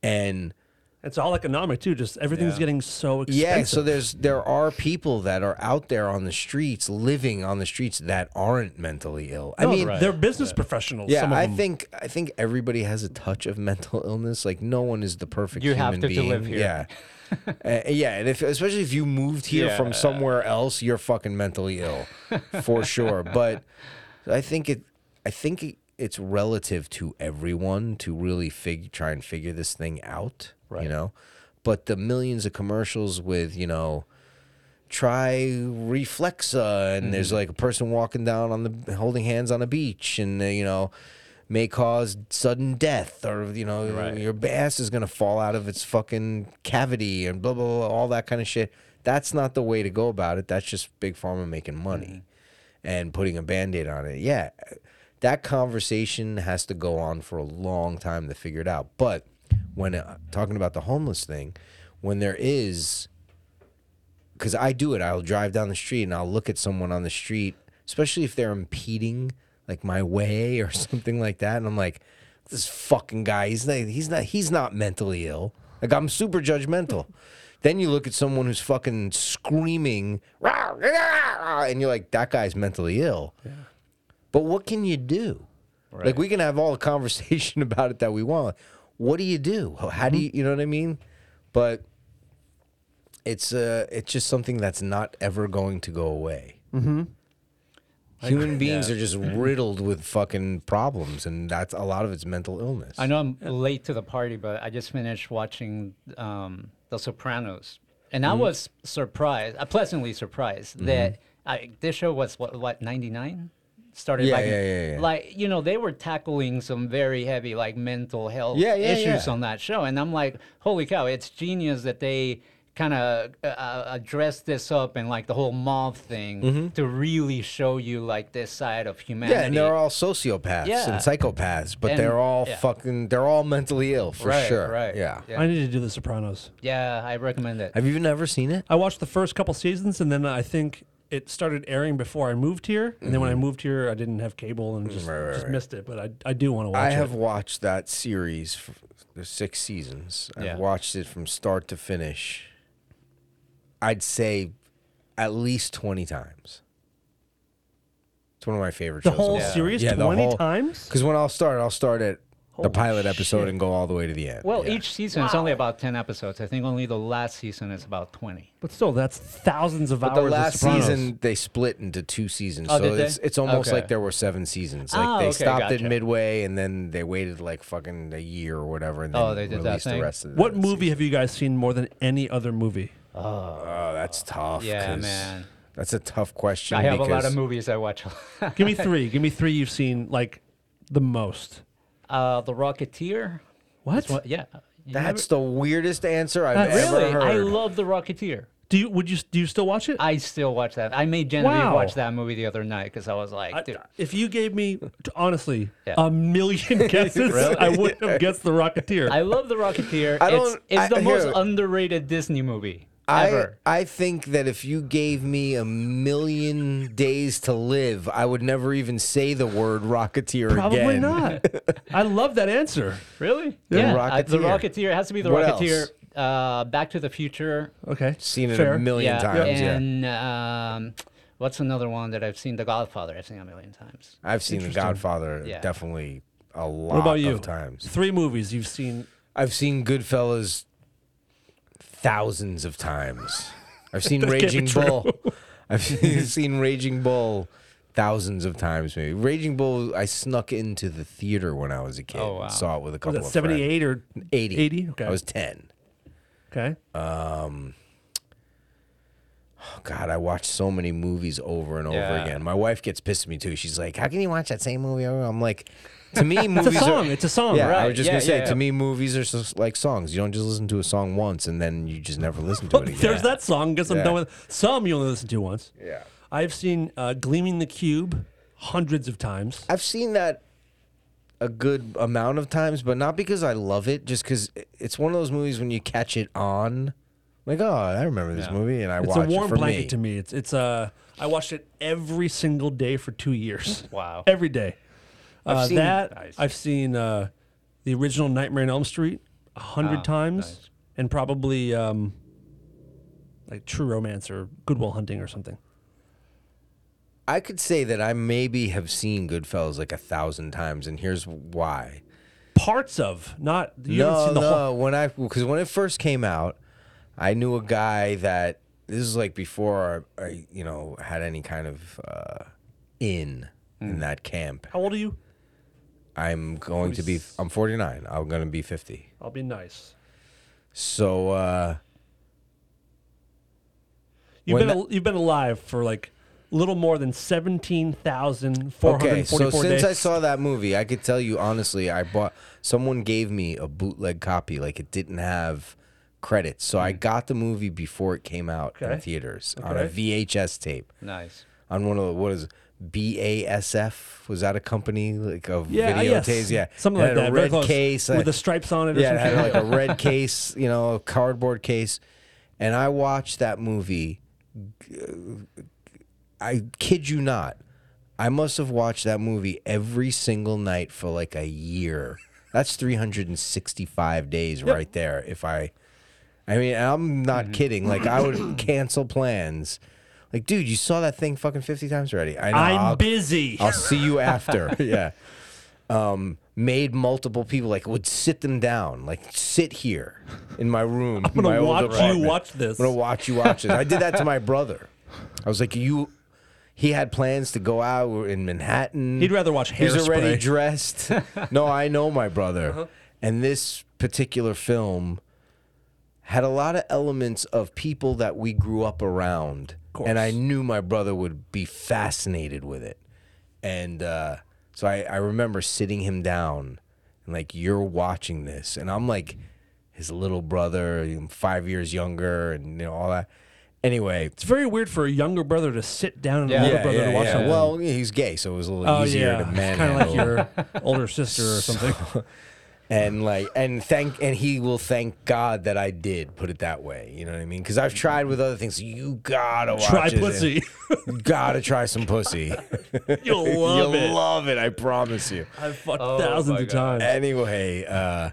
[SPEAKER 2] and
[SPEAKER 4] It's all economic too. Just everything's getting so expensive.
[SPEAKER 2] yeah. So there's there are people that are out there on the streets, living on the streets that aren't mentally ill. I
[SPEAKER 4] No,
[SPEAKER 2] mean,
[SPEAKER 4] they're business professionals.
[SPEAKER 2] yeah.
[SPEAKER 4] some of
[SPEAKER 2] I
[SPEAKER 4] them.
[SPEAKER 2] think I think everybody has a touch of mental illness. Like no one is the perfect.
[SPEAKER 3] You
[SPEAKER 2] human
[SPEAKER 3] have to- to
[SPEAKER 2] being.
[SPEAKER 3] live here.
[SPEAKER 2] Yeah. Uh, yeah, and if especially if you moved here from somewhere else, you're fucking mentally ill, for sure. But I think it, I think it, it's relative to everyone to really fig, try and figure this thing out. You know, but the millions of commercials with you know, try Reflexa, and there's like a person walking down on the holding hands on a beach, and uh, you know. May cause sudden death, or you know, your ass is gonna fall out of its fucking cavity, and blah blah blah, all that kind of shit. That's not the way to go about it. That's just big pharma making money and putting a band-aid on it yeah that conversation has to go on for a long time to figure it out but when uh, talking about the homeless thing when there is because i do it i'll drive down the street and i'll look at someone on the street especially if they're impeding like my way or something like that and i'm like this fucking guy he's not he's not he's not mentally ill like i'm super judgmental then you look at someone who's fucking screaming "Rah, rah, rah," and you're like that guy's mentally ill but what can you do? Like we can have all the conversation about it that we want. What do you do? How how do
[SPEAKER 3] Mm-hmm.
[SPEAKER 2] you you know what I mean? But it's uh it's just something that's not ever going to go away. Mm-hmm. Human beings are just
[SPEAKER 3] Mm-hmm.
[SPEAKER 2] riddled with fucking problems, and that's a lot of it's mental illness.
[SPEAKER 3] I know I'm late to the party, but I just finished watching um, The Sopranos, and
[SPEAKER 2] Mm-hmm.
[SPEAKER 3] I was surprised, uh, pleasantly surprised that I, this show was what what 99 started
[SPEAKER 2] Yeah,
[SPEAKER 3] like
[SPEAKER 2] yeah, yeah, yeah.
[SPEAKER 3] like you know they were tackling some very heavy like mental health
[SPEAKER 2] Yeah, yeah,
[SPEAKER 3] issues
[SPEAKER 2] yeah.
[SPEAKER 3] on that show, and I'm like, holy cow, it's genius that they kind of uh, uh, dress this up in like the whole mob thing to really show you like this side of humanity.
[SPEAKER 2] Mm-hmm. Yeah, and they're all sociopaths
[SPEAKER 3] Yeah.
[SPEAKER 2] and psychopaths, but
[SPEAKER 3] And-
[SPEAKER 2] they're all
[SPEAKER 3] yeah.
[SPEAKER 2] fucking, they're all mentally ill for
[SPEAKER 3] right,
[SPEAKER 2] sure.
[SPEAKER 3] Right.
[SPEAKER 2] Yeah.
[SPEAKER 3] Yeah,
[SPEAKER 4] I need to do The Sopranos.
[SPEAKER 3] Yeah, I recommend it.
[SPEAKER 2] Have you never seen it?
[SPEAKER 4] I watched the first couple seasons, and then I think it started airing before I moved here. And then when I moved here, I didn't have cable and just,
[SPEAKER 2] Mm-hmm. right,
[SPEAKER 4] just
[SPEAKER 2] right.
[SPEAKER 4] missed it. But I, I do want to watch
[SPEAKER 2] I
[SPEAKER 4] it.
[SPEAKER 2] have watched that series. For, there's six seasons. I've
[SPEAKER 3] Yeah.
[SPEAKER 2] watched it from start to finish. I'd say at least twenty times. It's one of my favorite
[SPEAKER 4] the
[SPEAKER 2] shows.
[SPEAKER 4] whole series twenty times.
[SPEAKER 2] Because when I'll start, I'll start at the pilot episode and go all the way to the end.
[SPEAKER 3] well,
[SPEAKER 2] Yeah.
[SPEAKER 3] each season is only about ten episodes. I think only the last season is about twenty.
[SPEAKER 4] But still, that's thousands of
[SPEAKER 2] But
[SPEAKER 4] hours.
[SPEAKER 2] the last
[SPEAKER 4] of Sopranos.
[SPEAKER 2] season they split into two seasons,
[SPEAKER 3] Oh,
[SPEAKER 2] so
[SPEAKER 3] did they?
[SPEAKER 2] it's it's almost
[SPEAKER 3] Okay.
[SPEAKER 2] like there were seven seasons. Like
[SPEAKER 3] Oh,
[SPEAKER 2] they
[SPEAKER 3] okay,
[SPEAKER 2] stopped
[SPEAKER 3] gotcha.
[SPEAKER 2] it midway, and then they waited like fucking a year or whatever, and then
[SPEAKER 3] Oh, they did that
[SPEAKER 2] released the
[SPEAKER 3] thing?
[SPEAKER 2] rest of the
[SPEAKER 4] What movie have you guys seen more than any other movie?
[SPEAKER 2] Oh, that's tough.
[SPEAKER 3] Yeah,
[SPEAKER 2] 'cause
[SPEAKER 3] man.
[SPEAKER 2] That's a tough question.
[SPEAKER 3] I have a lot
[SPEAKER 2] because-
[SPEAKER 3] of movies I watch.
[SPEAKER 4] Give me three. Give me three you've seen like the most.
[SPEAKER 3] uh, the Rocketeer.
[SPEAKER 4] What?
[SPEAKER 3] That's one- yeah. You
[SPEAKER 2] That's the weirdest answer I've
[SPEAKER 4] Not
[SPEAKER 2] ever
[SPEAKER 3] never- really.
[SPEAKER 2] heard.
[SPEAKER 3] I love the Rocketeer.
[SPEAKER 4] Do you would you do you still watch it?
[SPEAKER 3] I still watch that. I made Genevieve
[SPEAKER 4] Wow.
[SPEAKER 3] watch that movie the other night because I was like,
[SPEAKER 4] I-
[SPEAKER 3] dude.
[SPEAKER 4] if you gave me t- honestly
[SPEAKER 3] Yeah.
[SPEAKER 4] a million guesses, I wouldn't have guessed the Rocketeer.
[SPEAKER 3] I love The Rocketeer.
[SPEAKER 2] I
[SPEAKER 3] it's
[SPEAKER 2] don't-
[SPEAKER 3] it's
[SPEAKER 2] I-
[SPEAKER 3] the most
[SPEAKER 2] here-
[SPEAKER 3] underrated Disney movie
[SPEAKER 2] I,
[SPEAKER 3] ever.
[SPEAKER 2] I think that if you gave me a million days to live, I would never even say the word Rocketeer
[SPEAKER 4] Probably
[SPEAKER 2] again.
[SPEAKER 4] not. I love that answer.
[SPEAKER 3] Really?
[SPEAKER 4] The
[SPEAKER 3] Yeah. I- the
[SPEAKER 2] Rocketeer.
[SPEAKER 3] Rocketeer it has to be The
[SPEAKER 2] What else?
[SPEAKER 3] Rocketeer. Uh, Back to the Future.
[SPEAKER 4] Okay,
[SPEAKER 2] Seen it
[SPEAKER 4] fair.
[SPEAKER 2] a million
[SPEAKER 3] yeah.
[SPEAKER 2] times. Yeah,
[SPEAKER 3] And um, what's another one that I've seen? The Godfather. I've seen a million times.
[SPEAKER 2] I've seen The Godfather
[SPEAKER 3] Yeah.
[SPEAKER 2] definitely a lot
[SPEAKER 4] What about you?
[SPEAKER 2] of times.
[SPEAKER 4] Three movies you've seen.
[SPEAKER 2] I've seen Goodfellas thousands of times. I've seen Raging Bull. I've seen, seen Raging Bull thousands of times. Maybe Raging Bull. I snuck into the theater when I was a kid.
[SPEAKER 3] Oh, wow.
[SPEAKER 2] and Saw it with a couple
[SPEAKER 4] Was that
[SPEAKER 2] of
[SPEAKER 4] seventy eight or
[SPEAKER 2] friends. Eighty.
[SPEAKER 4] 80? Okay.
[SPEAKER 2] I was ten.
[SPEAKER 4] okay?
[SPEAKER 2] Oh, God, I watched so many movies over and over
[SPEAKER 3] Yeah.
[SPEAKER 2] again. My wife gets pissed at me too. She's like, "How can you watch that same movie?" over?" I'm like, "To me,
[SPEAKER 4] It's a
[SPEAKER 2] movies
[SPEAKER 4] song.
[SPEAKER 2] are."
[SPEAKER 4] It's a song.
[SPEAKER 2] Yeah, I
[SPEAKER 3] Right,
[SPEAKER 2] was just
[SPEAKER 3] yeah,
[SPEAKER 2] gonna say.
[SPEAKER 3] yeah.
[SPEAKER 2] To me, movies are just like songs. You don't just listen to a song once and then you just never listen to
[SPEAKER 4] But
[SPEAKER 2] it again.
[SPEAKER 4] There's that song. Guess I'm
[SPEAKER 2] Yeah.
[SPEAKER 4] done with some. You only listen to once.
[SPEAKER 2] Yeah.
[SPEAKER 4] I've seen uh, Gleaming the Cube hundreds of times.
[SPEAKER 2] I've seen that a good amount of times, but not because I love it, just because it's one of those movies when you catch it on, like, oh, I remember this movie, and I
[SPEAKER 4] It's a
[SPEAKER 2] watch
[SPEAKER 4] warm
[SPEAKER 2] it for
[SPEAKER 4] blanket
[SPEAKER 2] me.
[SPEAKER 4] to me. It's it's uh I watched it every single day for two years.
[SPEAKER 3] Wow.
[SPEAKER 4] Every day.
[SPEAKER 2] I've
[SPEAKER 4] Uh,
[SPEAKER 2] seen-
[SPEAKER 4] that
[SPEAKER 3] Nice.
[SPEAKER 4] I've seen uh, the original Nightmare on Elm Street a hundred
[SPEAKER 3] Ah,
[SPEAKER 4] times,
[SPEAKER 3] nice.
[SPEAKER 4] and probably um, like True Romance or Goodwill Hunting or something.
[SPEAKER 2] I could say that I maybe have seen Goodfellas like a thousand times, and here's why.
[SPEAKER 4] Parts of not you haven't
[SPEAKER 2] no,
[SPEAKER 4] seen the
[SPEAKER 2] no,
[SPEAKER 4] whole.
[SPEAKER 2] when I because when it first came out, I knew a guy that this is like before I, I you know had any kind of uh, in in that camp.
[SPEAKER 4] How old are you?
[SPEAKER 2] I'm going to be I'm 49. I'm going to be 50.
[SPEAKER 4] I'll be nice.
[SPEAKER 2] So uh
[SPEAKER 4] You've
[SPEAKER 2] When
[SPEAKER 4] been al- you've been alive for like a little more than seventeen thousand four
[SPEAKER 2] okay,
[SPEAKER 4] hundred
[SPEAKER 2] so
[SPEAKER 4] forty-four
[SPEAKER 2] since
[SPEAKER 4] days.
[SPEAKER 2] I saw that movie, I could tell you honestly, I bought someone gave me a bootleg copy, like it didn't have credits. So I got the movie before it came out
[SPEAKER 4] Hmm. Okay.
[SPEAKER 2] in theaters on a
[SPEAKER 4] Okay.
[SPEAKER 2] VHS tape.
[SPEAKER 3] Nice.
[SPEAKER 2] On one of the what is it, BASF was that a company like of
[SPEAKER 4] yeah,
[SPEAKER 2] videotapes?
[SPEAKER 4] yes.
[SPEAKER 2] Yeah,
[SPEAKER 4] something
[SPEAKER 2] It
[SPEAKER 4] like
[SPEAKER 2] had
[SPEAKER 4] that.
[SPEAKER 2] A
[SPEAKER 4] very
[SPEAKER 2] red
[SPEAKER 4] close.
[SPEAKER 2] case
[SPEAKER 4] with
[SPEAKER 2] uh,
[SPEAKER 4] the stripes on it. Or
[SPEAKER 2] Yeah, it
[SPEAKER 4] something.
[SPEAKER 2] had like a red case, you know, a cardboard case. And I watched that movie. uh, I kid you not. I must have watched that movie every single night for like a year. That's 365 days right there. If I, I mean, I'm not
[SPEAKER 4] Mm-hmm.
[SPEAKER 2] kidding. Like, I would cancel plans. Like, dude, you saw that thing fucking 50 times already. I know.
[SPEAKER 4] I'm
[SPEAKER 2] I'll-
[SPEAKER 4] busy.
[SPEAKER 2] I'll see you after. yeah. Um, made multiple people like would sit them down, like sit here in my room.
[SPEAKER 4] I'm
[SPEAKER 2] my
[SPEAKER 4] gonna
[SPEAKER 2] old
[SPEAKER 4] watch you
[SPEAKER 2] apartment.
[SPEAKER 4] watch this.
[SPEAKER 2] I'm gonna watch you watch this. I did that to my brother. I was like, you. He had plans to go out we were in Manhattan.
[SPEAKER 4] He'd rather watch
[SPEAKER 2] He's already
[SPEAKER 4] Hairspray. Uh-huh.
[SPEAKER 2] dressed. no, I know my brother. And this particular film had a lot of elements of people that we grew up around. And I knew my brother would be fascinated with it. And uh, so I, I remember sitting him down and like, you're watching this. And I'm like his little brother, you know, five years younger, and you know all that. Anyway,
[SPEAKER 4] It's very weird for a younger brother to sit down and an older brother to watch something.
[SPEAKER 2] Well, he's gay, so it was a little
[SPEAKER 4] oh
[SPEAKER 2] easier
[SPEAKER 4] yeah,
[SPEAKER 2] to manhandle.
[SPEAKER 4] kind of like your older sister or something.
[SPEAKER 2] and like and thank and he will thank God that I did put it that way. You know what I mean? Because I've tried with other things. You gotta watch
[SPEAKER 4] Try
[SPEAKER 2] it.
[SPEAKER 4] pussy.
[SPEAKER 2] You gotta try some pussy.
[SPEAKER 4] You'll love
[SPEAKER 2] You'll
[SPEAKER 4] it.
[SPEAKER 2] love it. I promise you.
[SPEAKER 4] I've fucked
[SPEAKER 3] Oh,
[SPEAKER 4] thousands
[SPEAKER 3] my
[SPEAKER 4] of
[SPEAKER 3] God.
[SPEAKER 4] times.
[SPEAKER 2] Anyway, uh,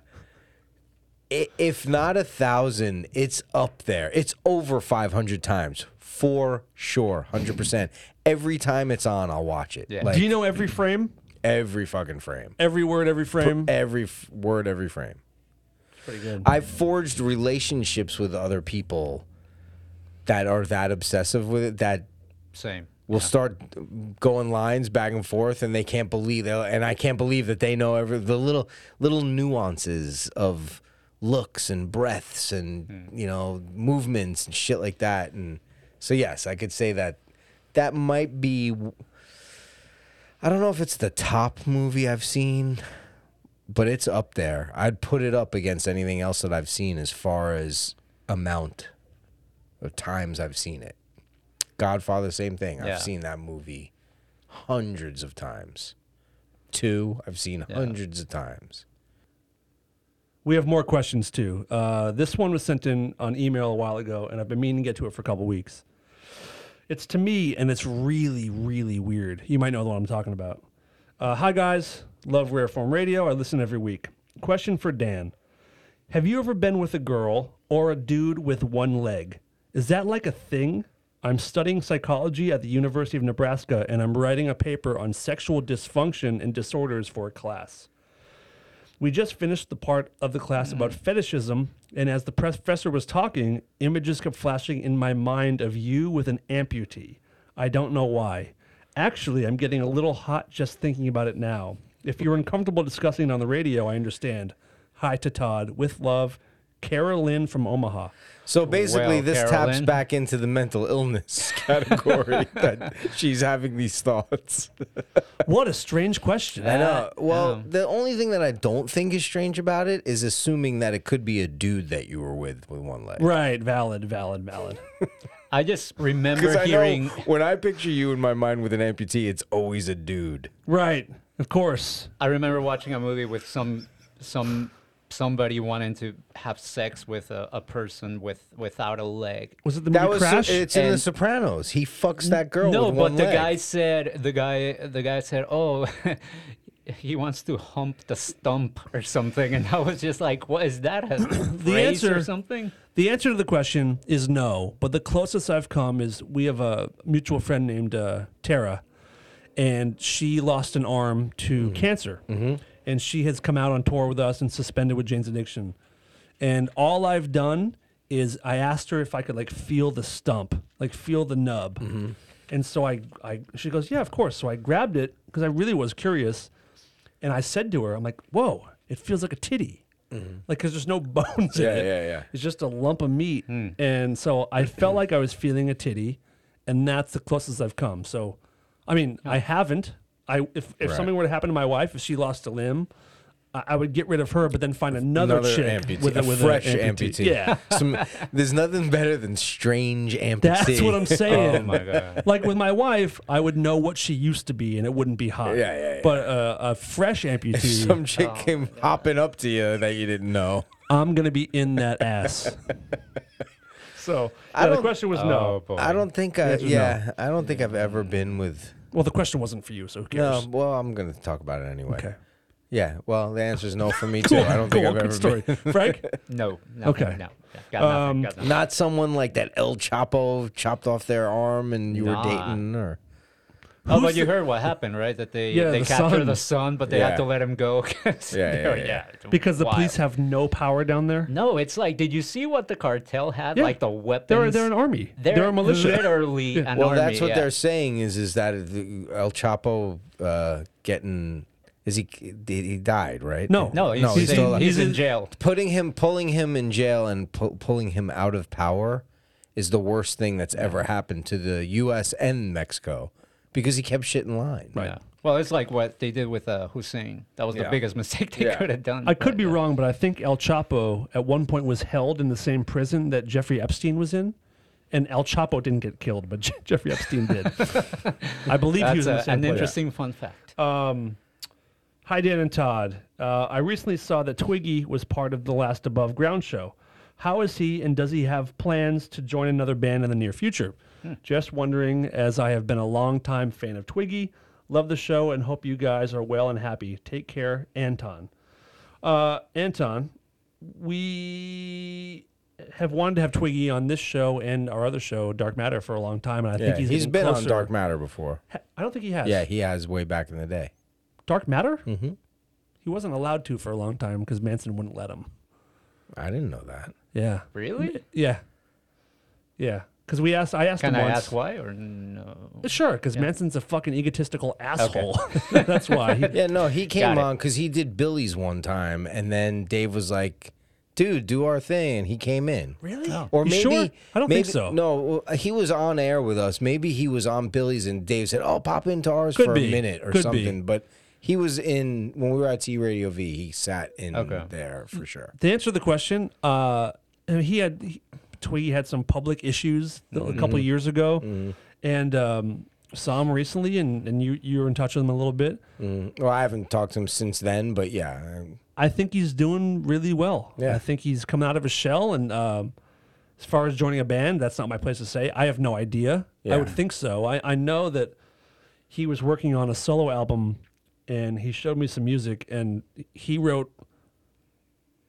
[SPEAKER 2] i- if not a thousand, it's up there. It's over five hundred times for sure, hundred percent. Every time it's on, I'll watch it.
[SPEAKER 3] Yeah.
[SPEAKER 2] Like
[SPEAKER 4] Do you know every frame,
[SPEAKER 2] every fucking frame,
[SPEAKER 4] every word, every frame?
[SPEAKER 2] every f- word, every frame.
[SPEAKER 4] Pretty good.
[SPEAKER 2] I've forged relationships with other people that are that obsessive with it that
[SPEAKER 3] Same.
[SPEAKER 2] will start going lines back and forth and they can't believe they'll- and I can't believe that they know every the little little nuances of looks and breaths and you know movements and shit like that and so yes I could say that that might be I don't know if it's the top movie I've seen but it's up there I'd put it up against anything else that I've seen as far as amount of times I've seen it Godfather, same thing.
[SPEAKER 3] Yeah.
[SPEAKER 2] I've seen that movie hundreds of times. Two, I've seen hundreds of times.
[SPEAKER 4] We have more questions too. Uh, this one was sent in on email a while ago, and I've been meaning to get to it for a couple weeks. It's to me, and it's really, really weird. You might know the one I'm talking about. Uh, hi guys, love Rare Form Radio. I listen every week. Question for Dan: Have you ever been with a girl or a dude with one leg? Is that like a thing? I'm studying psychology at the University of Nebraska, and I'm writing a paper on sexual dysfunction and disorders for a class. We just finished the part of the class about fetishism, and as the professor was talking, images kept flashing in my mind of you with an amputee. I don't know why. Actually, I'm getting a little hot just thinking about it now. If you're uncomfortable discussing it on the radio, I understand. Hi to Todd. With love, Carolyn from Omaha.
[SPEAKER 2] So basically,
[SPEAKER 3] Well,
[SPEAKER 2] this taps
[SPEAKER 3] Carolyn.
[SPEAKER 2] back into the mental illness category that she's having these thoughts.
[SPEAKER 4] What a strange question.
[SPEAKER 2] I know. Well, the only thing that I don't think is strange about it is assuming that it could be a dude that you were with with one leg.
[SPEAKER 4] Right, valid, valid, valid.
[SPEAKER 3] I just
[SPEAKER 2] Because
[SPEAKER 3] remember
[SPEAKER 2] I
[SPEAKER 3] hearing.
[SPEAKER 2] know when I picture you in my mind with an amputee, it's always a dude.
[SPEAKER 4] right, of course.
[SPEAKER 3] I remember watching a movie with some some somebody wanting to have sex with a, a person with without a leg.
[SPEAKER 4] Was it the
[SPEAKER 2] That
[SPEAKER 4] movie
[SPEAKER 2] was
[SPEAKER 4] Crash?
[SPEAKER 2] it's in The
[SPEAKER 3] And-
[SPEAKER 2] Sopranos. He fucks that girl.
[SPEAKER 3] no,
[SPEAKER 2] with
[SPEAKER 3] but
[SPEAKER 2] one
[SPEAKER 3] the
[SPEAKER 2] leg.
[SPEAKER 3] guy said the guy the guy said, "Oh, he wants to hump the stump or something," and I was just like, "What is that? A the
[SPEAKER 4] answer-
[SPEAKER 3] or something?"
[SPEAKER 4] The answer to the question is no, but the closest I've come is we have a mutual friend named uh, Tara, and she lost an arm to cancer. And she has come out on tour with us and suspended with Jane's Addiction. And all I've done is I asked her if I could like feel the stump, like feel the nub. And so I, I, she goes, yeah, of course. So I grabbed it because I really was curious. And I said to her, I'm like, whoa, it feels like a titty. Like, because there's no bones
[SPEAKER 2] Mm-hmm. Yeah,
[SPEAKER 4] in it.
[SPEAKER 2] yeah, yeah.
[SPEAKER 4] It's just a lump of meat. And so I felt like I was feeling a titty, and that's the closest I've come. So, I mean, I haven't. I if, if
[SPEAKER 2] Right.
[SPEAKER 4] something were to happen to my wife, if she lost a limb, I, I would get rid of her, but then find another, chick
[SPEAKER 2] amputee,
[SPEAKER 4] with a,
[SPEAKER 2] a
[SPEAKER 4] with a
[SPEAKER 2] fresh
[SPEAKER 4] amputee.
[SPEAKER 2] amputee.
[SPEAKER 4] Yeah.
[SPEAKER 2] Some, there's nothing better than strange amputee.
[SPEAKER 4] That's what I'm saying.
[SPEAKER 3] Oh my god.
[SPEAKER 4] like with my wife, I would know what she used to be, and it wouldn't be hot.
[SPEAKER 2] Yeah, yeah, yeah.
[SPEAKER 4] But uh, a fresh
[SPEAKER 2] If
[SPEAKER 4] amputee,
[SPEAKER 2] some chick came hopping up to you that you didn't know.
[SPEAKER 4] I'm gonna be in that ass. so
[SPEAKER 2] I
[SPEAKER 4] yeah, the
[SPEAKER 2] don't- Oh.
[SPEAKER 4] question was no.
[SPEAKER 3] boy.
[SPEAKER 2] I don't think I.
[SPEAKER 4] answer's
[SPEAKER 2] Yeah, I don't think I've ever been with.
[SPEAKER 4] Well, the question wasn't for you, so who cares?
[SPEAKER 2] No, well, I'm gonna talk about it anyway.
[SPEAKER 4] Okay.
[SPEAKER 2] Yeah. Well, the answer is no for me too. I don't think
[SPEAKER 4] Cool,
[SPEAKER 2] I've
[SPEAKER 4] good
[SPEAKER 2] ever
[SPEAKER 4] story.
[SPEAKER 2] been.
[SPEAKER 4] Frank,
[SPEAKER 3] No. no
[SPEAKER 4] Okay.
[SPEAKER 3] No. Got nothing. got nothing.
[SPEAKER 2] Not someone like that El Chapo chopped off their arm and you
[SPEAKER 3] Nah.
[SPEAKER 2] were dating, or
[SPEAKER 3] Oh,
[SPEAKER 4] Who's
[SPEAKER 3] but you
[SPEAKER 4] the-
[SPEAKER 3] heard what happened, right? That they
[SPEAKER 4] Yeah,
[SPEAKER 3] they
[SPEAKER 4] the
[SPEAKER 3] captured
[SPEAKER 4] son.
[SPEAKER 3] the son, but they
[SPEAKER 2] Yeah.
[SPEAKER 3] had to let him go. 'cause
[SPEAKER 2] Yeah,
[SPEAKER 3] they
[SPEAKER 2] yeah,
[SPEAKER 3] were-
[SPEAKER 2] yeah.
[SPEAKER 3] it's
[SPEAKER 4] because the police
[SPEAKER 3] wild.
[SPEAKER 4] have no power down there.
[SPEAKER 3] No, it's like, did you see what the cartel had?
[SPEAKER 4] Yeah.
[SPEAKER 3] Like the weapons.
[SPEAKER 4] They're they're an army. They're, a militia.
[SPEAKER 3] Literally an
[SPEAKER 2] well,
[SPEAKER 3] army.
[SPEAKER 2] that's what
[SPEAKER 3] yeah.
[SPEAKER 2] they're saying is is that the- El Chapo uh, getting is he he died right?
[SPEAKER 4] No.
[SPEAKER 3] No, he's,
[SPEAKER 2] No,
[SPEAKER 3] he's,
[SPEAKER 2] he's still
[SPEAKER 3] in,
[SPEAKER 2] alive.
[SPEAKER 3] he's
[SPEAKER 4] He's
[SPEAKER 3] in
[SPEAKER 4] in-
[SPEAKER 3] jail.
[SPEAKER 2] putting him pulling him in jail and pu- pulling him out of power is the worst thing that's ever happened to the US and Mexico because he kept shit in line.
[SPEAKER 4] Right.
[SPEAKER 3] Yeah. Well, it's like what they did with uh, Hussein. That was
[SPEAKER 2] Yeah.
[SPEAKER 3] the biggest mistake they
[SPEAKER 2] Yeah.
[SPEAKER 3] could have done.
[SPEAKER 4] I could
[SPEAKER 3] but,
[SPEAKER 4] be
[SPEAKER 3] yeah.
[SPEAKER 4] wrong, but I think El Chapo at one point was held in the same prison that Jeffrey Epstein was in, and El Chapo didn't get killed, but Je- Jeffrey Epstein did. I believe he
[SPEAKER 3] That's
[SPEAKER 4] was in the
[SPEAKER 3] a-
[SPEAKER 4] same
[SPEAKER 3] an
[SPEAKER 4] place. Uh,
[SPEAKER 3] interesting fun fact.
[SPEAKER 4] Hi, Dan and Todd. Uh, I recently saw that Twiggy was part of the last Above Ground show. How is he, and does he have plans to join another band in the near future?
[SPEAKER 2] Hmm.
[SPEAKER 4] Just wondering, as I have been a longtime fan of Twiggy. Love the show and hope you guys are well and happy. Take care, Anton. Uh, Anton, we have wanted to have Twiggy on this show and our other show, Dark Matter, for a long time, and I
[SPEAKER 2] Yeah,
[SPEAKER 4] think he's,
[SPEAKER 2] he's
[SPEAKER 4] getting
[SPEAKER 2] been on
[SPEAKER 4] closer.
[SPEAKER 2] Dark Matter before.
[SPEAKER 4] Ha- I don't think he has.
[SPEAKER 2] Yeah, he has way back in the day.
[SPEAKER 4] Dark Matter? Mm-hmm. He wasn't allowed to for a long time because Manson wouldn't let him.
[SPEAKER 2] I didn't know that.
[SPEAKER 4] Yeah.
[SPEAKER 3] Really?
[SPEAKER 4] Yeah. Yeah. Because we asked, I asked
[SPEAKER 3] Can
[SPEAKER 4] him
[SPEAKER 3] I
[SPEAKER 4] once.
[SPEAKER 3] ask why or no?
[SPEAKER 4] Sure, because Manson's a fucking egotistical asshole. That's why. He,
[SPEAKER 2] Yeah, no, he came
[SPEAKER 3] Got it.
[SPEAKER 2] on because he did Billy's one time, and then Dave was like, "Dude, do our thing," and he came in.
[SPEAKER 4] Really?
[SPEAKER 2] Or
[SPEAKER 4] You
[SPEAKER 2] maybe
[SPEAKER 4] sure? I don't think
[SPEAKER 2] maybe-
[SPEAKER 4] so.
[SPEAKER 2] No, well, he was on air with us. Maybe he was on Billy's, and Dave said, "Oh, pop into ours
[SPEAKER 4] Could
[SPEAKER 2] for
[SPEAKER 4] be.
[SPEAKER 2] a minute or
[SPEAKER 4] Could be.
[SPEAKER 2] something." But he was in when we were at T Radio V. He sat in
[SPEAKER 3] Okay.
[SPEAKER 2] there for sure.
[SPEAKER 4] To answer the question, uh, he had he, Twiggy had some public issues th- a couple years ago, and um, saw him recently, and, and you you were in touch with him a little bit.
[SPEAKER 2] Well, I haven't talked to him since then, but yeah, um,
[SPEAKER 4] I think he's doing really well.
[SPEAKER 2] Yeah.
[SPEAKER 4] I think he's coming out of his shell. And um, as far as joining a band, that's not my place to say. I have no idea. I would
[SPEAKER 2] Yeah.
[SPEAKER 4] think so. I, I know that he was working on a solo album and he showed me some music and he wrote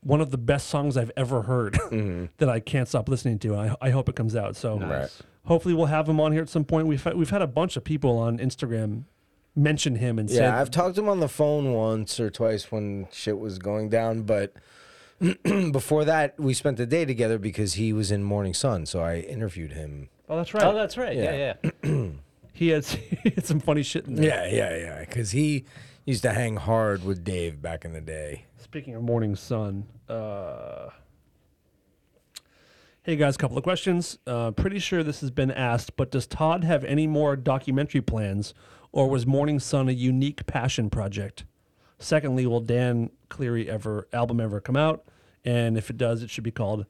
[SPEAKER 4] one of the best songs I've ever heard
[SPEAKER 2] Mm-hmm.
[SPEAKER 4] that I can't stop listening to. And I, I hope it comes out. So
[SPEAKER 2] Right.
[SPEAKER 4] hopefully we'll have him on here at some point. We've, had- we've had a bunch of people on Instagram mention him and say,
[SPEAKER 2] yeah. I've talked to him on the phone once or twice when shit was going down, but. Before that, we spent the day together because he was in Morning Sun, so I interviewed him.
[SPEAKER 4] oh, that's right.
[SPEAKER 3] Oh, that's right. Yeah, yeah.
[SPEAKER 4] he, had, he had some funny shit in there.
[SPEAKER 2] Yeah, yeah, yeah. Because he used to hang hard with Dave back in the day.
[SPEAKER 4] Speaking of morning sun, uh, hey guys, couple of questions. Uh, pretty sure this has been asked, but does Todd have any more documentary plans, or was Morning Sun a unique passion project? Secondly, will Dan Cleary ever album ever come out? And if it does, it should be called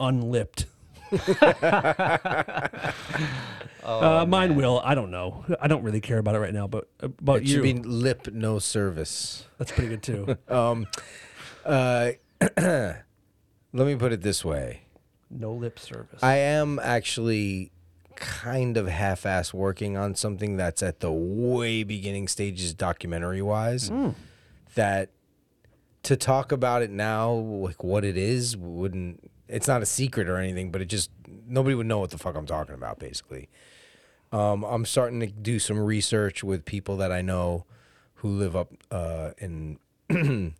[SPEAKER 4] Unlipped.
[SPEAKER 2] Oh,
[SPEAKER 4] uh, mine will. I don't know. I don't really care about it right now, but uh, about
[SPEAKER 2] It should be
[SPEAKER 4] you,
[SPEAKER 2] lip no service.
[SPEAKER 4] that's pretty good too.
[SPEAKER 2] Uh, let me put it this way:
[SPEAKER 4] no lip service.
[SPEAKER 2] I am actually kind of half-ass working on something that's at the way beginning stages, documentary-wise. That to talk about it now, like what it is, wouldn't. It's not a secret or anything, but it just nobody would know what the fuck I'm talking about, basically. Um, I'm starting to do some research with people that I know who live up uh, in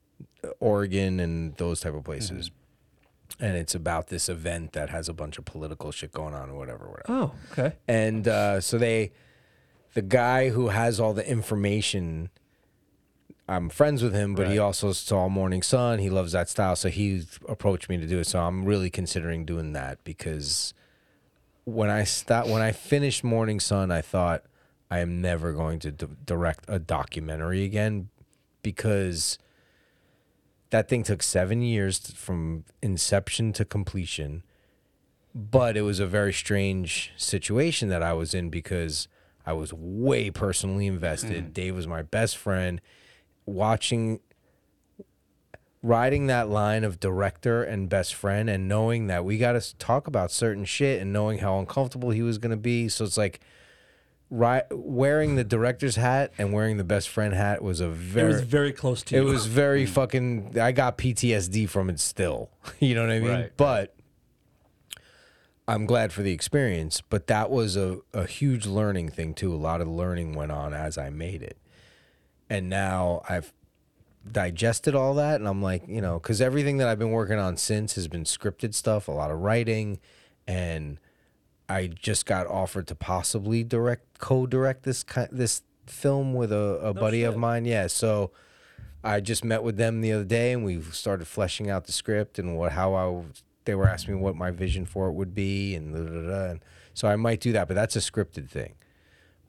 [SPEAKER 2] Oregon and those type of places. And it's about this event that has a bunch of political shit going on, or whatever, whatever.
[SPEAKER 4] oh, okay.
[SPEAKER 2] And uh, so they, the guy who has all the information, I'm friends with him, but he also saw Morning Sun. He loves that style, so he approached me to do it. So I'm really considering doing that because when I stop, when I finished Morning Sun, I thought I am never going to d- direct a documentary again because that thing took seven years t- from inception to completion but it was a very strange situation that I was in because I was way personally invested. Dave was my best friend. Watching, riding that line of director and best friend, and knowing that we got to talk about certain shit and knowing how uncomfortable he was going to be. So it's like, ri- wearing the director's hat and wearing the best friend hat was a
[SPEAKER 4] It
[SPEAKER 2] very.
[SPEAKER 4] was very close to
[SPEAKER 2] It
[SPEAKER 4] you.
[SPEAKER 2] was very fucking. I got PTSD from it still. You know what I mean?
[SPEAKER 3] Right.
[SPEAKER 2] But I'm glad for the experience. But that was a, a huge learning thing, too. A lot of learning went on as I made it. And now I've digested all that. And I'm like, you know, because everything that I've been working on since has been scripted stuff, a lot of writing. And I just got offered to possibly direct, co direct this, ki- this film with a, a buddy of mine. Yeah. So. I just met with them the other day, and we started fleshing out the script and what how I they were asking me what my vision for it would be, and, da, da, da, and so I might do that, but that's a scripted thing.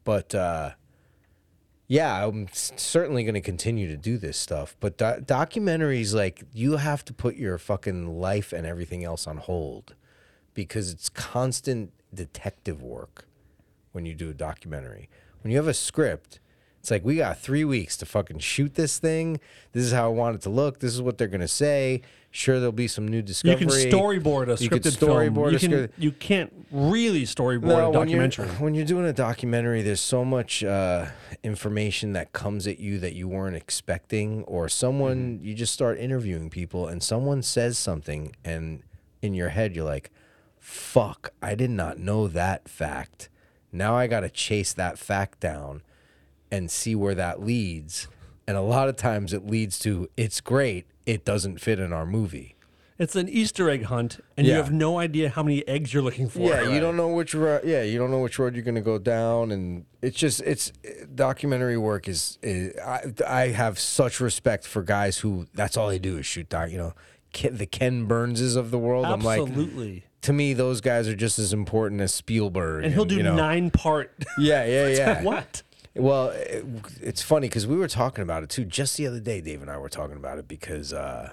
[SPEAKER 2] But uh, yeah, I'm s- certainly going to continue to do this stuff. But do- documentaries, like, you have to put your fucking life and everything else on hold because it's constant detective work when you do a documentary. When you have a script, it's like, we got three weeks to fucking shoot this thing. This is how I want it to look. This is what they're going to say. Sure, there'll be some new
[SPEAKER 4] You
[SPEAKER 2] discovery.
[SPEAKER 4] can storyboard a scripted
[SPEAKER 2] You could
[SPEAKER 4] film.
[SPEAKER 2] storyboard
[SPEAKER 4] You,
[SPEAKER 2] a
[SPEAKER 4] can,
[SPEAKER 2] script-
[SPEAKER 4] you can't really storyboard
[SPEAKER 2] when
[SPEAKER 4] a
[SPEAKER 2] you're-
[SPEAKER 4] documentary.
[SPEAKER 2] When you're, doing a documentary, there's so much uh, information that comes at you that you weren't expecting, or someone
[SPEAKER 4] Mm-hmm.
[SPEAKER 2] you just start interviewing people and someone says something, and in your head you're like, "Fuck, I did not know that fact. Now I got to chase that fact down and see where that leads." And a lot of times it leads to it's great, it doesn't fit in our movie.
[SPEAKER 4] It's an Easter egg hunt, and you
[SPEAKER 2] Yeah.
[SPEAKER 4] have no idea how many eggs you're looking for.
[SPEAKER 2] Yeah, you don't know which road. Yeah, you don't know which road you're going to go down, and it's just it's documentary work is. is I, I have such respect for guys who that's all they do is shoot doc. You know, Ken, the Ken Burnses of the world. I'm like,
[SPEAKER 4] Absolutely.
[SPEAKER 2] to me, those guys are just as important as Spielberg.
[SPEAKER 4] and he'll do
[SPEAKER 2] you know.
[SPEAKER 4] nine part.
[SPEAKER 2] Yeah, yeah, yeah.
[SPEAKER 4] what?
[SPEAKER 2] Well, it, it's funny because we were talking about it too just the other day. Dave and I were talking about it because uh,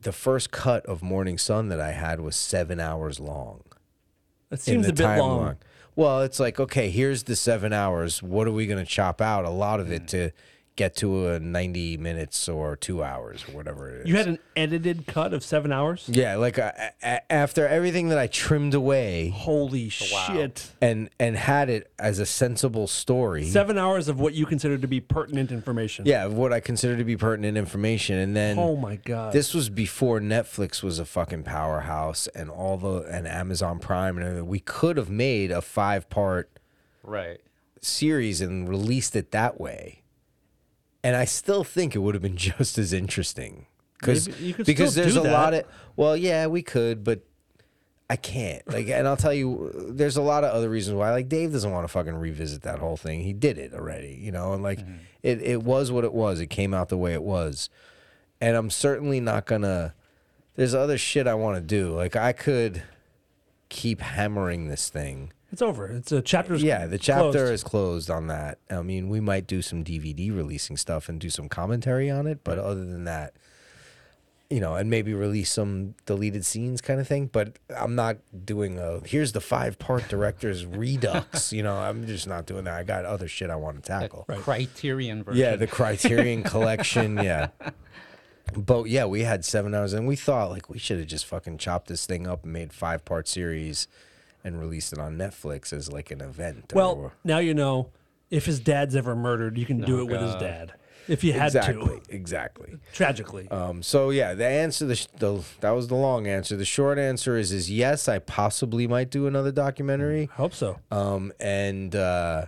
[SPEAKER 2] the first cut of Morning Sun that I had was seven hours long.
[SPEAKER 4] That
[SPEAKER 2] in
[SPEAKER 4] seems
[SPEAKER 2] the
[SPEAKER 4] a bit
[SPEAKER 2] time
[SPEAKER 4] long.
[SPEAKER 2] log. Well, it's like, okay, here's the seven hours. What are we going to chop out? A lot of
[SPEAKER 4] Mm.
[SPEAKER 2] it to get to a 90 minutes or two hours or whatever it is.
[SPEAKER 4] You had an edited cut of seven hours.
[SPEAKER 2] yeah, like uh, a- after everything that I trimmed away
[SPEAKER 4] Holy
[SPEAKER 2] Oh,
[SPEAKER 4] shit!
[SPEAKER 2] and and had it as a sensible story.
[SPEAKER 4] Seven hours of what you consider to be pertinent information.
[SPEAKER 2] Yeah, of what I consider to be pertinent information, and then
[SPEAKER 4] Oh my god.
[SPEAKER 2] This was before Netflix was a fucking powerhouse and all the and Amazon Prime and everything. We could have made a five part
[SPEAKER 3] Right.
[SPEAKER 2] series and released it that way. And I still think it would have been just as interesting. Cause,
[SPEAKER 4] Maybe- you could
[SPEAKER 2] because
[SPEAKER 4] still
[SPEAKER 2] there's
[SPEAKER 4] do
[SPEAKER 2] a lot
[SPEAKER 4] that.
[SPEAKER 2] of well, yeah, we could, but I can't. Like and I'll tell you there's a lot of other reasons why. Like Dave doesn't want to fucking revisit that whole thing. He did it already, you know, and like
[SPEAKER 4] Mm-hmm.
[SPEAKER 2] it, it was what it was. It came out the way it was. And I'm certainly not gonna there's other shit I wanna do. Like I could keep hammering this thing.
[SPEAKER 4] it's over. It's a chapter's
[SPEAKER 2] Yeah, the chapter
[SPEAKER 4] closed.
[SPEAKER 2] is closed on that. I mean, we might do some DVD releasing stuff and do some commentary on it, but other than that, you know, and maybe release some deleted scenes kind of thing. But I'm not doing a here's the five part director's redux. You know, I'm just not doing that. I got other shit I want to tackle.
[SPEAKER 3] Criterion version.
[SPEAKER 2] Yeah, the Criterion Collection. Yeah. But yeah, we had seven hours, and we thought like we should have just fucking chopped this thing up and made five part series, and released it on Netflix as like an event. or-
[SPEAKER 4] Well, now you know if his dad's ever murdered, you can do it with his dad. If you had
[SPEAKER 2] Oh, exactly,
[SPEAKER 4] to,
[SPEAKER 2] exactly.
[SPEAKER 4] tragically.
[SPEAKER 2] Um, so yeah, the answer, the, sh- the that was the long answer. The short answer is is yes, I possibly might do another documentary,
[SPEAKER 4] I hope so.
[SPEAKER 2] um, and uh,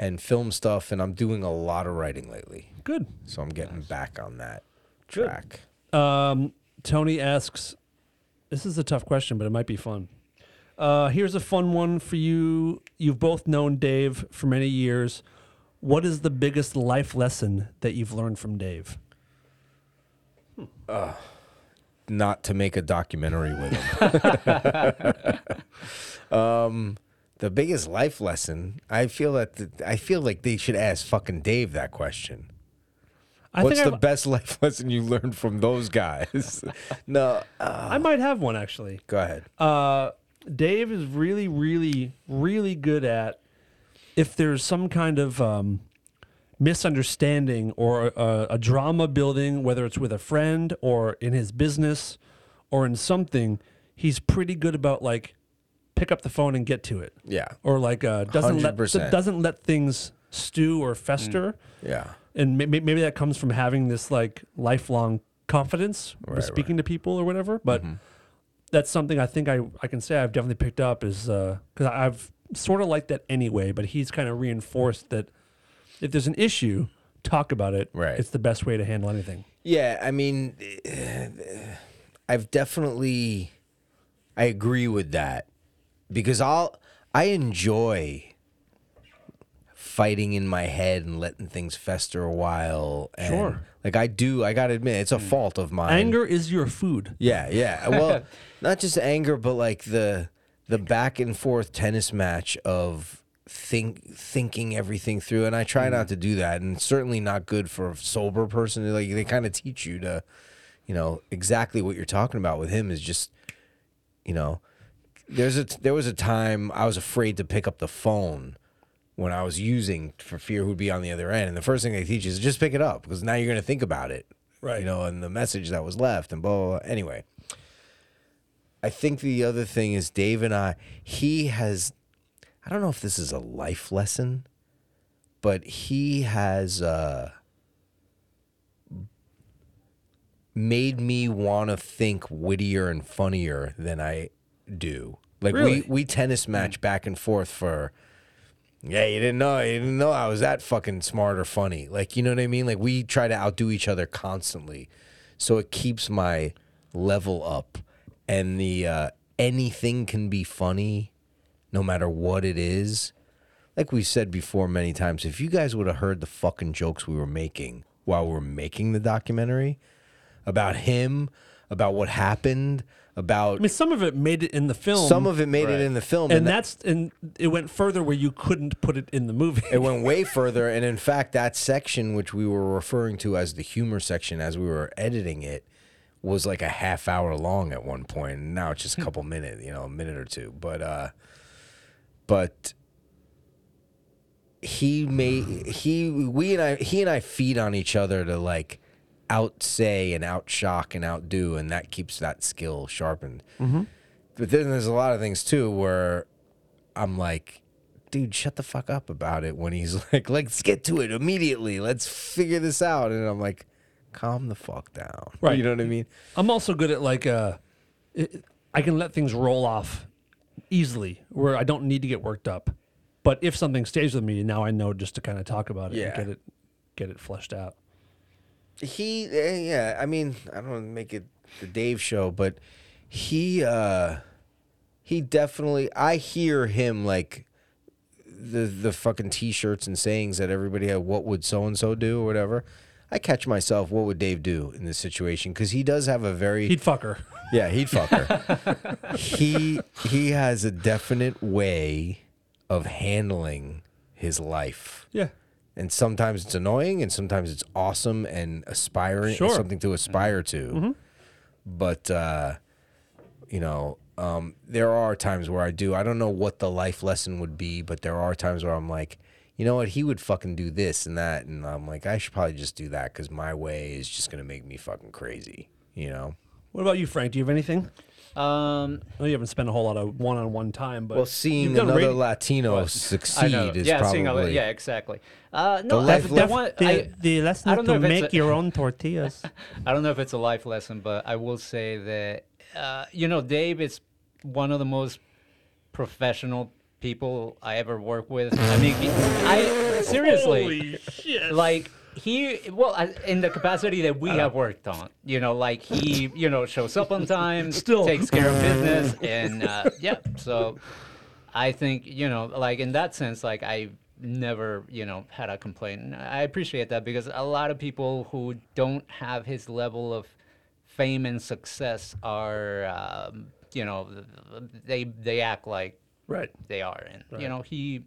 [SPEAKER 2] and film stuff, and I'm doing a lot of writing lately,
[SPEAKER 4] Good.
[SPEAKER 2] so I'm getting back on that track.
[SPEAKER 4] Um, Tony asks, this is a tough question, but it might be fun. Uh, here's a fun one for you. You've both known Dave for many years. What is the biggest life lesson that you've learned from Dave?
[SPEAKER 2] Not to make a documentary with him. um, the biggest life lesson, I feel that the, I feel like they should ask fucking Dave that question.
[SPEAKER 4] I
[SPEAKER 2] What's
[SPEAKER 4] think
[SPEAKER 2] the
[SPEAKER 4] I,
[SPEAKER 2] best life lesson you learned from those guys? no,
[SPEAKER 4] I might have one actually.
[SPEAKER 2] Go ahead.
[SPEAKER 4] Uh, Dave is really, really, really good at if there's some kind of um, misunderstanding or a, a drama building, whether it's with a friend or in his business or in something, he's pretty good about like pick up the phone and get to it.
[SPEAKER 2] Yeah.
[SPEAKER 4] Or like uh, doesn't let
[SPEAKER 2] 100%.
[SPEAKER 4] doesn't let things stew or fester.
[SPEAKER 2] yeah.
[SPEAKER 4] And maybe, maybe that comes from having this like lifelong confidence with
[SPEAKER 2] Right, Mm-hmm.
[SPEAKER 4] speaking to people or whatever. But that's something I think I, I can say I've definitely picked up is because I've sort of liked that anyway. But he's kind of reinforced that if there's an issue, talk about it.
[SPEAKER 2] Right.
[SPEAKER 4] It's the best way to handle anything.
[SPEAKER 2] Yeah, I mean, eh, I've definitely, I agree with that because I'll, I enjoy fighting in my head and letting things fester a while. And
[SPEAKER 4] Sure.
[SPEAKER 2] Like I do, I gotta admit, it's a fault of mine.
[SPEAKER 4] Anger is your food.
[SPEAKER 2] Yeah, yeah. Well, not just anger, but like the the back and forth tennis match of think thinking everything through and I try not to do that and it's certainly not good for a sober person like they kind of teach you to you know exactly what you're talking about with him is just you know there's a there was a time I was afraid to pick up the phone when I was using for fear who'd be on the other end and the first thing they teach you is just pick it up because now you're going to think about it
[SPEAKER 4] Right.
[SPEAKER 2] you know and the message that was left and blah blah, blah. anyway I think the other thing is Dave and I, he has, I don't know if this is a life lesson, but he has uh, made me want to think wittier and funnier than I do. Like
[SPEAKER 4] Really?
[SPEAKER 2] we, we tennis match back and forth for, yeah, you didn't know, you didn't know I was that fucking smart or funny. Like, you know what I mean? Like we try to outdo each other constantly. So it keeps my level up and the uh, anything can be funny no matter what it is. Like we said before many times, if you guys would have heard the fucking jokes we were making while we were making the documentary about him, about what happened, about
[SPEAKER 4] I mean, some of it made it in the film.
[SPEAKER 2] some of it made it in the film,
[SPEAKER 4] and
[SPEAKER 2] that-
[SPEAKER 4] that's and it went further where you couldn't put it in the movie.
[SPEAKER 2] it went way further. And in fact, that section, which we were referring to as the humor section as we were editing it, was like a half hour long at one point. And now it's just a couple minutes, you know, a minute or two. But, uh, but he made, he, we and I, he and I feed on each other to like outsay and outshock and outdo. And that keeps that skill sharpened. But then there's a lot of things too where I'm like, dude, shut the fuck up about it when he's like, let's get to it immediately. Let's figure this out. And I'm like, calm the fuck down.
[SPEAKER 4] Right.
[SPEAKER 2] You know what I mean?
[SPEAKER 4] I'm also good at like uh, it, I can let things roll off easily where I don't need to get worked up. But if something stays with me, now I know just to kind of talk about it
[SPEAKER 2] Yeah.
[SPEAKER 4] and get it get it fleshed out.
[SPEAKER 2] He, eh, yeah, I mean, I don't want to make it the Dave show, but he, uh, he definitely, I hear him like the, the fucking t shirts and sayings that everybody had, what would so and so do or whatever. I catch myself, what would Dave do in this situation? Because he does have a very.
[SPEAKER 4] He'd fuck her.
[SPEAKER 2] Yeah, he'd fuck her. he he has a definite way of handling his life.
[SPEAKER 4] Yeah.
[SPEAKER 2] And sometimes it's annoying and sometimes it's awesome and aspiring
[SPEAKER 4] Sure. Mm-hmm.
[SPEAKER 2] something to aspire to. But uh you know, um there are times where I do. I don't know what the life lesson would be, but there are times where I'm like you know what? He would fucking do this and that, and I'm like, I should probably just do that because my way is just gonna make me fucking crazy, you know.
[SPEAKER 4] What about you, Frank? Do you have anything?
[SPEAKER 3] Um,
[SPEAKER 4] I know you haven't spent a whole lot of one-on-one time, but
[SPEAKER 2] Well,
[SPEAKER 4] you've
[SPEAKER 2] seeing
[SPEAKER 4] done
[SPEAKER 2] another
[SPEAKER 4] radio-
[SPEAKER 2] Latino
[SPEAKER 3] I
[SPEAKER 2] succeed
[SPEAKER 3] know.
[SPEAKER 2] is
[SPEAKER 3] yeah,
[SPEAKER 2] probably
[SPEAKER 3] seeing all that- yeah, exactly. Uh, no,
[SPEAKER 2] life
[SPEAKER 3] I,
[SPEAKER 2] left-
[SPEAKER 3] I, want, I,
[SPEAKER 4] lesson
[SPEAKER 3] I don't know if it's a-
[SPEAKER 4] own tortillas.
[SPEAKER 3] I don't know if it's a life lesson, but I will say that uh, you know Dave is one of the most professional people I ever work with. I mean, he- I seriously like he well I, in the capacity that we have worked on you know like he you know shows up on time
[SPEAKER 4] Still.
[SPEAKER 3] takes care of business and uh, yeah so i think you know like in that sense like i never you know had a complaint And i appreciate that because a lot of people who don't have his level of fame and success are um, you know they they act like
[SPEAKER 4] right.
[SPEAKER 3] they are and you know he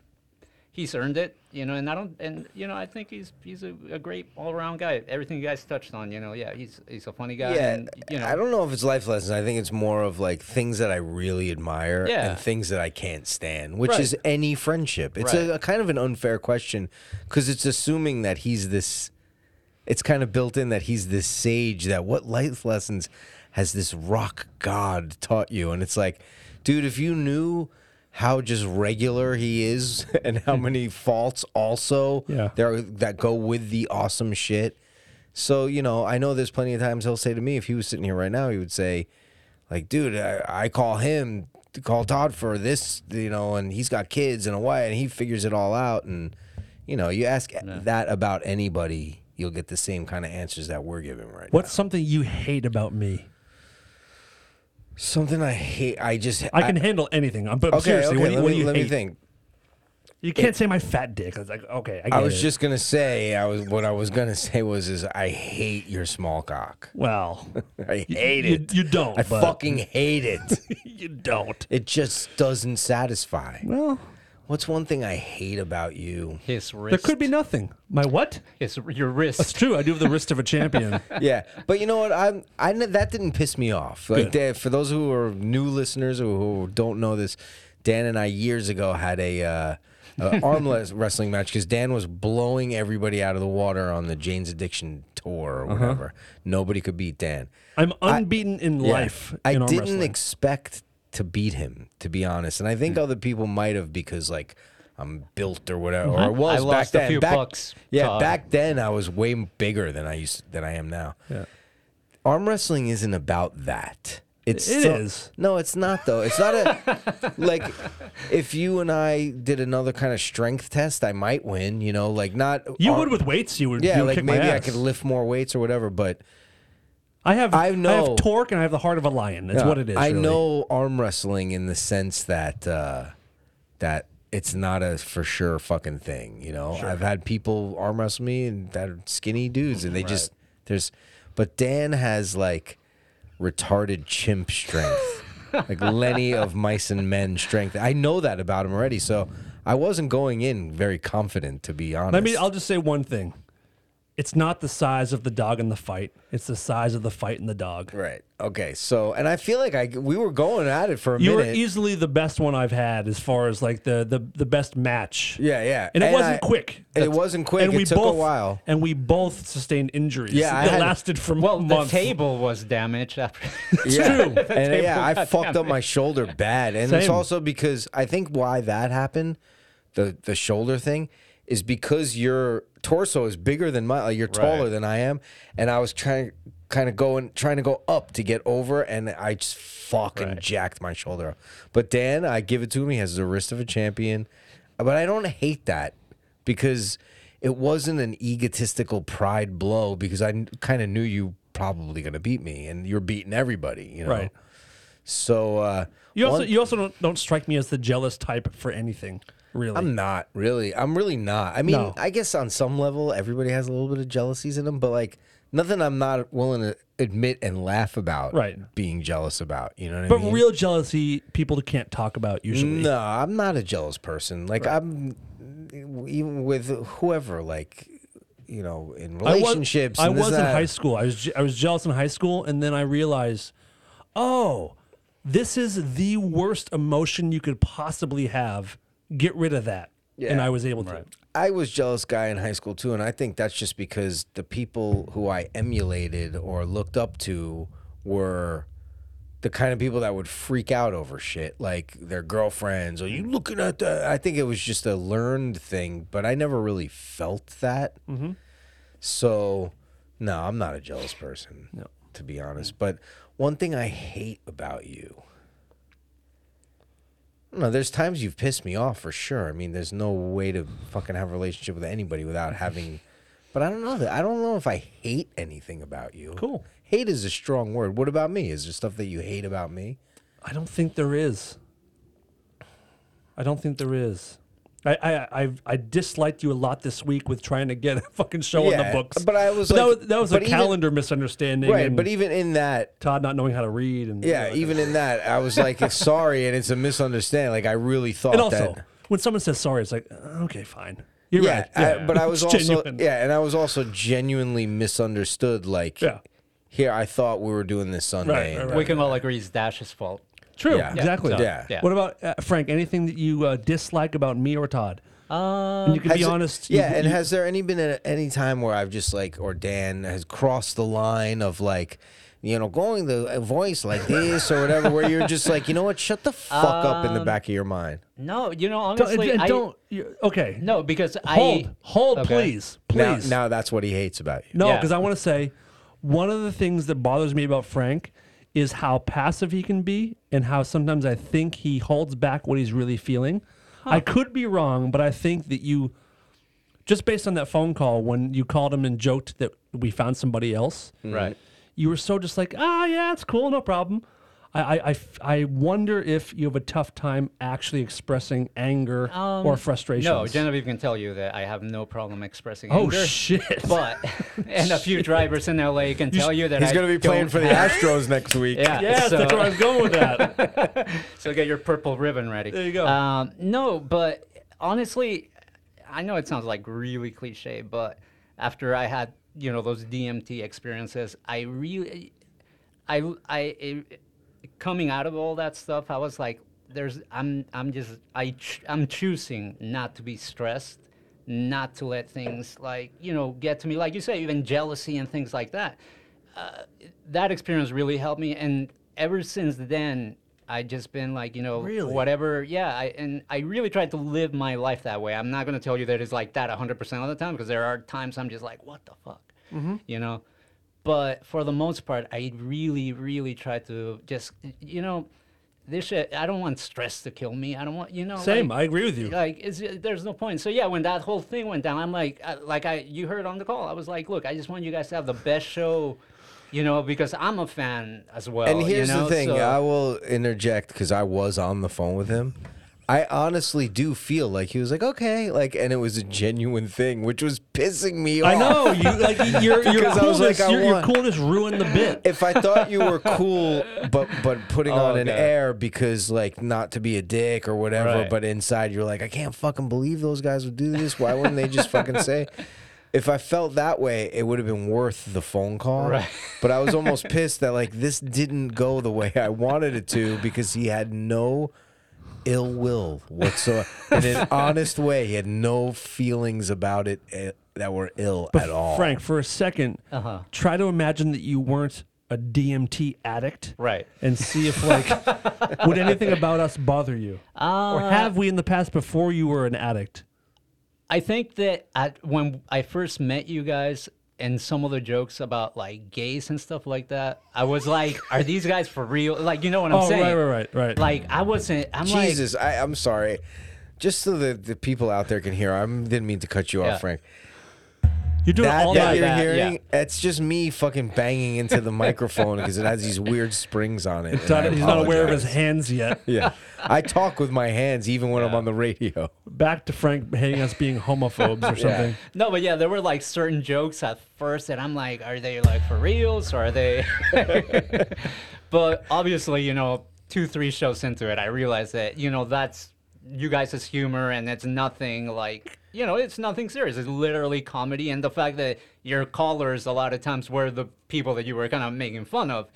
[SPEAKER 3] he's earned it you know and i don't and you know i think he's he's a, a great all-around guy everything you guys touched on you know yeah he's he's a funny guy
[SPEAKER 2] Yeah,
[SPEAKER 3] and, you know
[SPEAKER 2] I don't know if it's life lessons. I think it's more of like things that I really admire
[SPEAKER 3] Yeah.
[SPEAKER 2] and things that I can't stand, which
[SPEAKER 4] Right.
[SPEAKER 2] is any friendship. It's
[SPEAKER 3] Right.
[SPEAKER 2] a, a kind of an unfair question because it's assuming that he's this. It's kind of built in that he's this sage. That what life lessons has this rock god taught you? And it's like, dude, if you knew how just regular he is and how many faults also
[SPEAKER 4] Yeah.
[SPEAKER 2] there that go with the awesome shit. So, you know, I know there's plenty of times he'll say to me, if he was sitting here right now, he would say, like, dude, I, I call him, call Todd for this, you know, and he's got kids and a wife and he figures it all out. And, you know, you ask that about anybody, you'll get the same kind of answers that we're giving right
[SPEAKER 4] What's something you hate about me?
[SPEAKER 2] now. Something I hate, I just,
[SPEAKER 4] I can handle anything, um, but
[SPEAKER 2] okay,
[SPEAKER 4] seriously,
[SPEAKER 2] okay,
[SPEAKER 4] what do you,
[SPEAKER 2] let,
[SPEAKER 4] what
[SPEAKER 2] me,
[SPEAKER 4] do you
[SPEAKER 2] let
[SPEAKER 4] hate?
[SPEAKER 2] me think.
[SPEAKER 4] You can't say my fat dick. I was like, okay, I, get
[SPEAKER 2] I was
[SPEAKER 4] it.
[SPEAKER 2] just gonna say, I was what I was gonna say was, is I hate your small cock.
[SPEAKER 4] well,
[SPEAKER 2] I hate
[SPEAKER 4] you-
[SPEAKER 2] it.
[SPEAKER 4] you don't,
[SPEAKER 2] I
[SPEAKER 4] but-
[SPEAKER 2] fucking hate it.
[SPEAKER 4] you don't.
[SPEAKER 2] It just doesn't satisfy.
[SPEAKER 4] Well,
[SPEAKER 2] What's one thing I hate about you?
[SPEAKER 3] His wrist.
[SPEAKER 4] There could be nothing. My what?
[SPEAKER 3] his your
[SPEAKER 4] That's
[SPEAKER 3] wrist.
[SPEAKER 4] true. I do have the wrist of a champion.
[SPEAKER 2] yeah, but you know what? I'm I kn- that didn't piss me off. Like that, for those who are new listeners or who don't know this, Dan and I years ago had a. Uh, uh, arm les- wrestling match because Dan was blowing everybody out of the water on the Jane's Addiction tour or
[SPEAKER 4] Uh-huh.
[SPEAKER 2] whatever. Nobody could beat Dan.
[SPEAKER 4] I'm unbeaten in
[SPEAKER 2] Yeah.
[SPEAKER 4] life.
[SPEAKER 2] I
[SPEAKER 4] in arm
[SPEAKER 2] didn't
[SPEAKER 4] wrestling.
[SPEAKER 2] expect to beat him, to be honest, and I
[SPEAKER 4] Hmm.
[SPEAKER 2] think other people might have because like I'm built or whatever.
[SPEAKER 4] Mm-hmm.
[SPEAKER 2] Or I was back
[SPEAKER 3] lost a
[SPEAKER 2] then.
[SPEAKER 3] few
[SPEAKER 2] back,
[SPEAKER 3] bucks
[SPEAKER 2] yeah,
[SPEAKER 4] uh,
[SPEAKER 3] to-
[SPEAKER 2] back then I was way bigger than I used than I am now.
[SPEAKER 4] Yeah.
[SPEAKER 2] Arm wrestling isn't about that. It's
[SPEAKER 4] It
[SPEAKER 2] so-
[SPEAKER 4] is.
[SPEAKER 2] No, it's not though. It's not a like if you and I did another kind of strength test, I might win. You know, like not
[SPEAKER 4] You
[SPEAKER 2] arm-
[SPEAKER 4] would with weights. You would.
[SPEAKER 2] yeah,
[SPEAKER 4] you would
[SPEAKER 2] like
[SPEAKER 4] kick
[SPEAKER 2] maybe
[SPEAKER 4] my
[SPEAKER 2] I
[SPEAKER 4] ass.
[SPEAKER 2] could lift more weights or whatever, but.
[SPEAKER 4] I have.
[SPEAKER 2] I
[SPEAKER 4] I,
[SPEAKER 2] know.
[SPEAKER 4] have torque and I have the heart of a lion. That's
[SPEAKER 2] Yeah,
[SPEAKER 4] what it is.
[SPEAKER 2] Uh, I
[SPEAKER 4] really.
[SPEAKER 2] know arm wrestling in the sense that uh, that it's not a for sure fucking thing. You know, I've had people arm wrestle me and that are skinny dudes, and they just there's, but Dan has like retarded chimp strength, like Lenny of Mice and Men strength. I know that about him already, so I wasn't going in very confident to be honest.
[SPEAKER 4] Let me. I'll just say one thing. It's not the size of the dog in the fight. It's the size of the fight in the dog.
[SPEAKER 2] right. Okay. So, and I feel like I we were going at it for a
[SPEAKER 4] You were
[SPEAKER 2] minute.
[SPEAKER 4] easily the best one I've had as far as like the the, the best match.
[SPEAKER 2] yeah, yeah,
[SPEAKER 4] And, it wasn't
[SPEAKER 2] I-
[SPEAKER 4] quick.
[SPEAKER 2] And it wasn't quick.
[SPEAKER 4] And
[SPEAKER 2] it
[SPEAKER 4] we
[SPEAKER 2] took
[SPEAKER 4] both,
[SPEAKER 2] a while.
[SPEAKER 4] And we both sustained injuries.
[SPEAKER 2] Yeah, I
[SPEAKER 4] that
[SPEAKER 2] had-
[SPEAKER 4] lasted for
[SPEAKER 3] Well,
[SPEAKER 4] months.
[SPEAKER 3] the table was damaged after.
[SPEAKER 2] It's true. And uh, yeah, I
[SPEAKER 3] Goddamn
[SPEAKER 2] fucked up my shoulder bad. And it's
[SPEAKER 4] Same.
[SPEAKER 2] also because I think why that happened, the the shoulder thing, is because your torso is bigger than my like you're taller than I am. And I was trying kind of going trying to go up to get over and I just fucking jacked my shoulder up. But Dan, I give it to him, he has the wrist of a champion. But I don't hate that because it wasn't an egotistical pride blow because I kind of knew you probably going to beat me and you're beating everybody, you know.
[SPEAKER 4] Right.
[SPEAKER 2] So uh,
[SPEAKER 4] You also
[SPEAKER 2] one-
[SPEAKER 4] you also don't, don't strike me as the jealous type for anything. Really.
[SPEAKER 2] I'm not really. I'm really not. I mean,
[SPEAKER 4] No.
[SPEAKER 2] I guess on some level, everybody has a little bit of jealousies in them, but like nothing I'm not willing to admit and laugh about.
[SPEAKER 4] Right.
[SPEAKER 2] Being jealous about. You know what I
[SPEAKER 4] but
[SPEAKER 2] mean?
[SPEAKER 4] real jealousy people can't talk about usually.
[SPEAKER 2] No, I'm not a jealous person. Like I'm even with whoever. Like you know, in
[SPEAKER 4] I was-
[SPEAKER 2] relationships.
[SPEAKER 4] I
[SPEAKER 2] and
[SPEAKER 4] was,
[SPEAKER 2] this and
[SPEAKER 4] in
[SPEAKER 2] that.
[SPEAKER 4] high school. I was je- I was jealous in high school, and then I realized, oh, this is the worst emotion you could possibly have. Get rid of that, and
[SPEAKER 2] Yeah.
[SPEAKER 4] I was able to.
[SPEAKER 2] I was jealous guy in high school too, and I think that's just because the people who I emulated or looked up to were the kind of people that would freak out over shit, like their girlfriends. Are you looking at that? I think it was just a learned thing, but I never really felt that. So, no, I'm not a jealous person, no. to be honest. But one thing I hate about you. No, there's times you've pissed me off for sure. I mean, there's no way to fucking have a relationship with anybody without having. But I don't know that. I don't know if I hate anything about you.
[SPEAKER 4] Cool.
[SPEAKER 2] Hate is a strong word. What about me? Is there stuff that you hate about me?
[SPEAKER 4] I don't think there is. I don't think there is. I I I've, I disliked you a lot this week with trying to get a fucking show on
[SPEAKER 2] Yeah,
[SPEAKER 4] the books.
[SPEAKER 2] but I was like-
[SPEAKER 4] that was, that was
[SPEAKER 2] but
[SPEAKER 4] a
[SPEAKER 2] even-
[SPEAKER 4] calendar misunderstanding.
[SPEAKER 2] Right.
[SPEAKER 4] and
[SPEAKER 2] But even in that,
[SPEAKER 4] Todd not knowing how to read and
[SPEAKER 2] yeah, even in that, I was like, sorry, and it's a misunderstanding. Like I really thought
[SPEAKER 4] and also
[SPEAKER 2] that.
[SPEAKER 4] when someone says sorry, it's like uh, okay, fine. You're
[SPEAKER 2] Yeah,
[SPEAKER 4] right.
[SPEAKER 2] I- but I was
[SPEAKER 4] It's
[SPEAKER 2] also
[SPEAKER 4] genuine.
[SPEAKER 2] yeah, and I was also genuinely misunderstood. Like,
[SPEAKER 4] Yeah.
[SPEAKER 2] here I thought we were doing this Sunday.
[SPEAKER 4] right,
[SPEAKER 2] and-
[SPEAKER 4] right.
[SPEAKER 3] we can all agree it's Dash's fault.
[SPEAKER 4] True.
[SPEAKER 2] Yeah.
[SPEAKER 4] Exactly.
[SPEAKER 2] Yeah.
[SPEAKER 3] Yeah.
[SPEAKER 4] What about uh, Frank? Anything that you uh, dislike about me or Todd?
[SPEAKER 3] Um,
[SPEAKER 4] and you can be
[SPEAKER 2] Has it-
[SPEAKER 4] honest.
[SPEAKER 2] yeah,
[SPEAKER 4] you-
[SPEAKER 2] and
[SPEAKER 4] you-
[SPEAKER 2] has there any been a, any time where I've just like or Dan has crossed the line of like, you know, going the a voice like this or whatever, where you're just like, you know what, shut the fuck up in the back of your mind.
[SPEAKER 3] No, you know
[SPEAKER 4] don't,
[SPEAKER 3] honestly,
[SPEAKER 4] and
[SPEAKER 3] I
[SPEAKER 4] don't you- okay.
[SPEAKER 3] no because
[SPEAKER 4] Hold.
[SPEAKER 3] I
[SPEAKER 4] hold.
[SPEAKER 3] Okay.
[SPEAKER 4] Please.
[SPEAKER 2] Now,
[SPEAKER 4] Please.
[SPEAKER 2] now that's what he hates about you.
[SPEAKER 4] no,
[SPEAKER 3] Yeah.
[SPEAKER 4] because I want to say one of the things that bothers me about Frank is how passive he can be and how sometimes I think he holds back what he's really feeling. I could be wrong, but I think that you just based on that phone call when you called him and joked that we found somebody else.
[SPEAKER 3] right.
[SPEAKER 4] you were so just like, ah, yeah, it's cool, no problem. I, I- I f- I wonder if you have a tough time actually expressing anger or frustration.
[SPEAKER 3] Um, No, Genevieve can tell you that I have no problem expressing
[SPEAKER 4] Oh,
[SPEAKER 3] anger.
[SPEAKER 4] shit.
[SPEAKER 3] But and a few drivers in LA can tell you that
[SPEAKER 2] He's
[SPEAKER 3] I
[SPEAKER 2] gonna be playing
[SPEAKER 3] don't
[SPEAKER 2] for the
[SPEAKER 3] have-
[SPEAKER 2] Astros next week.
[SPEAKER 3] Yeah,
[SPEAKER 4] Yes,
[SPEAKER 3] so,
[SPEAKER 4] that's where I was going with that.
[SPEAKER 3] so get your purple ribbon ready. There
[SPEAKER 4] you go.
[SPEAKER 3] Um, no, but honestly, I know it sounds like really cliche, but after I had you know those DMT experiences, I really, I I it- coming out of all that stuff, I was like, there's I'm I'm just I ch- I'm choosing not to be stressed, not to let things like you know get to me, like you say, even jealousy and things like that. Uh, that experience really helped me, and ever since then. I just been like you know
[SPEAKER 2] Really?
[SPEAKER 3] whatever yeah I, and I really tried to live my life that way. I'm not gonna tell you that it's like that 100 percent of the time because there are times I'm just like what the fuck, you know. But for the most part, I really really try to just you know this shit. I don't want stress to kill me. I don't want you know
[SPEAKER 4] Same.
[SPEAKER 3] like-
[SPEAKER 4] I agree with you.
[SPEAKER 3] like it's, uh, there's no point. So yeah, when that whole thing went down, I'm like, I, like I you heard on the call, I was like, look, I just want you guys to have the best show, you know, because I'm a fan as well.
[SPEAKER 2] And
[SPEAKER 3] you
[SPEAKER 2] here's
[SPEAKER 3] know,
[SPEAKER 2] the thing:
[SPEAKER 3] so-
[SPEAKER 2] I will interject because I was on the phone with him. I honestly do feel like he was like, okay, like, and it was a genuine thing, which was pissing me off.
[SPEAKER 4] I know you like your your
[SPEAKER 2] Because I was
[SPEAKER 4] coolness.
[SPEAKER 2] like, I
[SPEAKER 4] your, your
[SPEAKER 2] want-
[SPEAKER 4] coolness ruined the bit.
[SPEAKER 2] If I thought you were cool, but but putting on an
[SPEAKER 3] okay.
[SPEAKER 2] air because like not to be a dick or whatever,
[SPEAKER 4] Right.
[SPEAKER 2] but inside you're like, I can't fucking believe those guys would do this. Why wouldn't they just fucking say? If I felt that way, it would have been worth the phone call.
[SPEAKER 3] Right.
[SPEAKER 2] But I was almost pissed that like this didn't go the way I wanted it to because he had no ill will whatsoever. In an honest way, he had no feelings about it eh, that were ill at all.
[SPEAKER 4] Frank, for a 2nd try to imagine that you weren't a DMT addict,
[SPEAKER 3] Right.
[SPEAKER 4] And see if like would anything about us bother you, or have we in the past before you were an addict?
[SPEAKER 3] I think that at, when I first met you guys and some of the jokes about like gays and stuff like that, I was like, are these guys for real? Like, you know what I'm
[SPEAKER 4] oh,
[SPEAKER 3] saying?
[SPEAKER 4] right, right, right, right.
[SPEAKER 3] Like, I wasn't. I'm like,
[SPEAKER 2] Jesus, I, I'm sorry. Just so that the people out there can hear, I didn't mean to cut you
[SPEAKER 3] Yeah.
[SPEAKER 2] off, Frank.
[SPEAKER 4] you're doing
[SPEAKER 2] That,
[SPEAKER 4] all
[SPEAKER 2] that
[SPEAKER 4] that.
[SPEAKER 2] you're
[SPEAKER 3] that,
[SPEAKER 2] hearing,
[SPEAKER 3] yeah.
[SPEAKER 2] that's just me fucking banging into the microphone because it has these weird springs on it.
[SPEAKER 4] He's
[SPEAKER 2] and I
[SPEAKER 4] not- he's not aware of his
[SPEAKER 2] apologize.
[SPEAKER 4] hands yet.
[SPEAKER 2] Yeah, I talk with my hands even when I'm on the radio.
[SPEAKER 4] Back to Frank hating us being homophobes or something.
[SPEAKER 3] no, but yeah, there were like certain jokes at first, and I'm like, are they like for reals or are they? but obviously, you know, two, three shows into it, I realized that, you know, that's you guys' humor and it's nothing like, you know, it's nothing serious. It's literally comedy. And the fact that your callers a lot of times were the people that you were kind of making fun of.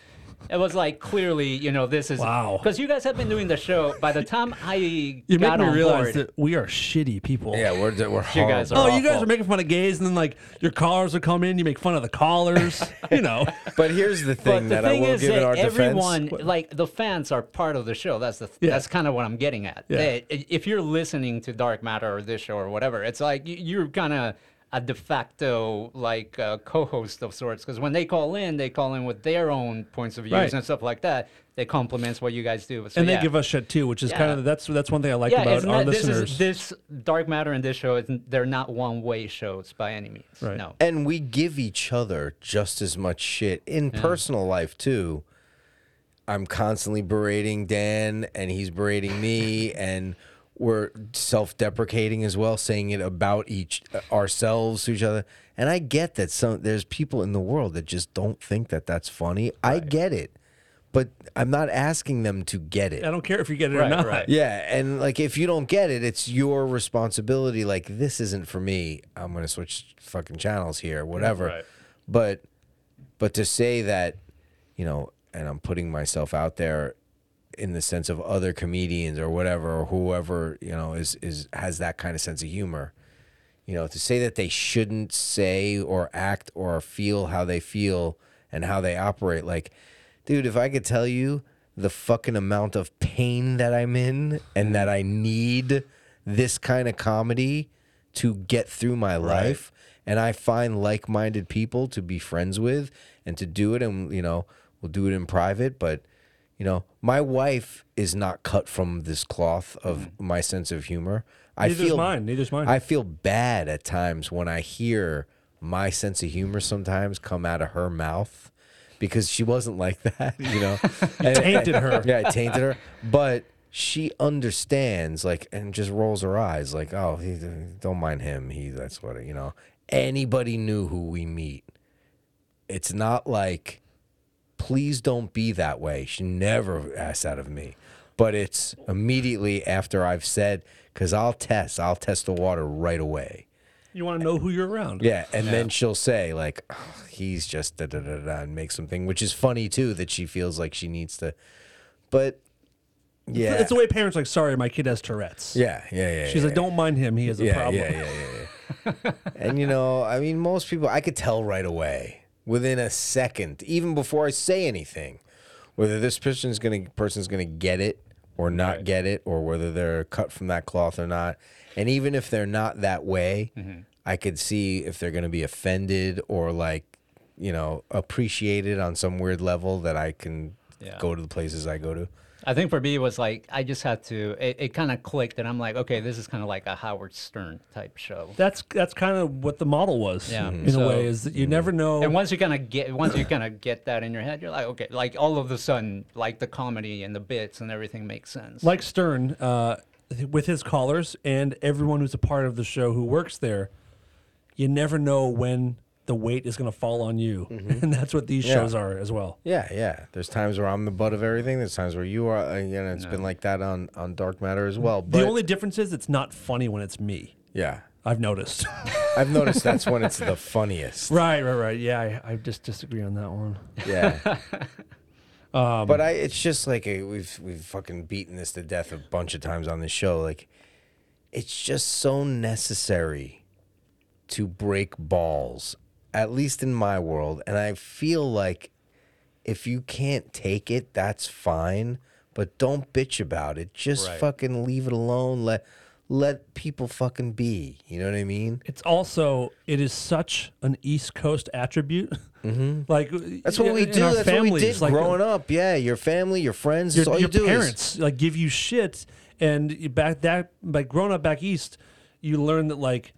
[SPEAKER 3] It was like clearly, you know, this is
[SPEAKER 4] Wow.
[SPEAKER 3] Because you guys have been doing the show. By the time I
[SPEAKER 4] You make
[SPEAKER 3] got
[SPEAKER 4] me
[SPEAKER 3] on
[SPEAKER 4] realize
[SPEAKER 3] board,
[SPEAKER 4] that we are shitty people.
[SPEAKER 2] Yeah, we're we're
[SPEAKER 3] You guys
[SPEAKER 2] horrible.
[SPEAKER 4] Oh,
[SPEAKER 3] are
[SPEAKER 4] you guys
[SPEAKER 3] awful.
[SPEAKER 4] are making fun of gays, and then like your callers would come in. You make fun of the callers. you know,
[SPEAKER 2] But here's the thing
[SPEAKER 3] but the
[SPEAKER 2] that I
[SPEAKER 3] thing
[SPEAKER 2] will
[SPEAKER 3] is
[SPEAKER 2] give in
[SPEAKER 3] that
[SPEAKER 2] our
[SPEAKER 3] everyone,
[SPEAKER 2] defense.
[SPEAKER 3] like the fans, are part of the show. That's the
[SPEAKER 4] Yeah.
[SPEAKER 3] that's kind of what I'm getting at.
[SPEAKER 4] Yeah.
[SPEAKER 3] That i- if you're listening to Dark Matter or this show or whatever, it's like y- you're kind of a de facto like uh, co-host of sorts because when they call in, they call in with their own points of views
[SPEAKER 4] Right.
[SPEAKER 3] and stuff like that. That complements what you guys do. So,
[SPEAKER 4] and they
[SPEAKER 3] yeah.
[SPEAKER 4] give us shit too, which is kind
[SPEAKER 3] Yeah.
[SPEAKER 4] of that's that's one thing I like
[SPEAKER 3] Yeah,
[SPEAKER 4] about
[SPEAKER 3] it's
[SPEAKER 4] our
[SPEAKER 3] not, this
[SPEAKER 4] listeners.
[SPEAKER 3] is this Dark Matter and this show. It's, they're not one-way shows by any means.
[SPEAKER 4] Right.
[SPEAKER 3] No.
[SPEAKER 2] and we give each other just as much shit in personal life too. I'm constantly berating Dan and he's berating me and we're self-deprecating as well saying it about each uh, ourselves to each other. And I get that some there's people in the world that just don't think that that's funny. I get it. But I'm not asking them to get it.
[SPEAKER 4] I don't care if you get it or
[SPEAKER 3] Right,
[SPEAKER 4] not.
[SPEAKER 3] right.
[SPEAKER 2] Yeah, and like if you don't get it, it's your responsibility. Like this isn't for me. I'm gonna switch fucking channels here, whatever.
[SPEAKER 4] Right.
[SPEAKER 2] But but to say that, you know, and I'm putting myself out there in the sense of other comedians or whatever or whoever you know is is has that kind of sense of humor. You know, to say that they shouldn't say or act or feel how they feel and how they operate. Like, dude, if I could tell you the fucking amount of pain that I'm in and that I need this kind of comedy to get through my life, and I find like minded people to be friends with and to do it, and, you know, we'll do it in private, but. You know, my wife is not cut from this cloth of my sense of humor. I
[SPEAKER 4] Neither's
[SPEAKER 2] feel
[SPEAKER 4] Mm. mine. Neither's mine.
[SPEAKER 2] I feel bad at times when I hear my sense of humor sometimes come out of her mouth because she wasn't like that, you know. And-
[SPEAKER 4] tainted her.
[SPEAKER 2] Yeah, it tainted her. But she understands, like, and just rolls her eyes, like, oh, he, don't mind him. He, that's what, it-" you know. Anybody knew who we meet. It's not like, please don't be that way. She never asked that of me. but it's immediately after I've said, because I'll test, I'll test the water right away.
[SPEAKER 4] You want to know who you're around.
[SPEAKER 2] Yeah, and then she'll say like, "Oh, "He's just da da da da," and make something, which is funny too that she feels like she needs to. But yeah,
[SPEAKER 4] It's the way parents are like, sorry, my kid has Tourette's.
[SPEAKER 2] yeah, yeah, yeah.
[SPEAKER 4] She's
[SPEAKER 2] yeah,
[SPEAKER 4] like, don't mind him. He has a
[SPEAKER 2] yeah,
[SPEAKER 4] problem.
[SPEAKER 2] yeah, yeah, yeah, yeah. and you know, I mean, most people I could tell right away within a second, even before I say anything, whether this person's gonna person's gonna get it or not get it, or whether they're cut from that cloth or not. And even if they're not that way,
[SPEAKER 4] Mm-hmm.
[SPEAKER 2] I could see if they're gonna be offended or like, you know, appreciated on some weird level that I can
[SPEAKER 3] Yeah.
[SPEAKER 2] go to the places I go to.
[SPEAKER 3] I think for me it was like I just had to. It, it kind of clicked, and I'm like, okay, this is kind of like a Howard Stern type show.
[SPEAKER 4] That's that's kind of what the model was.
[SPEAKER 3] Yeah.
[SPEAKER 4] In a
[SPEAKER 3] So-
[SPEAKER 4] way, is that you never know.
[SPEAKER 3] And once you kind of get, once you kind of get that in your head, you're like, okay, like all of a sudden, like the comedy and the bits and everything makes sense.
[SPEAKER 4] like Stern, uh, with his callers and everyone who's a part of the show who works there, you never know when the weight is going to fall on you, and that's what these
[SPEAKER 2] Yeah.
[SPEAKER 4] shows are as well.
[SPEAKER 2] Yeah, yeah. There's times where I'm the butt of everything. There's times where you are. uh, You know, it's been like that on on Dark Matter as well. But
[SPEAKER 4] the only difference is it's not funny when it's me.
[SPEAKER 2] yeah,
[SPEAKER 4] I've noticed.
[SPEAKER 2] I've noticed that's when it's the funniest.
[SPEAKER 4] right, right, right. Yeah, I, I just disagree on that one.
[SPEAKER 2] Yeah.
[SPEAKER 4] Um,
[SPEAKER 2] but I, it's just like a, we've we've fucking beaten this to death a bunch of times on this show. Like, it's just so necessary to break balls, at least in my world. And I feel like if you can't take it, that's fine. But don't bitch about it. Just fucking leave it alone. Let let people fucking be. You know what I mean?
[SPEAKER 4] It's also it is such an East Coast attribute. Mm-hmm. Like
[SPEAKER 2] That's what we do. That's what we did growing up. Yeah, your family, your friends.
[SPEAKER 4] your,
[SPEAKER 2] that's all
[SPEAKER 4] your
[SPEAKER 2] you do. is-
[SPEAKER 4] parents like give you shit and you back that like growing up back east you learn that like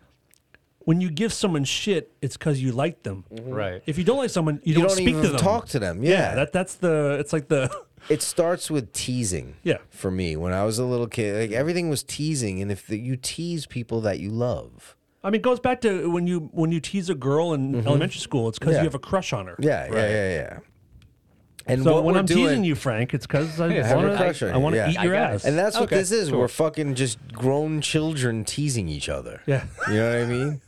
[SPEAKER 4] when you give someone shit it's because you like them
[SPEAKER 3] right.
[SPEAKER 4] if you don't like someone you,
[SPEAKER 2] Mm-hmm. you
[SPEAKER 4] don't,
[SPEAKER 2] don't,
[SPEAKER 4] speak
[SPEAKER 2] even
[SPEAKER 4] to them
[SPEAKER 2] talk to them. Yeah,
[SPEAKER 4] yeah that, that's the it's like the
[SPEAKER 2] it starts with teasing.
[SPEAKER 4] Yeah.
[SPEAKER 2] for me, when I was a little kid, like everything was teasing, and if the, you tease people that you love,
[SPEAKER 4] i mean it goes back to when you when you tease a girl in elementary school it's because
[SPEAKER 2] Mm-hmm. Yeah.
[SPEAKER 4] you have a crush on her
[SPEAKER 2] yeah, yeah, yeah, yeah. And
[SPEAKER 4] so
[SPEAKER 2] what
[SPEAKER 4] when
[SPEAKER 2] we're
[SPEAKER 4] i'm
[SPEAKER 2] doing,
[SPEAKER 4] teasing you frank it's because i
[SPEAKER 3] Yeah, I have
[SPEAKER 4] want
[SPEAKER 3] a
[SPEAKER 2] crush
[SPEAKER 4] to
[SPEAKER 2] on
[SPEAKER 4] i
[SPEAKER 2] you,
[SPEAKER 4] want to
[SPEAKER 2] yeah.
[SPEAKER 4] eat
[SPEAKER 2] I
[SPEAKER 4] your
[SPEAKER 3] got it.
[SPEAKER 4] ass
[SPEAKER 2] and that's what
[SPEAKER 3] Okay,
[SPEAKER 2] this is.
[SPEAKER 3] cool.
[SPEAKER 2] We're fucking just grown children teasing each other.
[SPEAKER 4] Yeah.
[SPEAKER 2] you know what I mean?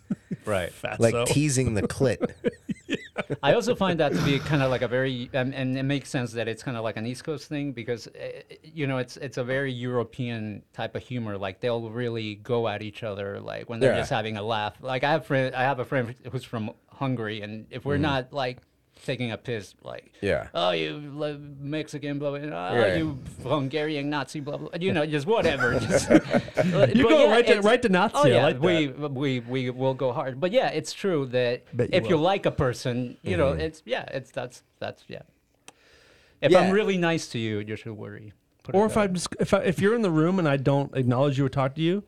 [SPEAKER 3] Right.
[SPEAKER 2] Like
[SPEAKER 4] so.
[SPEAKER 2] teasing the clit.
[SPEAKER 3] I also find that to be kind of like a very, um, and it makes sense that it's kind of like an East Coast thing because, uh, you know, it's it's a very European type of humor. Like they'll really go at each other, like when they're
[SPEAKER 2] Yeah.
[SPEAKER 3] just having a laugh. Like I have friend, I have a friend who's from Hungary, and if we're
[SPEAKER 4] Mm-hmm.
[SPEAKER 3] not like taking a piss, like
[SPEAKER 2] Yeah.
[SPEAKER 3] oh you lo- Mexican, blah blah, blah, oh
[SPEAKER 2] Yeah.
[SPEAKER 3] you Hungarian Nazi, blah blah, you know, just whatever. just,
[SPEAKER 4] You
[SPEAKER 3] But
[SPEAKER 4] go right to-
[SPEAKER 3] it's-
[SPEAKER 4] right to Nazi,
[SPEAKER 3] Oh
[SPEAKER 4] I
[SPEAKER 3] yeah,
[SPEAKER 4] like that.
[SPEAKER 3] we we we will go hard. But yeah, it's true that
[SPEAKER 4] Bet you
[SPEAKER 3] if you
[SPEAKER 4] will. Mm-hmm.
[SPEAKER 3] like a person, you know, it's yeah, it's that's that's yeah. If
[SPEAKER 2] Yeah.
[SPEAKER 3] I'm really nice to you, you should worry. Put it
[SPEAKER 4] or if
[SPEAKER 3] that
[SPEAKER 4] I'm just if I, if you're in the room and I don't acknowledge you or talk to you,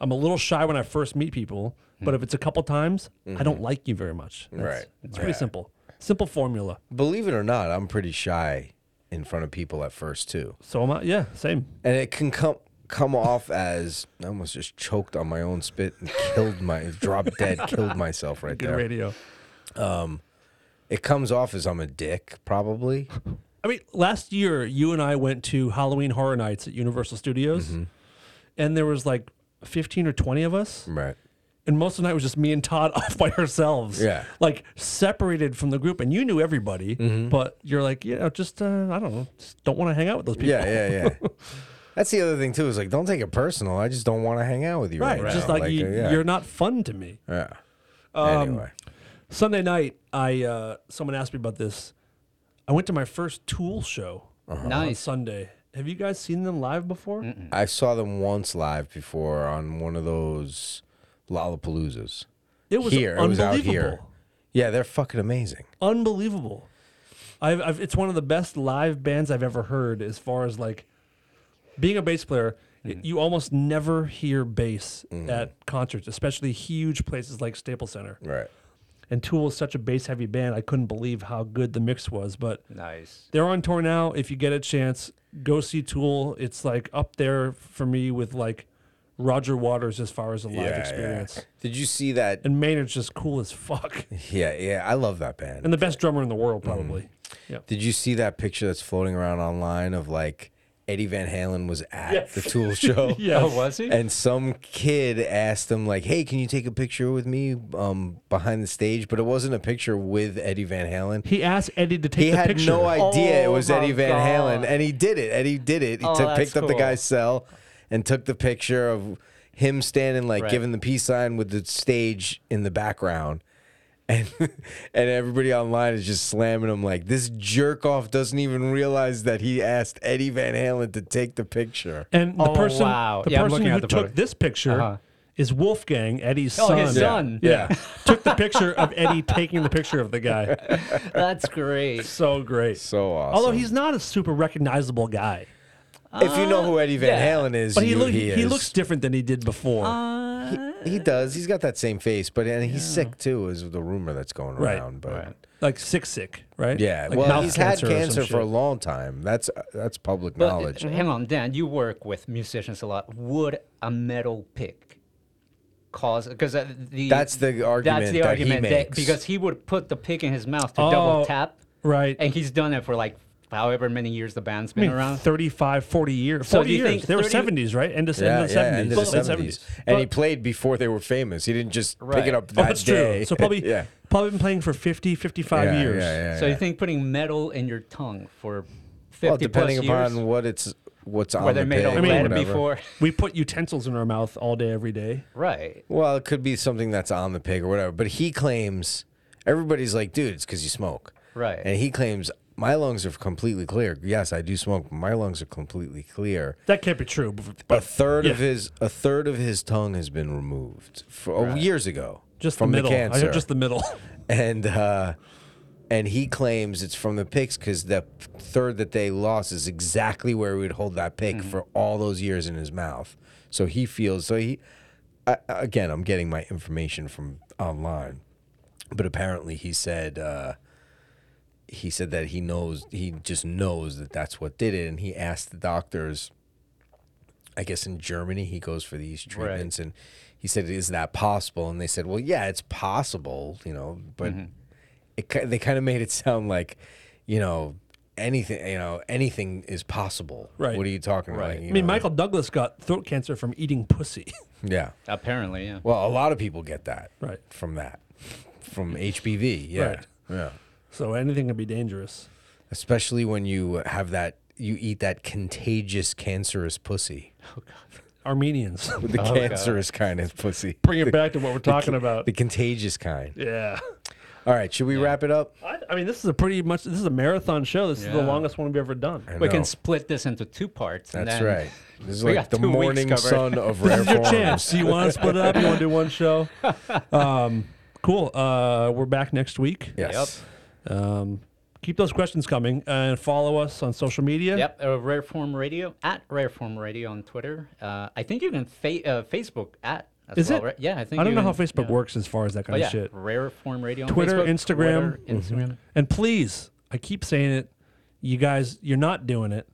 [SPEAKER 4] I'm a little shy when I first meet people. But if it's a couple times, I don't like you very much. That's-
[SPEAKER 2] Mm-hmm. Right.
[SPEAKER 4] It's pretty simple. Simple formula.
[SPEAKER 2] Believe it or not, I'm pretty shy in front of people at first too.
[SPEAKER 4] So am I. Yeah. Same.
[SPEAKER 2] and it can come come off as I almost just choked on my own spit and killed my dropped dead, killed myself right
[SPEAKER 4] Good
[SPEAKER 2] there.
[SPEAKER 4] radio.
[SPEAKER 2] It comes off as I'm a dick, probably.
[SPEAKER 4] I mean, last year you and I went to Halloween Horror Nights at Universal Studios,
[SPEAKER 2] Mm-hmm.
[SPEAKER 4] and there was like 15 or 20 of us,
[SPEAKER 2] Right.
[SPEAKER 4] and most of the night was just me and Todd off by ourselves.
[SPEAKER 2] Yeah.
[SPEAKER 4] Like separated from the group, and you knew everybody,
[SPEAKER 2] Mm-hmm.
[SPEAKER 4] but you're like, you know, just uh, I don't know, just don't want to hang out with those people.
[SPEAKER 2] Yeah, yeah, yeah. That's the other thing too. Is like, don't take it personal. I just don't want to hang out with you. Right.
[SPEAKER 4] Right. Just
[SPEAKER 2] now.
[SPEAKER 4] like, you,
[SPEAKER 2] uh, yeah.
[SPEAKER 4] you're not Um, fun to me.
[SPEAKER 2] Yeah. anyway,
[SPEAKER 4] Sunday night, I uh, someone asked me about this. I went to my first Tool show
[SPEAKER 3] way. Oh,
[SPEAKER 4] on
[SPEAKER 3] nice.
[SPEAKER 4] Sunday. Have you guys seen them live before?
[SPEAKER 2] I saw them once live before on one of those Lollapaloozas.
[SPEAKER 4] It was
[SPEAKER 2] here. It was out here.
[SPEAKER 4] unbelievable.
[SPEAKER 2] Yeah, they're fucking amazing.
[SPEAKER 4] Unbelievable. I've, I've, it's one of the best live bands I've ever heard. As far as like being a bass player, y- you almost never hear bass
[SPEAKER 2] Mm.
[SPEAKER 4] at concerts, especially huge places like Staples Center.
[SPEAKER 2] Right.
[SPEAKER 4] And Tool is such a bass heavy band. I couldn't believe how good the mix was, but
[SPEAKER 3] Nice.
[SPEAKER 4] They're on tour now. If you get a chance, go see Tool. It's like up there for me with like Roger Waters as far as a live
[SPEAKER 2] yeah,
[SPEAKER 4] experience.
[SPEAKER 2] Yeah. Did you see that?
[SPEAKER 4] And Maynard's just cool as fuck.
[SPEAKER 2] Yeah, yeah. I love that band. Mm-hmm.
[SPEAKER 4] And the best drummer in the world, probably.
[SPEAKER 2] Did you see that picture that's floating around online of like Eddie Van Halen was at
[SPEAKER 4] Yes.
[SPEAKER 2] the Tool show.
[SPEAKER 4] Yes.
[SPEAKER 3] Oh, was he?
[SPEAKER 2] And some kid asked him like, "Hey, can you take a picture with me um, behind the stage?" But it wasn't a picture with Eddie Van Halen.
[SPEAKER 4] He asked Eddie to take
[SPEAKER 2] He
[SPEAKER 4] the
[SPEAKER 2] had
[SPEAKER 4] picture.
[SPEAKER 2] no idea it
[SPEAKER 3] Oh
[SPEAKER 2] was
[SPEAKER 3] my
[SPEAKER 2] Eddie Van Halen,
[SPEAKER 3] God.
[SPEAKER 2] and he did it. Eddie did it. He
[SPEAKER 3] Oh,
[SPEAKER 2] took, picked
[SPEAKER 3] that's
[SPEAKER 2] up the
[SPEAKER 3] cool.
[SPEAKER 2] guy's cell and took the picture of him standing, like
[SPEAKER 3] Right.
[SPEAKER 2] giving the peace sign with the stage in the background. And, and everybody online is just slamming him like this jerk off doesn't even realize that he asked Eddie Van Halen to take the picture.
[SPEAKER 4] And the
[SPEAKER 3] Oh,
[SPEAKER 4] person,
[SPEAKER 3] wow.
[SPEAKER 4] the
[SPEAKER 3] Yeah, I'm
[SPEAKER 4] person
[SPEAKER 3] looking
[SPEAKER 4] who
[SPEAKER 3] at the
[SPEAKER 4] took
[SPEAKER 3] photo.
[SPEAKER 4] this picture
[SPEAKER 3] Uh-huh.
[SPEAKER 4] is Wolfgang, Eddie's
[SPEAKER 3] Oh,
[SPEAKER 4] son.
[SPEAKER 3] his son.
[SPEAKER 4] Yeah. took the picture of Eddie taking the picture of the guy.
[SPEAKER 3] That's great.
[SPEAKER 4] So great.
[SPEAKER 2] So awesome.
[SPEAKER 4] Although he's not a super recognizable guy,
[SPEAKER 2] if you know who Eddie Van Halen is,
[SPEAKER 4] but he,
[SPEAKER 2] you-
[SPEAKER 4] look,
[SPEAKER 2] he,
[SPEAKER 4] he,
[SPEAKER 2] is.
[SPEAKER 4] looks different than he did before.
[SPEAKER 3] Uh,
[SPEAKER 2] He, he does. He's got that same face, but and he's sick too, is the rumor that's going
[SPEAKER 4] Right.
[SPEAKER 2] around. But
[SPEAKER 3] Right.
[SPEAKER 4] like sick, sick, right?
[SPEAKER 2] Yeah,
[SPEAKER 4] Like
[SPEAKER 2] well,
[SPEAKER 4] mouth
[SPEAKER 2] he's
[SPEAKER 4] or
[SPEAKER 2] had
[SPEAKER 4] some
[SPEAKER 2] cancer for a
[SPEAKER 4] shit.
[SPEAKER 2] long time. That's that's public
[SPEAKER 3] But, uh,
[SPEAKER 2] knowledge.
[SPEAKER 3] hang on, Dan. You work with musicians a lot. Would a metal pick cause? Because the
[SPEAKER 2] That's the
[SPEAKER 3] That's
[SPEAKER 2] argument
[SPEAKER 3] the
[SPEAKER 2] that he
[SPEAKER 3] argument
[SPEAKER 2] makes.
[SPEAKER 3] because he would put the pick in his mouth to double
[SPEAKER 4] Oh,
[SPEAKER 3] tap,
[SPEAKER 4] right.
[SPEAKER 3] and he's done it for like however many years the band's
[SPEAKER 4] I
[SPEAKER 3] been
[SPEAKER 4] mean,
[SPEAKER 3] around.
[SPEAKER 4] 35, 40 years.
[SPEAKER 3] So
[SPEAKER 4] 40
[SPEAKER 3] do you
[SPEAKER 4] years.
[SPEAKER 3] think
[SPEAKER 4] they were
[SPEAKER 3] 30
[SPEAKER 4] 70s, right? End of,
[SPEAKER 2] yeah,
[SPEAKER 4] end of
[SPEAKER 2] yeah,
[SPEAKER 4] 70s.
[SPEAKER 2] end of the
[SPEAKER 4] Late
[SPEAKER 2] 70s, and he played before they were famous. He didn't just pick
[SPEAKER 3] Right.
[SPEAKER 2] it up
[SPEAKER 4] Oh,
[SPEAKER 2] that
[SPEAKER 4] that's
[SPEAKER 2] day.
[SPEAKER 4] true. So probably,
[SPEAKER 2] yeah,
[SPEAKER 4] probably been playing for 50, 55
[SPEAKER 2] yeah,
[SPEAKER 4] years.
[SPEAKER 2] Yeah, yeah,
[SPEAKER 3] so
[SPEAKER 2] yeah.
[SPEAKER 3] you think putting metal in your tongue for fifty
[SPEAKER 2] well, depending
[SPEAKER 3] plus
[SPEAKER 2] upon
[SPEAKER 3] years,
[SPEAKER 2] what it's what's on
[SPEAKER 3] where they
[SPEAKER 2] the
[SPEAKER 3] made
[SPEAKER 2] pig
[SPEAKER 3] a
[SPEAKER 2] or
[SPEAKER 3] lead
[SPEAKER 2] whatever.
[SPEAKER 3] before,
[SPEAKER 4] We put utensils in our mouth all day, every day.
[SPEAKER 3] right?
[SPEAKER 2] Well, it could be something that's on the pig or whatever. But he claims everybody's like, dude, it's because you smoke.
[SPEAKER 3] Right.
[SPEAKER 2] And he claims my lungs are completely clear. Yes, I do smoke. But my lungs are completely clear.
[SPEAKER 4] That can't be true. b-
[SPEAKER 2] a
[SPEAKER 4] But
[SPEAKER 2] third of
[SPEAKER 4] yeah.
[SPEAKER 2] his a third of his tongue has been removed for, oh, years ago
[SPEAKER 4] just
[SPEAKER 2] from
[SPEAKER 4] the middle. I heard
[SPEAKER 2] cancer
[SPEAKER 4] just the middle.
[SPEAKER 2] and uh, and he claims it's from the picks because the third that they lost is exactly where we would hold that pick
[SPEAKER 4] Mm-hmm.
[SPEAKER 2] for all those years in his mouth so he feels so he I, again i'm getting my information from online but apparently he said uh, he said that he knows he just knows that that's what did it and he asked the doctors i guess in germany he goes for these treatments and he said is that possible and they said well yeah it's possible you know but
[SPEAKER 4] Mm-hmm.
[SPEAKER 2] it ki- they kind of made it sound like you know anything you know anything is possible
[SPEAKER 4] Right.
[SPEAKER 2] what are you talking about
[SPEAKER 3] Right.
[SPEAKER 2] Like,
[SPEAKER 4] I
[SPEAKER 2] you
[SPEAKER 4] mean,
[SPEAKER 2] know,
[SPEAKER 4] Michael Douglas got throat cancer from eating pussy.
[SPEAKER 2] yeah
[SPEAKER 3] Apparently, yeah.
[SPEAKER 2] well a lot of people get that
[SPEAKER 4] Right.
[SPEAKER 2] from that from hpv yeah
[SPEAKER 4] Right.
[SPEAKER 2] yeah
[SPEAKER 4] So anything can be dangerous.
[SPEAKER 2] especially when you have that you eat that contagious cancerous pussy
[SPEAKER 3] Oh,
[SPEAKER 4] Armenians.
[SPEAKER 2] the cancerous kind of pussy
[SPEAKER 4] Bring it back to what we're talking about.
[SPEAKER 2] the contagious kind
[SPEAKER 4] yeah.
[SPEAKER 2] all right should we wrap it up
[SPEAKER 4] I, I mean, this is a pretty much, this is a marathon show. This is the
[SPEAKER 3] Yeah.
[SPEAKER 4] longest one we've ever done.
[SPEAKER 2] I
[SPEAKER 3] We
[SPEAKER 2] know.
[SPEAKER 3] can split this into two parts. and
[SPEAKER 2] that's
[SPEAKER 3] then-
[SPEAKER 2] right this is
[SPEAKER 3] We
[SPEAKER 2] like
[SPEAKER 3] got
[SPEAKER 2] the
[SPEAKER 3] two weeks
[SPEAKER 2] morning
[SPEAKER 3] covered.
[SPEAKER 2] sun of
[SPEAKER 4] This
[SPEAKER 2] rare
[SPEAKER 4] is your
[SPEAKER 2] forms.
[SPEAKER 4] chance. Do you want to split up? You want to do one show? Um, cool. Uh, we're back next week.
[SPEAKER 2] yes
[SPEAKER 4] Um, keep those questions coming and follow us on social media.
[SPEAKER 3] Yep, uh, Rare Form Radio at Rare Form Radio on Twitter. Uh, I think you can fa- uh, Facebook at as
[SPEAKER 4] Is
[SPEAKER 3] well,
[SPEAKER 4] it?
[SPEAKER 3] right? Yeah, I think.
[SPEAKER 4] I don't
[SPEAKER 3] you
[SPEAKER 4] know how
[SPEAKER 3] can-
[SPEAKER 4] Facebook
[SPEAKER 3] yeah.
[SPEAKER 4] works as far as that kind
[SPEAKER 3] But yeah,
[SPEAKER 4] of shit.
[SPEAKER 3] Rare Form Radio. on
[SPEAKER 4] Twitter,
[SPEAKER 3] Facebook,
[SPEAKER 4] Instagram. mm-hmm.
[SPEAKER 3] Twitter,
[SPEAKER 2] Mm-hmm.
[SPEAKER 3] Instagram.
[SPEAKER 4] And please, I keep saying it, you guys, you're not doing it.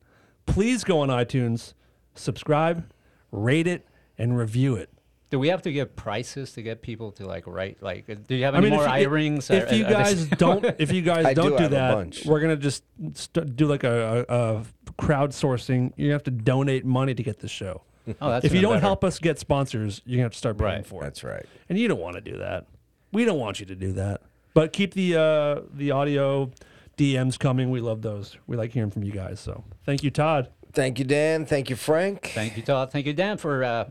[SPEAKER 4] Please go on iTunes, subscribe, rate it, and review it.
[SPEAKER 3] Do we have to give prices to get people to like write? Like, uh, do you have
[SPEAKER 4] I
[SPEAKER 3] any
[SPEAKER 4] mean,
[SPEAKER 3] more
[SPEAKER 4] if
[SPEAKER 3] eye
[SPEAKER 4] you,
[SPEAKER 3] rings?
[SPEAKER 4] If,
[SPEAKER 3] or-
[SPEAKER 4] you
[SPEAKER 3] are they-
[SPEAKER 4] guys don't, if you guys
[SPEAKER 2] I do
[SPEAKER 4] don't do,
[SPEAKER 2] have a
[SPEAKER 4] that,
[SPEAKER 2] bunch.
[SPEAKER 4] we're gonna just st- do like a, a, a crowdsourcing. You have to donate money to get the show.
[SPEAKER 3] oh, that's
[SPEAKER 4] if you
[SPEAKER 3] even
[SPEAKER 4] don't
[SPEAKER 3] better.
[SPEAKER 4] help us get sponsors, you're gonna have to start paying
[SPEAKER 3] Right.
[SPEAKER 4] for it.
[SPEAKER 2] that's right
[SPEAKER 4] and you don't want to do that. We don't want you to do that. But keep the uh, the audio DMs coming. We love those. We like hearing from you guys. So thank you, Todd.
[SPEAKER 2] thank you dan thank you frank
[SPEAKER 3] Thank you, Todd. Thank you, Dan, for uh,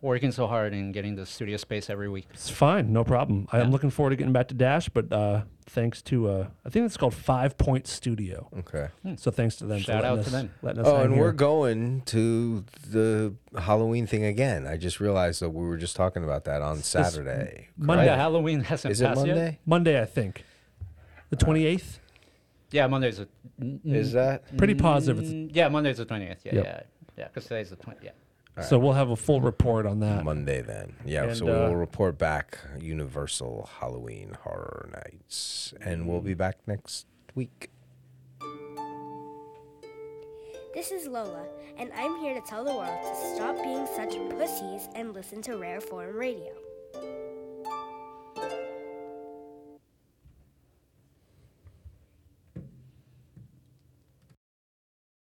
[SPEAKER 3] working so hard and getting the studio space every week.
[SPEAKER 4] It's fine, no problem. I am looking forward to getting back to Dash, but uh, thanks to uh, I think it's called Five Point Studio.
[SPEAKER 3] Mm-hmm.
[SPEAKER 2] okay
[SPEAKER 4] So thanks to them. for
[SPEAKER 3] Shout
[SPEAKER 4] letting
[SPEAKER 3] out to
[SPEAKER 4] us-
[SPEAKER 3] them.
[SPEAKER 4] letting us
[SPEAKER 2] Oh,
[SPEAKER 4] hang
[SPEAKER 2] and
[SPEAKER 4] here.
[SPEAKER 2] we're going to the Halloween thing again. I just realized that we were just talking about that on Saturday.
[SPEAKER 4] Monday.
[SPEAKER 3] Yeah, Halloween hasn't
[SPEAKER 2] Is it
[SPEAKER 3] passed yet.
[SPEAKER 2] Monday?
[SPEAKER 4] Monday, I think. The twenty eighth.
[SPEAKER 3] Yeah, Monday's a. n- n-
[SPEAKER 2] Is that?
[SPEAKER 4] Pretty positive. it's-
[SPEAKER 3] mm, Yeah, Monday's the twentieth. Yeah,
[SPEAKER 4] Yep.
[SPEAKER 3] yeah, yeah. Because today's the twentieth. Yeah.
[SPEAKER 4] So we'll have a full report on that.
[SPEAKER 2] Monday then. Yeah, so
[SPEAKER 4] And,
[SPEAKER 2] we
[SPEAKER 4] uh,
[SPEAKER 2] will report back Universal Halloween Horror Nights and we'll be back next week.
[SPEAKER 9] This is Lola, and I'm here to tell the world to stop being such pussies and listen to Rare Form Radio.